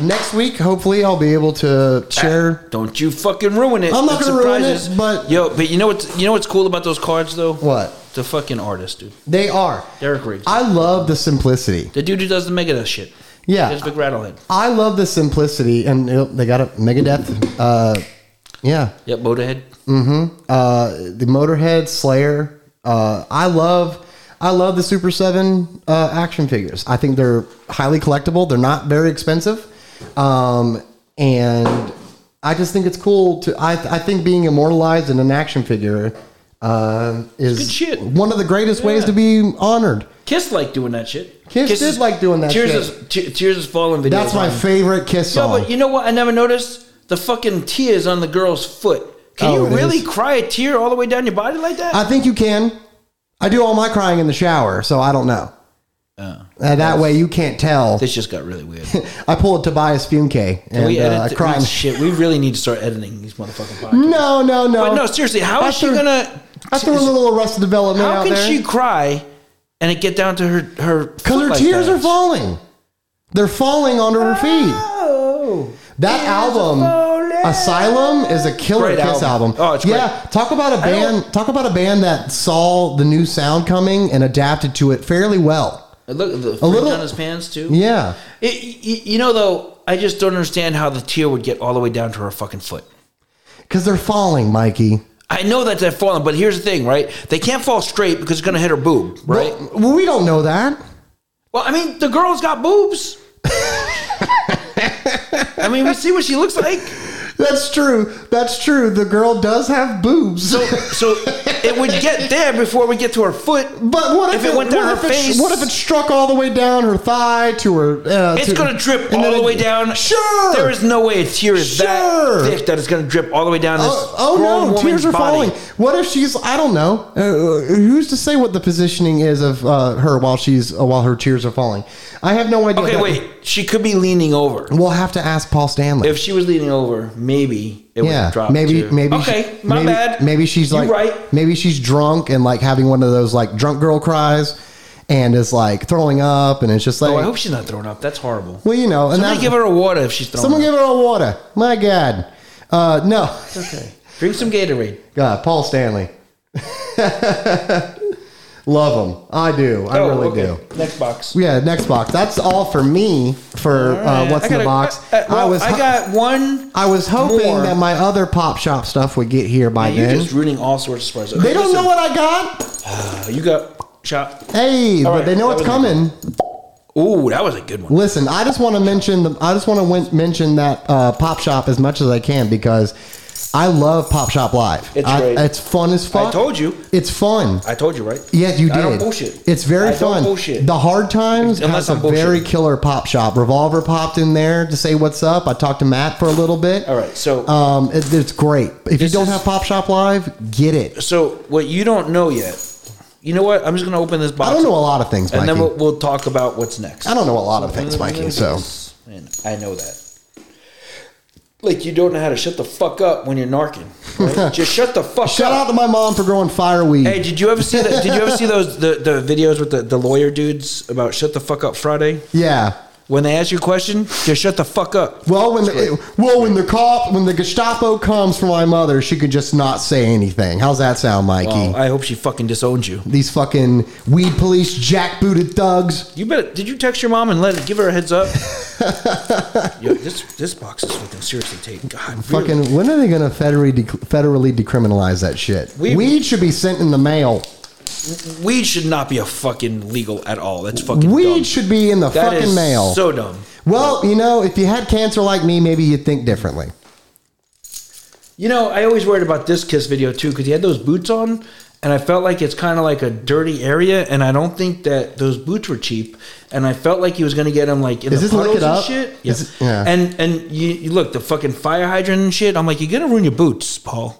Speaker 2: next week hopefully I'll be able to share.
Speaker 3: Don't you fucking ruin it.
Speaker 2: I'm not
Speaker 3: It
Speaker 2: gonna ruin it,
Speaker 3: surprises-
Speaker 2: but-
Speaker 3: yo, but you know what's you know what's cool about those cards though?
Speaker 2: What
Speaker 3: The fucking artist, dude.
Speaker 2: they are.
Speaker 3: Derek Riggs.
Speaker 2: I love the simplicity.
Speaker 3: the dude who does the Megadeth shit.
Speaker 2: Yeah.
Speaker 3: He does Big Rattlehead.
Speaker 2: I love the simplicity, and you know, they got a Megadeth. Uh, yeah,
Speaker 3: Yep, Motorhead.
Speaker 2: uh, the Motorhead Slayer. Uh, I love, I love the Super Seven uh, action figures. I think they're highly collectible. They're not very expensive, um, and I just think it's cool to. I, I think being immortalized in an action figure uh,
Speaker 3: Good
Speaker 2: is
Speaker 3: shit.
Speaker 2: one of the greatest ways
Speaker 3: Yeah.
Speaker 2: to be honored.
Speaker 3: Kiss like doing that shit.
Speaker 2: Kiss did
Speaker 3: is-
Speaker 2: like doing that
Speaker 3: Tears
Speaker 2: shit.
Speaker 3: Is, Te- Tears is falling video.
Speaker 2: That's my favorite Kiss
Speaker 3: No,
Speaker 2: song.
Speaker 3: but you know what? I never noticed the fucking tears on the girl's foot. Can
Speaker 2: Oh,
Speaker 3: you
Speaker 2: it
Speaker 3: really
Speaker 2: is.
Speaker 3: cry a tear all the way down your body like that?
Speaker 2: I think you can. I do all my crying in the shower, so I don't know.
Speaker 3: Oh.
Speaker 2: Uh, that way you can't tell.
Speaker 3: this just got really weird.
Speaker 2: I pulled a Tobias Funke and
Speaker 3: we
Speaker 2: uh,
Speaker 3: edit
Speaker 2: crying.
Speaker 3: we- shit. We really need to start editing these motherfucking podcasts.
Speaker 2: No, no, no.
Speaker 3: But no, seriously, how
Speaker 2: I
Speaker 3: is she
Speaker 2: threw-
Speaker 3: gonna?
Speaker 2: I threw a little Arrested Development
Speaker 3: How
Speaker 2: out
Speaker 3: can
Speaker 2: there.
Speaker 3: she cry and it get down to her her?
Speaker 2: Because her tears are falling. They're falling onto her feet.
Speaker 3: Oh,
Speaker 2: That album, Asylum, is a killer
Speaker 3: Great
Speaker 2: Kiss
Speaker 3: album.
Speaker 2: album.
Speaker 3: Oh, it's great.
Speaker 2: yeah. Talk about a
Speaker 3: I don't-
Speaker 2: band. Talk about a band that saw the new sound coming and adapted to it fairly well.
Speaker 3: look the a
Speaker 2: little-
Speaker 3: on his pants too.
Speaker 2: Yeah.
Speaker 3: It, y- you know though, I just don't understand how the tear would get all the way down to her fucking foot.
Speaker 2: Because they're falling, Mikey.
Speaker 3: I know that they're falling, but here's the thing, right? They can't fall straight because it's gonna hit her boob, right? Well,
Speaker 2: Well, we don't know that.
Speaker 3: I mean, the girl's got boobs. I mean, we see what she looks like.
Speaker 2: That's true. That's true. The girl does have boobs.
Speaker 3: So it would get there before we get to her foot.
Speaker 2: but what if,
Speaker 3: If it went down
Speaker 2: what
Speaker 3: her
Speaker 2: if it-
Speaker 3: face-
Speaker 2: what if it struck all the way down her thigh to her? Uh,
Speaker 3: It's
Speaker 2: to-
Speaker 3: gonna drip
Speaker 2: and
Speaker 3: all
Speaker 2: then
Speaker 3: the
Speaker 2: it-
Speaker 3: way down.
Speaker 2: Sure.
Speaker 3: There is no way a tear is
Speaker 2: Sure.
Speaker 3: that thick that it's gonna drip all the way down this.
Speaker 2: Oh, oh
Speaker 3: grown
Speaker 2: no!
Speaker 3: woman's
Speaker 2: Tears are
Speaker 3: body.
Speaker 2: falling. What if she's? I don't know. Uh, who's to say what the positioning is of uh, her while she's uh, while her tears are falling? I have no idea.
Speaker 3: Okay,
Speaker 2: That-
Speaker 3: wait. She could be leaning over.
Speaker 2: We'll have to ask Paul Stanley.
Speaker 3: If she was leaning over, maybe it would
Speaker 2: yeah,
Speaker 3: have dropped.
Speaker 2: maybe,
Speaker 3: too.
Speaker 2: maybe.
Speaker 3: Okay,
Speaker 2: she-
Speaker 3: my
Speaker 2: maybe,
Speaker 3: bad.
Speaker 2: Maybe she's
Speaker 3: You
Speaker 2: like,
Speaker 3: right.
Speaker 2: maybe she's drunk and like having one of those like drunk girl cries, and is like throwing up, and it's just like,
Speaker 3: Oh, I hope she's not throwing up. That's horrible.
Speaker 2: well, you know, and
Speaker 3: Somebody
Speaker 2: that,
Speaker 3: give her a water if she's throwing.
Speaker 2: someone
Speaker 3: up.
Speaker 2: give her a water. My God, uh, no,
Speaker 3: Okay. Drink some Gatorade.
Speaker 2: God, Paul Stanley, love him. I do.
Speaker 3: Oh,
Speaker 2: I really do.
Speaker 3: Next box.
Speaker 2: Yeah, next box. That's all for me for uh, what's in the box.
Speaker 3: I,
Speaker 2: I was
Speaker 3: I got one.
Speaker 2: I was hoping
Speaker 3: more.
Speaker 2: that my other pop shop stuff would get here by
Speaker 3: You're
Speaker 2: then.
Speaker 3: just ruining all sorts of surprises.
Speaker 2: they don't know what I got.
Speaker 3: what you got. Shop.
Speaker 2: Hey,
Speaker 3: All
Speaker 2: but
Speaker 3: right,
Speaker 2: they know
Speaker 3: that
Speaker 2: it's
Speaker 3: was a good
Speaker 2: coming.
Speaker 3: Ooh, that was a good one.
Speaker 2: Listen, I just want to mention the, I just want to win- mention that uh, Pop Shop as much as I can because I love Pop Shop Live.
Speaker 3: It's
Speaker 2: I-
Speaker 3: great.
Speaker 2: It's fun as fuck.
Speaker 3: I told you.
Speaker 2: It's fun.
Speaker 3: I told you, right?
Speaker 2: Yeah, you did.
Speaker 3: I don't bullshit.
Speaker 2: It's very
Speaker 3: I don't
Speaker 2: fun.
Speaker 3: bullshit.
Speaker 2: The hard times
Speaker 3: Unless
Speaker 2: has a
Speaker 3: I'm bullshitting.
Speaker 2: very killer pop shop. Revolver popped in there to say what's up. I talked to Matt for a little bit.
Speaker 3: All right, so-
Speaker 2: um, it, it's great. If you
Speaker 3: This
Speaker 2: don't
Speaker 3: is-
Speaker 2: have Pop Shop Live, get it.
Speaker 3: So what you don't know yet? You know what? I'm just gonna open this box.
Speaker 2: I don't know a lot of things, Mikey.
Speaker 3: and then we'll, we'll talk about what's next. Mm,
Speaker 2: I don't know a lot of things, Mikey. So
Speaker 3: Man, I know that. Like you don't know how to shut the fuck up when you're narking. right? Just shut the fuck
Speaker 2: shout out
Speaker 3: up.
Speaker 2: to my mom for growing fireweed.
Speaker 3: hey, did you ever see that? Did you ever see those the, the videos with the, the lawyer dudes about shut the fuck up Friday?
Speaker 2: yeah.
Speaker 3: When they ask you a question, just shut the fuck up.
Speaker 2: Well, when the, well when the cop when the Gestapo comes for my mother, she could just not say anything. How's that sound, Mikey?
Speaker 3: Oh, I hope she fucking disowns you.
Speaker 2: These fucking weed police jackbooted thugs.
Speaker 3: You better. Did you text your mom and let her give her a heads up? Yo, this this box is fucking seriously taken. God, really?
Speaker 2: Fucking, when are they going to federally dec federally decriminalize that shit?
Speaker 3: We-
Speaker 2: Weed should be sent in the mail.
Speaker 3: weed should not be a fucking legal at all. That's fucking
Speaker 2: Weed
Speaker 3: dumb.
Speaker 2: should be in the
Speaker 3: That
Speaker 2: fucking
Speaker 3: is
Speaker 2: mail.
Speaker 3: So dumb.
Speaker 2: well, you know, if you had cancer like me, maybe you'd think differently.
Speaker 3: You know, I always worried about this Kiss video too because he had those boots on, and I felt like it's kind of like a dirty area, and I don't think that those boots were cheap, and I felt like he was gonna get them like in
Speaker 2: Is
Speaker 3: the
Speaker 2: this Lick
Speaker 3: puddles
Speaker 2: It
Speaker 3: and
Speaker 2: Up?
Speaker 3: shit.
Speaker 2: Is it- yeah.
Speaker 3: And and you, you look the fucking fire hydrant and shit. I'm like, you're gonna ruin your boots, Paul.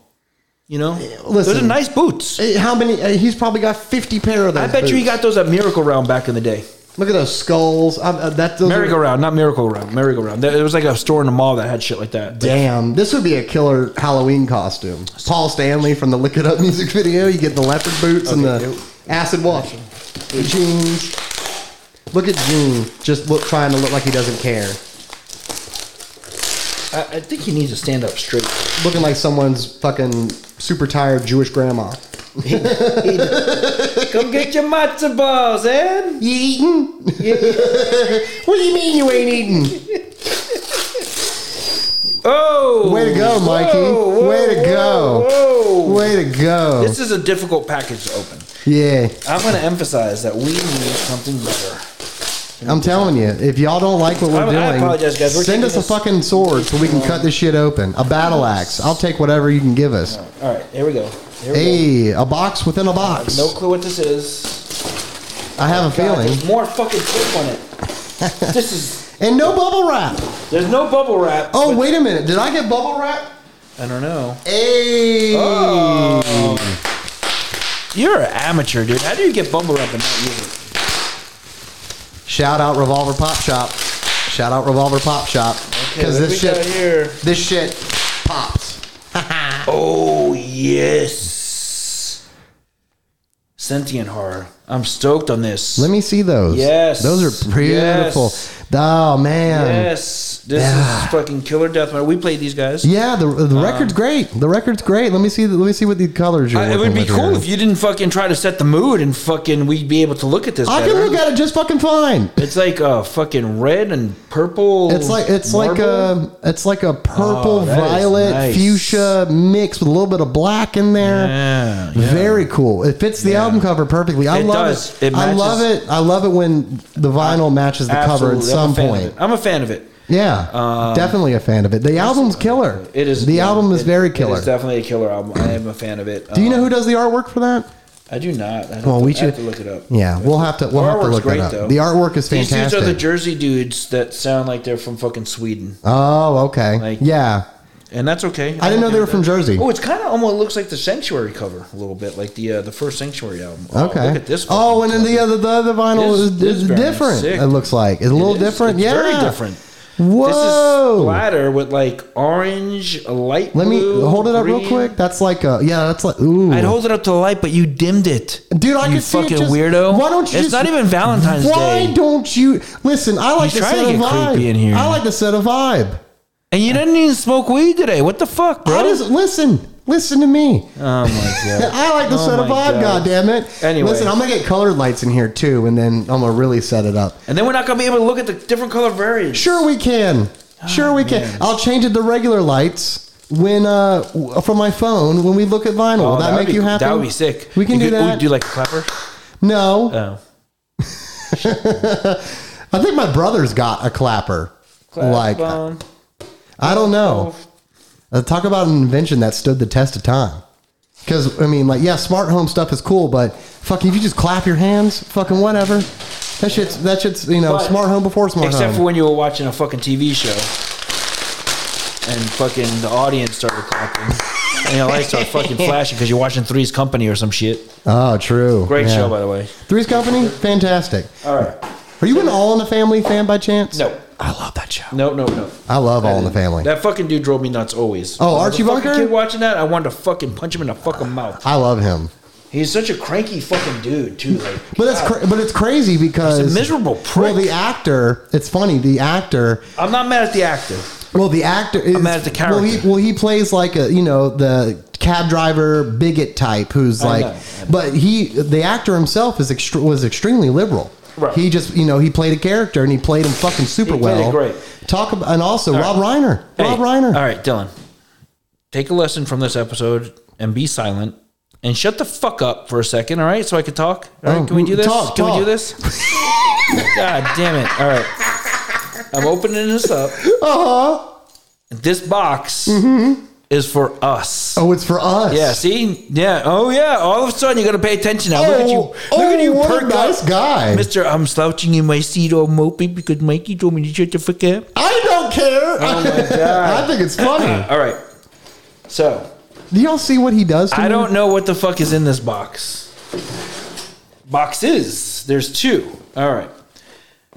Speaker 3: You know,
Speaker 2: listen.
Speaker 3: those are nice boots.
Speaker 2: Eh, How many? eh, He's probably got 50 pair of those.
Speaker 3: I bet you he
Speaker 2: boots.
Speaker 3: got those at Miracle Round back in the day.
Speaker 2: Look at those skulls. I'm, uh, that, those are-
Speaker 3: Merry Go Round, not Miracle Round. Merry Go Round. There was like a store in the mall that had shit like that.
Speaker 2: Damn, this would be a killer Halloween costume. Paul Stanley from the Lick It Up music video. You get the leopard boots and
Speaker 3: Okay,
Speaker 2: the acid wash the jeans. Look at Gene, just look trying to look like he doesn't care,
Speaker 3: I, I think he needs to stand up straight.
Speaker 2: looking like someone's fucking super tired Jewish grandma.
Speaker 3: Come get your matzo balls, eh? Ed.
Speaker 2: You eating? what do you mean you ain't eating?
Speaker 3: Oh!
Speaker 2: Way to go, Mikey. Way to go.
Speaker 3: Whoa.
Speaker 2: Way to go!
Speaker 3: This is a difficult package to open.
Speaker 2: yeah,
Speaker 3: I'm going to emphasize that we need something better.
Speaker 2: I'm telling you, if y'all don't like what we're
Speaker 3: I- I
Speaker 2: doing,
Speaker 3: apologize, guys. We're
Speaker 2: send
Speaker 3: taking
Speaker 2: us a
Speaker 3: this-
Speaker 2: fucking sword so we can cut this shit open. A battle axe. I'll take whatever you can give us.
Speaker 3: All right, here we go. Here we
Speaker 2: Hey, a box within a
Speaker 3: go.
Speaker 2: box.
Speaker 3: No clue what this is.
Speaker 2: I have a
Speaker 3: God,
Speaker 2: feeling.
Speaker 3: there's more fucking tape on it. this is.
Speaker 2: And no bubble wrap.
Speaker 3: There's no bubble wrap.
Speaker 2: Oh,
Speaker 3: but-
Speaker 2: wait a minute. Did I get bubble wrap?
Speaker 3: I don't know.
Speaker 2: Hey.
Speaker 3: Oh. You're an amateur, dude. How do you get bubble wrap and not use it?
Speaker 2: Shout out Revolver Pop Shop. Shout out Revolver Pop Shop. Because
Speaker 3: what
Speaker 2: this
Speaker 3: we got
Speaker 2: shit,
Speaker 3: here?
Speaker 2: this shit pops.
Speaker 3: Oh yes, sentient horror. I'm stoked on this.
Speaker 2: Let me see those.
Speaker 3: Yes.
Speaker 2: Those are beautiful.
Speaker 3: Yes.
Speaker 2: Oh, man.
Speaker 3: Yes, this
Speaker 2: Yeah.
Speaker 3: is fucking killer death metal. We played these guys.
Speaker 2: Yeah, the, the
Speaker 3: Um,
Speaker 2: record's great. The record's great. Let me see. the- Let me see what the colors are.
Speaker 3: Uh, it would be cool if you didn't fucking try to set the mood and fucking we'd be able to look at this.
Speaker 2: I can
Speaker 3: better.
Speaker 2: look at it just fucking fine.
Speaker 3: It's like a fucking red and purple.
Speaker 2: It's like it's like uh,
Speaker 3: marble.
Speaker 2: a it's like a purple
Speaker 3: Oh, that is
Speaker 2: violet
Speaker 3: nice.
Speaker 2: fuchsia mix with a little bit of black in there.
Speaker 3: Yeah, yeah.
Speaker 2: Very cool. It fits the album cover perfectly. I
Speaker 3: It
Speaker 2: love
Speaker 3: does.
Speaker 2: it.
Speaker 3: It
Speaker 2: I love
Speaker 3: matches-
Speaker 2: it. I love it when the vinyl matches the cover at some
Speaker 3: Absolutely. I'm a fan of
Speaker 2: point.
Speaker 3: it. I'm a fan of it.
Speaker 2: Yeah, definitely a fan of it. The album's killer.
Speaker 3: It is
Speaker 2: The album is
Speaker 3: it-
Speaker 2: very
Speaker 3: it is
Speaker 2: killer.
Speaker 3: definitely a killer album. I am a fan of it. Uh,
Speaker 2: Do you know who does the artwork for that?
Speaker 3: I do not. I
Speaker 2: Well,
Speaker 3: well,
Speaker 2: we
Speaker 3: we
Speaker 2: should-
Speaker 3: have to look it up.
Speaker 2: Yeah, we'll have to- we'll have to
Speaker 3: artwork's
Speaker 2: look that up. The artwork is
Speaker 3: These dudes are the
Speaker 2: fantastic.
Speaker 3: Jersey dudes that sound like they're from fucking Sweden,
Speaker 2: Oh, okay.
Speaker 3: Like-
Speaker 2: yeah,
Speaker 3: and that's okay.
Speaker 2: I didn't know
Speaker 3: don't
Speaker 2: they were
Speaker 3: care
Speaker 2: from
Speaker 3: about it.
Speaker 2: Jersey.
Speaker 3: Oh, it's kind of almost looks like the Sanctuary cover a little bit, like the uh, the first Sanctuary album. Oh,
Speaker 2: Okay.
Speaker 3: Look at this.
Speaker 2: Oh, and
Speaker 3: fucking
Speaker 2: then the
Speaker 3: cover.
Speaker 2: other the other vinyl
Speaker 3: This-
Speaker 2: is,
Speaker 3: this
Speaker 2: is
Speaker 3: variant's
Speaker 2: different.
Speaker 3: sick.
Speaker 2: It looks like it's a little
Speaker 3: It is.
Speaker 2: different.
Speaker 3: It's
Speaker 2: yeah,
Speaker 3: very different. This
Speaker 2: Whoa.
Speaker 3: is splatter with like orange, a light.
Speaker 2: Let me
Speaker 3: blue,
Speaker 2: hold it up real
Speaker 3: green.
Speaker 2: quick. That's like a yeah. That's like ooh.
Speaker 3: I'd hold it up to the light, but you dimmed it.
Speaker 2: Dude, I
Speaker 3: you
Speaker 2: can see it
Speaker 3: fucking
Speaker 2: just-
Speaker 3: weirdo.
Speaker 2: Why don't you?
Speaker 3: It's
Speaker 2: just-
Speaker 3: not even Valentine's
Speaker 2: Why
Speaker 3: Day.
Speaker 2: don't you listen? I like to
Speaker 3: He's trying
Speaker 2: set
Speaker 3: to
Speaker 2: a
Speaker 3: get
Speaker 2: vibe.
Speaker 3: creepy in here.
Speaker 2: I like to set a vibe.
Speaker 3: And you didn't even smoke weed today. What the fuck, bro?
Speaker 2: I just listen. Listen to me.
Speaker 3: oh my god.
Speaker 2: I like to
Speaker 3: Oh
Speaker 2: set a
Speaker 3: my
Speaker 2: vibe.
Speaker 3: God.
Speaker 2: God damn it.
Speaker 3: Anyway.
Speaker 2: listen. I'm gonna get colored lights in here too, and then I'm gonna really set it up.
Speaker 3: And then we're not gonna be able to look at the different color variants.
Speaker 2: Sure we can. Sure we can.
Speaker 3: Oh, man.
Speaker 2: I'll change it to regular lights when uh w- from my phone when we look at vinyl. Will
Speaker 3: Oh,
Speaker 2: that,
Speaker 3: would
Speaker 2: make
Speaker 3: be-
Speaker 2: you happy?
Speaker 3: That would be sick.
Speaker 2: We can do
Speaker 3: You could-
Speaker 2: that.
Speaker 3: We do like a clapper.
Speaker 2: no,
Speaker 3: Oh.
Speaker 2: I think my brother's got a clapper.
Speaker 3: Clap
Speaker 2: like
Speaker 3: on.
Speaker 2: I don't know. Uh, talk about an invention that stood the test of time. Because I mean, like, yeah, smart home stuff is cool, but fucking, if you just clap your hands, fucking whatever. That shit's that shit's you know
Speaker 3: But-
Speaker 2: smart home before smart
Speaker 3: Except
Speaker 2: home.
Speaker 3: for when you were watching a fucking TV show and fucking the audience started clapping. And your lights start fucking flashing because you're watching Three's Company or some shit.
Speaker 2: oh, true.
Speaker 3: Great
Speaker 2: Yeah.
Speaker 3: show, by the way.
Speaker 2: Three's Company, fantastic.
Speaker 3: All right.
Speaker 2: Are you an All in the Family fan by chance?
Speaker 3: No.
Speaker 2: I love that show.
Speaker 3: No, no, no.
Speaker 2: I love All in the Family.
Speaker 3: That fucking dude drove me nuts always.
Speaker 2: Oh,
Speaker 3: When I was
Speaker 2: Archie
Speaker 3: a fucking
Speaker 2: Bunker?
Speaker 3: kid watching that, I wanted to fucking punch him in the fucking mouth.
Speaker 2: I love him.
Speaker 3: He's such a cranky fucking dude, too. Like,
Speaker 2: But it's cra- but it's crazy because
Speaker 3: He's a miserable prick.
Speaker 2: Well, the actor. It's funny. The actor.
Speaker 3: I'm not mad at the actor.
Speaker 2: Well, the actor. Is,
Speaker 3: mad at the character.
Speaker 2: Well he, well, he plays like a you know the cab driver bigot type who's
Speaker 3: I
Speaker 2: like,
Speaker 3: know, I know.
Speaker 2: but he the actor himself is extre- was extremely liberal.
Speaker 3: Right.
Speaker 2: He just you know he played a character and he played him fucking super
Speaker 3: He played it
Speaker 2: well.
Speaker 3: great.
Speaker 2: Talk about and also
Speaker 3: right.
Speaker 2: Rob Reiner.
Speaker 3: Hey,
Speaker 2: Rob Reiner.
Speaker 3: All right, Dylan. Take a lesson from this episode and be silent and shut the fuck up for a second, all right? So I could talk. All right,
Speaker 2: Oh,
Speaker 3: can we do this?
Speaker 2: talk,
Speaker 3: can we do
Speaker 2: talk.
Speaker 3: this? God damn it! All right, I'm opening this up. Uh
Speaker 2: Uh-huh.
Speaker 3: huh. This box is for us.
Speaker 2: Mm-hmm. Oh, it's for us.
Speaker 3: Yeah, see? Yeah. Oh, yeah. All of a sudden, you're going to pay attention now.
Speaker 2: Oh,
Speaker 3: Look at you. Look
Speaker 2: oh,
Speaker 3: at you
Speaker 2: what
Speaker 3: perk
Speaker 2: a nice
Speaker 3: up.
Speaker 2: guy.
Speaker 3: Mr. I'm slouching in my seat oh, all mopey because Mikey told me to shut the fuck up.
Speaker 2: I don't care.
Speaker 3: Oh, my God.
Speaker 2: I think it's funny.
Speaker 3: All right. So,
Speaker 2: Do y'all see what he does? To
Speaker 3: I
Speaker 2: me?
Speaker 3: don't know what the fuck is in this box. Boxes. There's two. All right.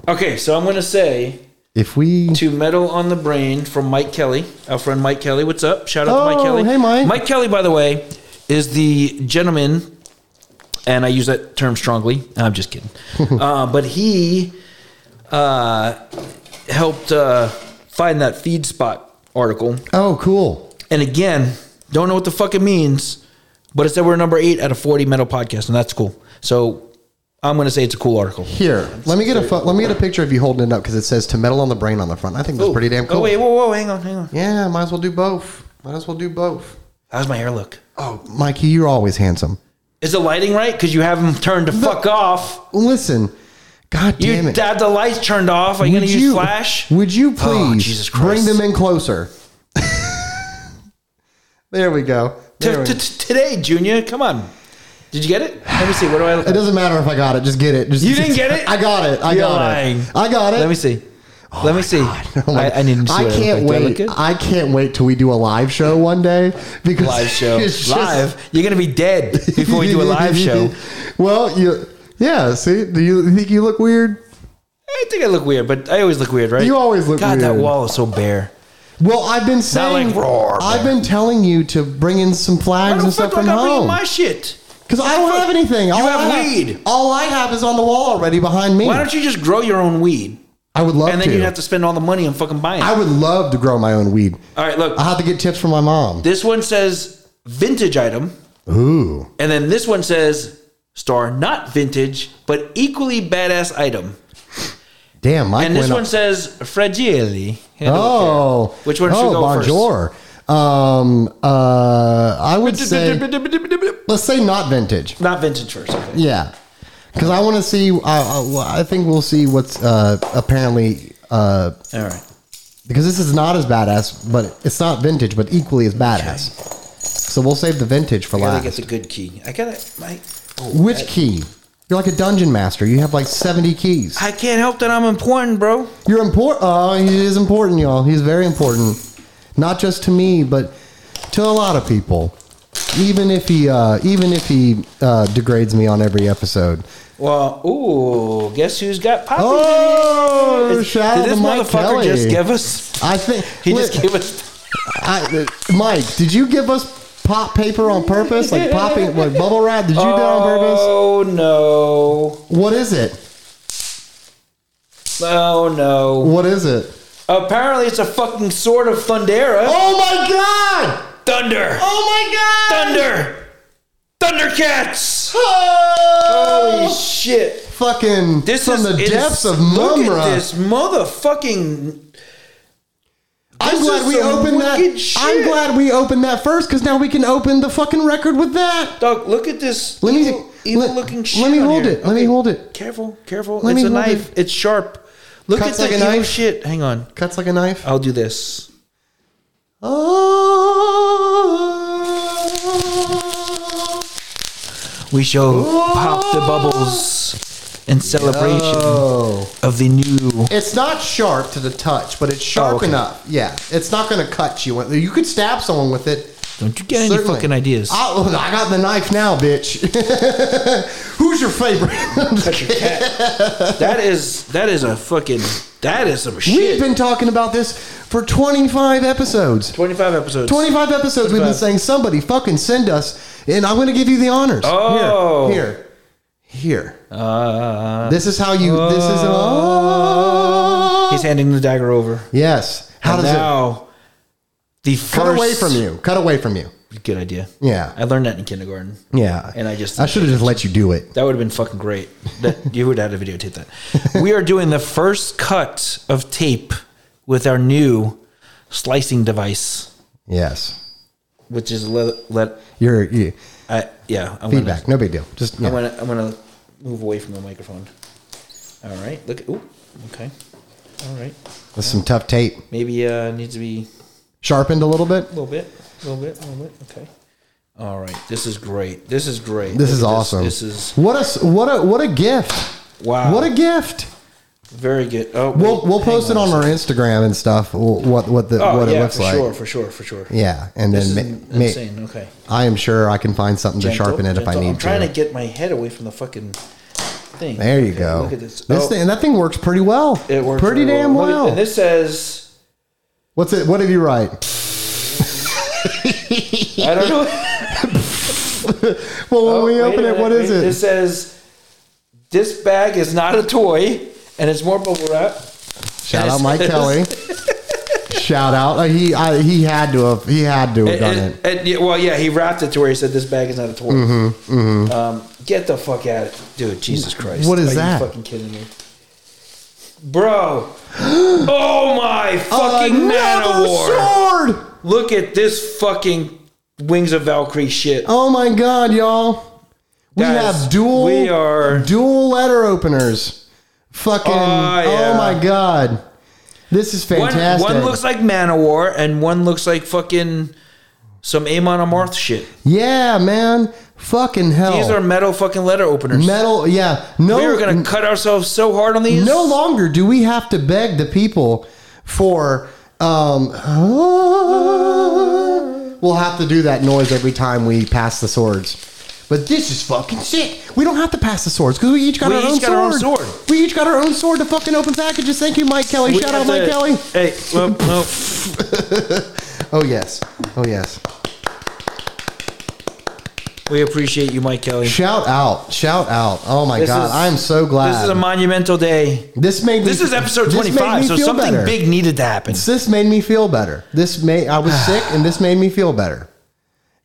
Speaker 3: Okay, so I'm going to say
Speaker 2: If we
Speaker 3: to Metal on the Brain from Mike Kelly, our friend Mike Kelly. What's up? Shout out to Mike
Speaker 2: Oh,
Speaker 3: Kelly.
Speaker 2: hey, Mike.
Speaker 3: Mike Kelly, by the way, is the gentleman, and I use that term strongly. I'm just kidding. uh, but he uh, helped uh, find that feed spot article.
Speaker 2: oh, cool.
Speaker 3: And again, don't know what the fuck it means, but it said we're number eight out of 40 metal podcasts, and that's cool. So I'm going to say it's a cool article.
Speaker 2: Here, let me get a pho- let me get a picture of you holding it up because it says to metal on the brain on the front. I think that's pretty damn cool.
Speaker 3: Oh, wait, whoa, whoa, hang on, hang on.
Speaker 2: Yeah, might as well do both. Might as well do both.
Speaker 3: How's my hair look?
Speaker 2: Oh, Mikey, you're always handsome.
Speaker 3: Is the lighting right? Because you have them turned to fuck off.
Speaker 2: Listen, God
Speaker 3: You
Speaker 2: damn it.
Speaker 3: have the lights turned off. Are you going to use flash?
Speaker 2: Would you
Speaker 3: Oh,
Speaker 2: please
Speaker 3: Jesus
Speaker 2: bring
Speaker 3: Christ.
Speaker 2: them in closer? there we go.
Speaker 3: T-
Speaker 2: There we-
Speaker 3: t- t- today, Junior, come on. Did you get it? Let me see. What do I look
Speaker 2: it
Speaker 3: like?
Speaker 2: doesn't matter if I got it. Just get it. Just,
Speaker 3: You didn't get it?
Speaker 2: I got it. I
Speaker 3: You're
Speaker 2: got
Speaker 3: lying.
Speaker 2: it. I got it.
Speaker 3: Let me see.
Speaker 2: Oh
Speaker 3: Let me see.
Speaker 2: I'm like,
Speaker 3: I, I need to see.
Speaker 2: I
Speaker 3: what look
Speaker 2: can't
Speaker 3: like. Do I look
Speaker 2: wait.
Speaker 3: good?
Speaker 2: I can't wait till we do a live show one day because
Speaker 3: live show.
Speaker 2: it's just-
Speaker 3: live. You're gonna be dead before we do a live show.
Speaker 2: well, you yeah. See, do you think you look weird?
Speaker 3: I think I look weird, but I always look weird, right?
Speaker 2: You always look
Speaker 3: God, that
Speaker 2: weird.
Speaker 3: wall is so bare.
Speaker 2: Well, I've been saying,
Speaker 3: like roar,
Speaker 2: I've been telling you to bring in some
Speaker 3: Why
Speaker 2: flags
Speaker 3: the
Speaker 2: and stuff
Speaker 3: fuck do
Speaker 2: from
Speaker 3: I gotta bring in
Speaker 2: home
Speaker 3: my shit?
Speaker 2: because I don't have anything. All
Speaker 3: have
Speaker 2: I
Speaker 3: weed.
Speaker 2: All I have is on the wall already behind me.
Speaker 3: Why don't you just grow your own weed?
Speaker 2: I would love
Speaker 3: And then
Speaker 2: to.
Speaker 3: you'd have to spend all the money on fucking buying it.
Speaker 2: I Uh-huh. would love to grow my own weed.
Speaker 3: all right, look.
Speaker 2: I have to get tips from my mom.
Speaker 3: this one says vintage item,
Speaker 2: Ooh,
Speaker 3: and then this one says star not vintage, but equally badass item.
Speaker 2: damn, Mike.
Speaker 3: And this
Speaker 2: went
Speaker 3: one
Speaker 2: up.
Speaker 3: says fragile.
Speaker 2: Oh,
Speaker 3: Which one should
Speaker 2: oh,
Speaker 3: go
Speaker 2: bonjour. Um, uh, I would say
Speaker 3: first?
Speaker 2: let's say not vintage.
Speaker 3: Not vintage first. Okay.
Speaker 2: Yeah, because I want to see. I, I, I think we'll see what's uh, apparently uh,
Speaker 3: All right.
Speaker 2: because this is not as badass, but it's not vintage, but equally as badass. So we'll save the vintage for
Speaker 3: I gotta get
Speaker 2: last.
Speaker 3: the good key. I gotta. My, oh,
Speaker 2: Which key? You're like a dungeon master. You have like 70 keys.
Speaker 3: I can't help that I'm important, bro.
Speaker 2: You're important. Oh, he is important, y'all. He's very important, not just to me, but to a lot of people. Even if he, uh, even if he uh, degrades me on every episode.
Speaker 3: Well, ooh, guess who's got poppy?
Speaker 2: Oh,
Speaker 3: Is-
Speaker 2: shout out
Speaker 3: did
Speaker 2: to
Speaker 3: this
Speaker 2: Mike
Speaker 3: motherfucker
Speaker 2: Kelly.
Speaker 3: just give us?
Speaker 2: I think
Speaker 3: He just
Speaker 2: Look,
Speaker 3: gave us.
Speaker 2: I, uh, Mike, did you give us pop paper on purpose, like popping, like bubble wrap? Did you do that on purpose?
Speaker 3: Oh no!
Speaker 2: What is it?
Speaker 3: Oh no!
Speaker 2: What is it?
Speaker 3: Apparently, it's a fucking sword of Thundera.
Speaker 2: Oh my god!
Speaker 3: Thunder!
Speaker 2: Oh my god!
Speaker 3: Thunder! Thundercats!
Speaker 2: Oh!
Speaker 3: Holy shit!
Speaker 2: Fucking
Speaker 3: This
Speaker 2: from
Speaker 3: is
Speaker 2: the
Speaker 3: it
Speaker 2: depths
Speaker 3: is-
Speaker 2: of
Speaker 3: Look
Speaker 2: Mumra.
Speaker 3: at this motherfucking
Speaker 2: I'm
Speaker 3: This
Speaker 2: glad
Speaker 3: is
Speaker 2: we
Speaker 3: some
Speaker 2: opened that.
Speaker 3: wicked shit.
Speaker 2: I'm glad we opened that first because now we can open the fucking record with that.
Speaker 3: dog. Look at this
Speaker 2: Let me
Speaker 3: evil, evil
Speaker 2: let,
Speaker 3: looking shit.
Speaker 2: Let me
Speaker 3: on
Speaker 2: hold
Speaker 3: here.
Speaker 2: it. Let me
Speaker 3: Okay.
Speaker 2: hold it.
Speaker 3: Careful, careful.
Speaker 2: Let
Speaker 3: it's
Speaker 2: me
Speaker 3: a
Speaker 2: hold
Speaker 3: knife. It's sharp. Look
Speaker 2: Cuts like
Speaker 3: at the
Speaker 2: a
Speaker 3: evil
Speaker 2: knife.
Speaker 3: shit. Hang on.
Speaker 2: Cuts like a knife.
Speaker 3: I'll do this.
Speaker 2: Oh.
Speaker 3: We shall pop the bubbles in celebration
Speaker 2: Oh.
Speaker 3: of the new.
Speaker 2: It's not sharp to the touch, but it's sharp
Speaker 3: Oh, okay.
Speaker 2: enough. Yeah, it's not going to cut you. You could stab someone with it.
Speaker 3: Don't you get any
Speaker 2: Certainly.
Speaker 3: fucking ideas?
Speaker 2: I, oh, I got the knife now, bitch. Who's your favorite?
Speaker 3: that is that is a fucking that is some
Speaker 2: We've
Speaker 3: shit.
Speaker 2: been talking about this for 25 episodes.
Speaker 3: Twenty five episodes.
Speaker 2: 25 episodes we've been
Speaker 3: 25.
Speaker 2: saying somebody fucking send us and I'm going to give you the honors.
Speaker 3: Oh.
Speaker 2: Here. Here. Here.
Speaker 3: Uh,
Speaker 2: This is how you this is oh.
Speaker 3: he's handing the dagger over.
Speaker 2: Yes. How
Speaker 3: and
Speaker 2: does it
Speaker 3: now the first
Speaker 2: Cut away from you. Cut away from you.
Speaker 3: Good idea.
Speaker 2: Yeah.
Speaker 3: I learned that in kindergarten.
Speaker 2: Yeah.
Speaker 3: And I just-
Speaker 2: I should have just let you do it.
Speaker 3: That would have been fucking great. That you would have had to videotape that. we are doing the first cut of tape with our new slicing device,
Speaker 2: Yes.
Speaker 3: which is le- le-
Speaker 2: You're you,
Speaker 3: I yeah. I'm
Speaker 2: Feedback,
Speaker 3: Gonna,
Speaker 2: no big deal. Just yeah.
Speaker 3: I'm gonna I'm gonna move away from the microphone. All right. Look. Ooh. Okay. All right.
Speaker 2: that's some tough tape,
Speaker 3: Maybe uh needs to be
Speaker 2: sharpened a little bit.
Speaker 3: a little bit, a little bit, a little bit. Okay. All right. This is great. This is great.
Speaker 2: This
Speaker 3: Look
Speaker 2: is
Speaker 3: at
Speaker 2: awesome.
Speaker 3: This, is
Speaker 2: what a s- what a what a gift.
Speaker 3: Wow.
Speaker 2: What a gift.
Speaker 3: very good. Oh,
Speaker 2: We'll
Speaker 3: wait,
Speaker 2: we'll
Speaker 3: hang
Speaker 2: post it on
Speaker 3: a
Speaker 2: our
Speaker 3: second.
Speaker 2: Instagram and stuff. wh- What what the
Speaker 3: Oh,
Speaker 2: what
Speaker 3: yeah,
Speaker 2: it looks
Speaker 3: for
Speaker 2: like.
Speaker 3: sure, for sure, for sure.
Speaker 2: Yeah, and
Speaker 3: This is
Speaker 2: then ma- ma-
Speaker 3: insane. Okay.
Speaker 2: I am sure I can find something to
Speaker 3: Gentle,
Speaker 2: sharpen it if I
Speaker 3: gentle.
Speaker 2: need
Speaker 3: I'm trying to.
Speaker 2: to.
Speaker 3: get my head away from the fucking thing.
Speaker 2: There you
Speaker 3: Okay,
Speaker 2: go.
Speaker 3: Look at this. oh,
Speaker 2: thing, that thing works pretty well.
Speaker 3: It works
Speaker 2: pretty
Speaker 3: very
Speaker 2: damn
Speaker 3: Look at-
Speaker 2: well.
Speaker 3: And this says,
Speaker 2: What's it? What did you write?
Speaker 3: I don't know.
Speaker 2: Well, when we
Speaker 3: Oh, Wait a
Speaker 2: open it,
Speaker 3: minute,
Speaker 2: what is
Speaker 3: wait,
Speaker 2: it?
Speaker 3: This says, this bag is not a toy, and it's more bubble wrap.
Speaker 2: Shout
Speaker 3: and
Speaker 2: out
Speaker 3: it
Speaker 2: Mike
Speaker 3: says-
Speaker 2: Kelly. Shout out. Uh, He I, he had to have he had to have done
Speaker 3: And-
Speaker 2: it.
Speaker 3: and- yeah, well, yeah, he wrapped it to where he said, "This bag is not a toy." Um, get the fuck out, of dude! Jesus Christ!
Speaker 2: Mm-hmm, What is
Speaker 3: Are
Speaker 2: that?
Speaker 3: You fucking kidding me, bro? oh my fucking
Speaker 2: Another
Speaker 3: Manowar!
Speaker 2: sword.
Speaker 3: Look at this fucking Wings of Valkyrie shit.
Speaker 2: Oh my god, y'all. We
Speaker 3: Guys,
Speaker 2: have dual
Speaker 3: we are-
Speaker 2: dual letter openers. Fucking
Speaker 3: Oh, yeah.
Speaker 2: oh my god. This is
Speaker 3: One,
Speaker 2: fantastic.
Speaker 3: one looks like Manowar, and one looks like fucking some Amon Amarth shit.
Speaker 2: yeah, man. Fucking hell.
Speaker 3: These are metal fucking letter openers.
Speaker 2: metal. Yeah. No.
Speaker 3: we are gonna cut ourselves so hard on these.
Speaker 2: no longer do we have to beg the people for um ah. we'll have to do that noise every time we pass the swords but this is fucking sick. We don't have to pass the swords because we each got,
Speaker 3: We
Speaker 2: our,
Speaker 3: each
Speaker 2: own
Speaker 3: got our own
Speaker 2: sword.
Speaker 3: sword.
Speaker 2: We each got our own sword to fucking open packages. Thank you, Mike Kelly.
Speaker 3: We
Speaker 2: Shout
Speaker 3: got
Speaker 2: out, Mike
Speaker 3: the-
Speaker 2: Kelly.
Speaker 3: Hey, well, well,
Speaker 2: Oh yes, oh yes.
Speaker 3: We appreciate you, Mike Kelly.
Speaker 2: Shout out, shout out. Oh my
Speaker 3: This
Speaker 2: god,
Speaker 3: is-
Speaker 2: I'm so glad.
Speaker 3: This is a monumental day.
Speaker 2: This made me,
Speaker 3: This is episode
Speaker 2: this made
Speaker 3: 25,
Speaker 2: me
Speaker 3: so
Speaker 2: feel
Speaker 3: something
Speaker 2: better.
Speaker 3: big needed to happen.
Speaker 2: This made me feel better. This made I was sick, and this made me feel better.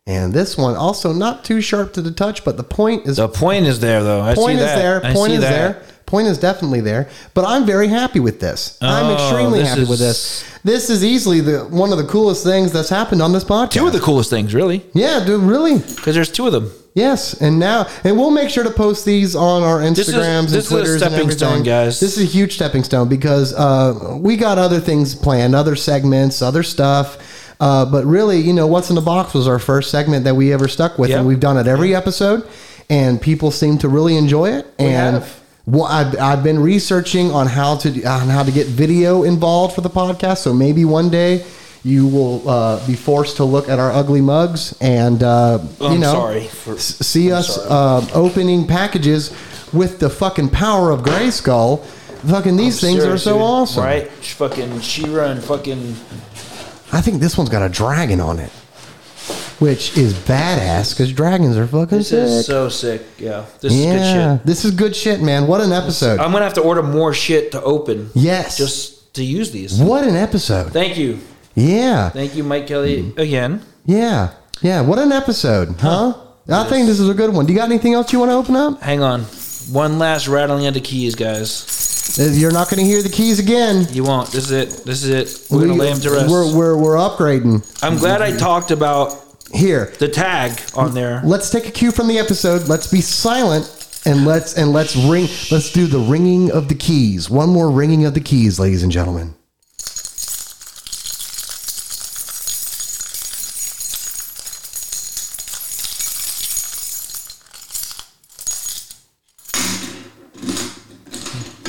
Speaker 2: And this one also not too sharp to the touch, but the point is
Speaker 3: The point is there, though. I
Speaker 2: point
Speaker 3: see
Speaker 2: is
Speaker 3: that.
Speaker 2: there.
Speaker 3: I
Speaker 2: point
Speaker 3: see
Speaker 2: is
Speaker 3: that.
Speaker 2: there. Point is definitely there. But I'm very happy with this. I'm
Speaker 3: Oh,
Speaker 2: extremely
Speaker 3: this
Speaker 2: happy with
Speaker 3: is-
Speaker 2: this. This is easily the one of the coolest things that's happened on this podcast.
Speaker 3: Two of the coolest things, really,
Speaker 2: yeah, dude, really,
Speaker 3: because there's two of them.
Speaker 2: yes. And now, and we'll make sure to post these on our Instagrams
Speaker 3: This is-
Speaker 2: and
Speaker 3: this is a
Speaker 2: Twitters
Speaker 3: stepping
Speaker 2: and everything.
Speaker 3: stone, guys.
Speaker 2: This is a huge stepping stone because uh, we got other things planned, other segments, other stuff. Uh, but really, you know, what's in the box was our first segment that we ever stuck with,
Speaker 3: Yep.
Speaker 2: and we've done it every episode, and people seem to really enjoy it. and
Speaker 3: have.
Speaker 2: well, I've, I've been researching on how to do- on how to get video involved for the podcast. So maybe one day you will uh, be forced to look at our ugly mugs and uh, you
Speaker 3: Oh, I'm
Speaker 2: know
Speaker 3: sorry for-
Speaker 2: s- see us uh, opening packages with the fucking power of Grayskull. Fucking these things are
Speaker 3: Serious,
Speaker 2: so
Speaker 3: dude.
Speaker 2: awesome.
Speaker 3: right? Sh- Fucking Shira and fucking
Speaker 2: I think this one's got a dragon on it, which is badass because dragons are fucking
Speaker 3: this
Speaker 2: sick.
Speaker 3: is so sick. Yeah, this
Speaker 2: yeah,
Speaker 3: is good shit.
Speaker 2: this is good shit, man. What an episode!
Speaker 3: I'm gonna have to order more shit to open.
Speaker 2: Yes.
Speaker 3: just to use these.
Speaker 2: what an episode!
Speaker 3: Thank you,
Speaker 2: Yeah.
Speaker 3: thank you, Mike Kelly,
Speaker 2: Mm-hmm.
Speaker 3: again.
Speaker 2: Yeah. Yeah. What an episode, huh? I think this is a good one. Do you got anything else you want to open up?
Speaker 3: Hang on, one last rattling of the keys, guys.
Speaker 2: Uh, You're not going to hear the keys again.
Speaker 3: You won't. This is it. This is it. We're gonna
Speaker 2: We-
Speaker 3: lay them to rest.
Speaker 2: We're, we're, we're upgrading.
Speaker 3: I'm glad I talked about
Speaker 2: Here,
Speaker 3: the tag on there.
Speaker 2: let's take a cue from the episode. Let's be silent and let's and let's ring. Let's do the ringing of the keys. One more ringing of the keys, ladies and gentlemen.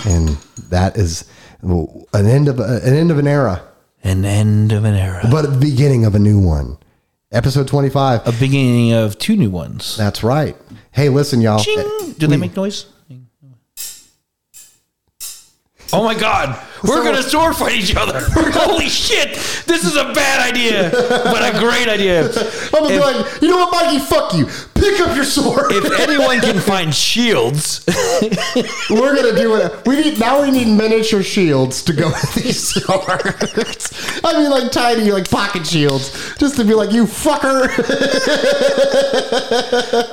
Speaker 2: And that is an end of uh, an end of an era,
Speaker 3: An end of an era.
Speaker 2: but the beginning of a new one. Episode twenty-five.
Speaker 3: A beginning of two new ones.
Speaker 2: That's right. Hey, listen, y'all.
Speaker 3: Ching! Do they make noise? Oh my god! We're gonna sword fight each other! Holy shit! This is a bad idea, but a great idea.
Speaker 2: I'm
Speaker 3: If-
Speaker 2: going, you know what, Mikey? Fuck you. Pick up your sword.
Speaker 3: If anyone can find shields,
Speaker 2: We're gonna do it. We need now. We need miniature shields to go with these swords. I mean, like tiny, like pocket shields, just to be like, you fucker.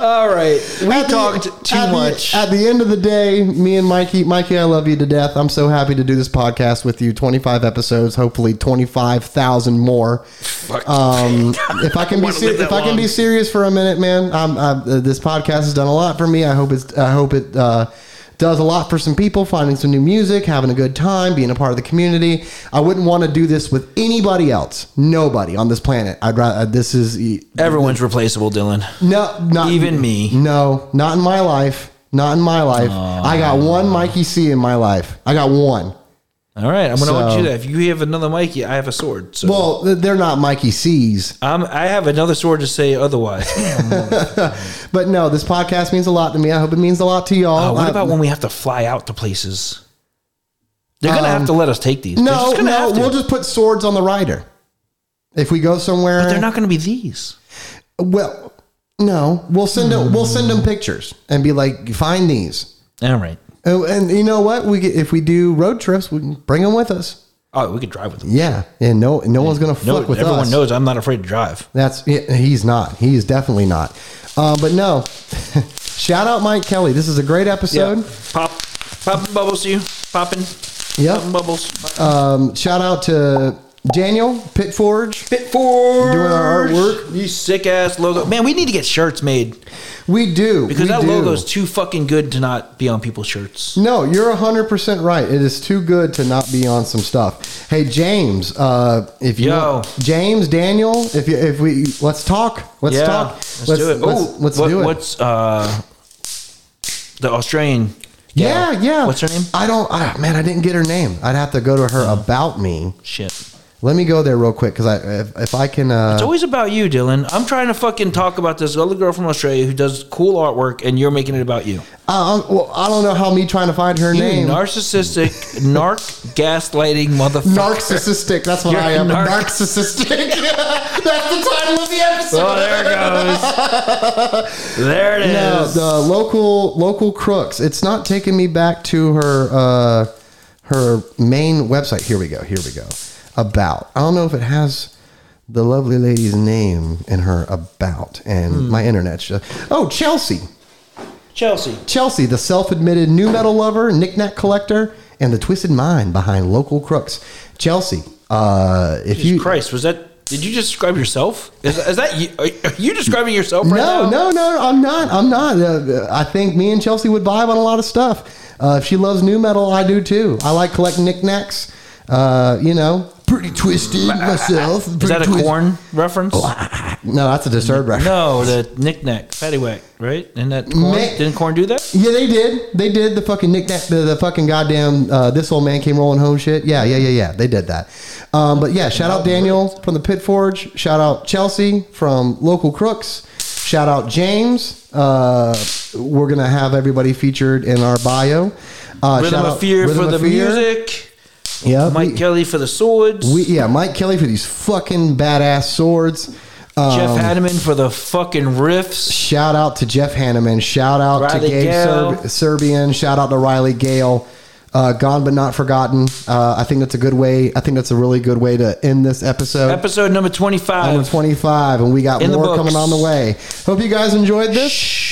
Speaker 3: all right. We
Speaker 2: At the-
Speaker 3: talked too
Speaker 2: at the-
Speaker 3: much.
Speaker 2: at the end of the day, me and Mikey, Mikey, I love you to death. I'm so happy to do this podcast with you. 25 episodes, hopefully 25,000 more.
Speaker 3: Fuck.
Speaker 2: Um, if I can be
Speaker 3: wanna
Speaker 2: ser-
Speaker 3: live that
Speaker 2: if I can
Speaker 3: long.
Speaker 2: be serious for a minute, man, I'm, I've, uh, this podcast has done a lot for me. I hope it's. I hope it. Uh, does a lot for some people, finding some new music, having a good time, being a part of the community. I wouldn't want to do this with anybody else. Nobody on this planet. I'd rather. This is
Speaker 3: Everyone's replaceable, Dylan.
Speaker 2: no, not
Speaker 3: Even me.
Speaker 2: No, not in my life. Not in my life. I got
Speaker 3: Oh.
Speaker 2: one Mikey C in my life. I got one.
Speaker 3: All right, I'm gonna
Speaker 2: So-
Speaker 3: want you to. If you have another Mikey, I have a sword. So
Speaker 2: Well, th- they're not Mikey C's,
Speaker 3: I'm, I have another sword to say otherwise.
Speaker 2: but no, this podcast means a lot to me. I hope it means a lot to
Speaker 3: Uh,
Speaker 2: y'all.
Speaker 3: what
Speaker 2: I-
Speaker 3: about when we have to fly out to places? They're gonna have to let us take these. they're
Speaker 2: Um, no,
Speaker 3: just gonna
Speaker 2: no?
Speaker 3: have to.
Speaker 2: We'll just put swords on the rider if we go somewhere.
Speaker 3: but they're not gonna be these.
Speaker 2: Well, no, we'll send them. We'll send them pictures and be like, find these.
Speaker 3: All right.
Speaker 2: Oh, and you know what? We get, if we do road trips, we can bring them with us.
Speaker 3: Oh, we could drive with them.
Speaker 2: Yeah, and no, no one's gonna
Speaker 3: No,
Speaker 2: fuck with
Speaker 3: everyone
Speaker 2: us.
Speaker 3: knows I'm not afraid to drive.
Speaker 2: That's yeah, he's not. He is definitely not. Uh, but no, shout out Mike Kelly. This is a great episode.
Speaker 3: Pop, popping bubbles to you. Popping. Popping
Speaker 2: Yep.
Speaker 3: bubbles.
Speaker 2: Um, shout out to Daniel Pitforge.
Speaker 3: Fit for
Speaker 2: Doing our artwork.
Speaker 3: You sick ass logo, man. We need to get shirts made
Speaker 2: We do
Speaker 3: because
Speaker 2: we
Speaker 3: that
Speaker 2: do.
Speaker 3: logo's too fucking good to not be on people's shirts.
Speaker 2: No, you're 100% right. It is too good to not be on some stuff. Hey James, uh if you
Speaker 3: Yo.
Speaker 2: want- James Daniel, if you if we let's talk. Let's talk.
Speaker 3: Let's, do it.
Speaker 2: Let's,
Speaker 3: oh,
Speaker 2: let's
Speaker 3: what-
Speaker 2: do it.
Speaker 3: What's uh, the Australian?
Speaker 2: yeah, yeah,
Speaker 3: What's her name? Hmm.
Speaker 2: I don't I, man, I didn't get her name. I'd have to go to her about me.
Speaker 3: Shit.
Speaker 2: Let me go there real quick cuz I if, if I can uh
Speaker 3: It's always about you, Dylan. I'm trying to fucking talk about this other girl from Australia who does cool artwork, and you're making it about you.
Speaker 2: Uh, um, well, I don't know how me trying to find her
Speaker 3: You
Speaker 2: name.
Speaker 3: narcissistic, narc, gaslighting motherfucker.
Speaker 2: narcissistic. That's what
Speaker 3: You're
Speaker 2: I am.
Speaker 3: narc-
Speaker 2: narcissistic. That's the title of the episode.
Speaker 3: Oh, there it goes. there it
Speaker 2: No,
Speaker 3: is.
Speaker 2: the local local crooks. It's not taking me back to her uh, her main website. Here we go. Here we go. About. I don't know if it has the lovely lady's name in her about and
Speaker 3: Hmm.
Speaker 2: my internet's just oh Chelsea.
Speaker 3: Chelsea.
Speaker 2: Chelsea, the self-admitted new metal lover, knickknack collector, and the twisted mind behind local crooks. Chelsea, uh, if
Speaker 3: Jesus
Speaker 2: you
Speaker 3: Christ, was that? Did you just describe yourself? Is, is that you? Are are you describing yourself right
Speaker 2: no,
Speaker 3: now?
Speaker 2: no, no, I'm not. I'm not. Uh, I think me and Chelsea would vibe on a lot of stuff. Uh, if she loves new metal, I do too. I like collecting knickknacks. Uh, you know, pretty twisted myself.
Speaker 3: Is that a
Speaker 2: pretty twi-
Speaker 3: corn reference?
Speaker 2: Oh, No, that's a disturbed reference.
Speaker 3: No, the knickknack, paddywhack, right? And that corn,
Speaker 2: Nick-
Speaker 3: didn't corn do that?
Speaker 2: Yeah, they did. They did the fucking knickknack, the, the fucking goddamn uh, this old man came rolling home shit. Yeah, yeah, yeah, yeah. They did that. Um, but yeah, shout out Daniel from the Pit Forge. Shout out Chelsea from Local Crooks. Shout out James. Uh, we're gonna have everybody featured in our bio. Uh,
Speaker 3: Rhythm
Speaker 2: shout
Speaker 3: of
Speaker 2: out
Speaker 3: Fear
Speaker 2: Rhythm
Speaker 3: for
Speaker 2: of
Speaker 3: the
Speaker 2: Fear.
Speaker 3: music.
Speaker 2: Yeah,
Speaker 3: Mike
Speaker 2: we-
Speaker 3: Kelly for the swords.
Speaker 2: we- yeah, Mike Kelly for these fucking badass swords. Um,
Speaker 3: Jeff Hanneman for the fucking riffs.
Speaker 2: Shout out to Jeff Hanneman. Shout out
Speaker 3: Riley
Speaker 2: to Gabe
Speaker 3: Gale.
Speaker 2: Serb- Serbian. Shout out to Riley Gale. Uh, gone but not forgotten. Uh, I think that's a good way. I think that's a really good way to end this episode.
Speaker 3: Episode number 25.
Speaker 2: Number 25, and we got
Speaker 3: In the
Speaker 2: more
Speaker 3: books.
Speaker 2: coming on the way. Hope you guys enjoyed this.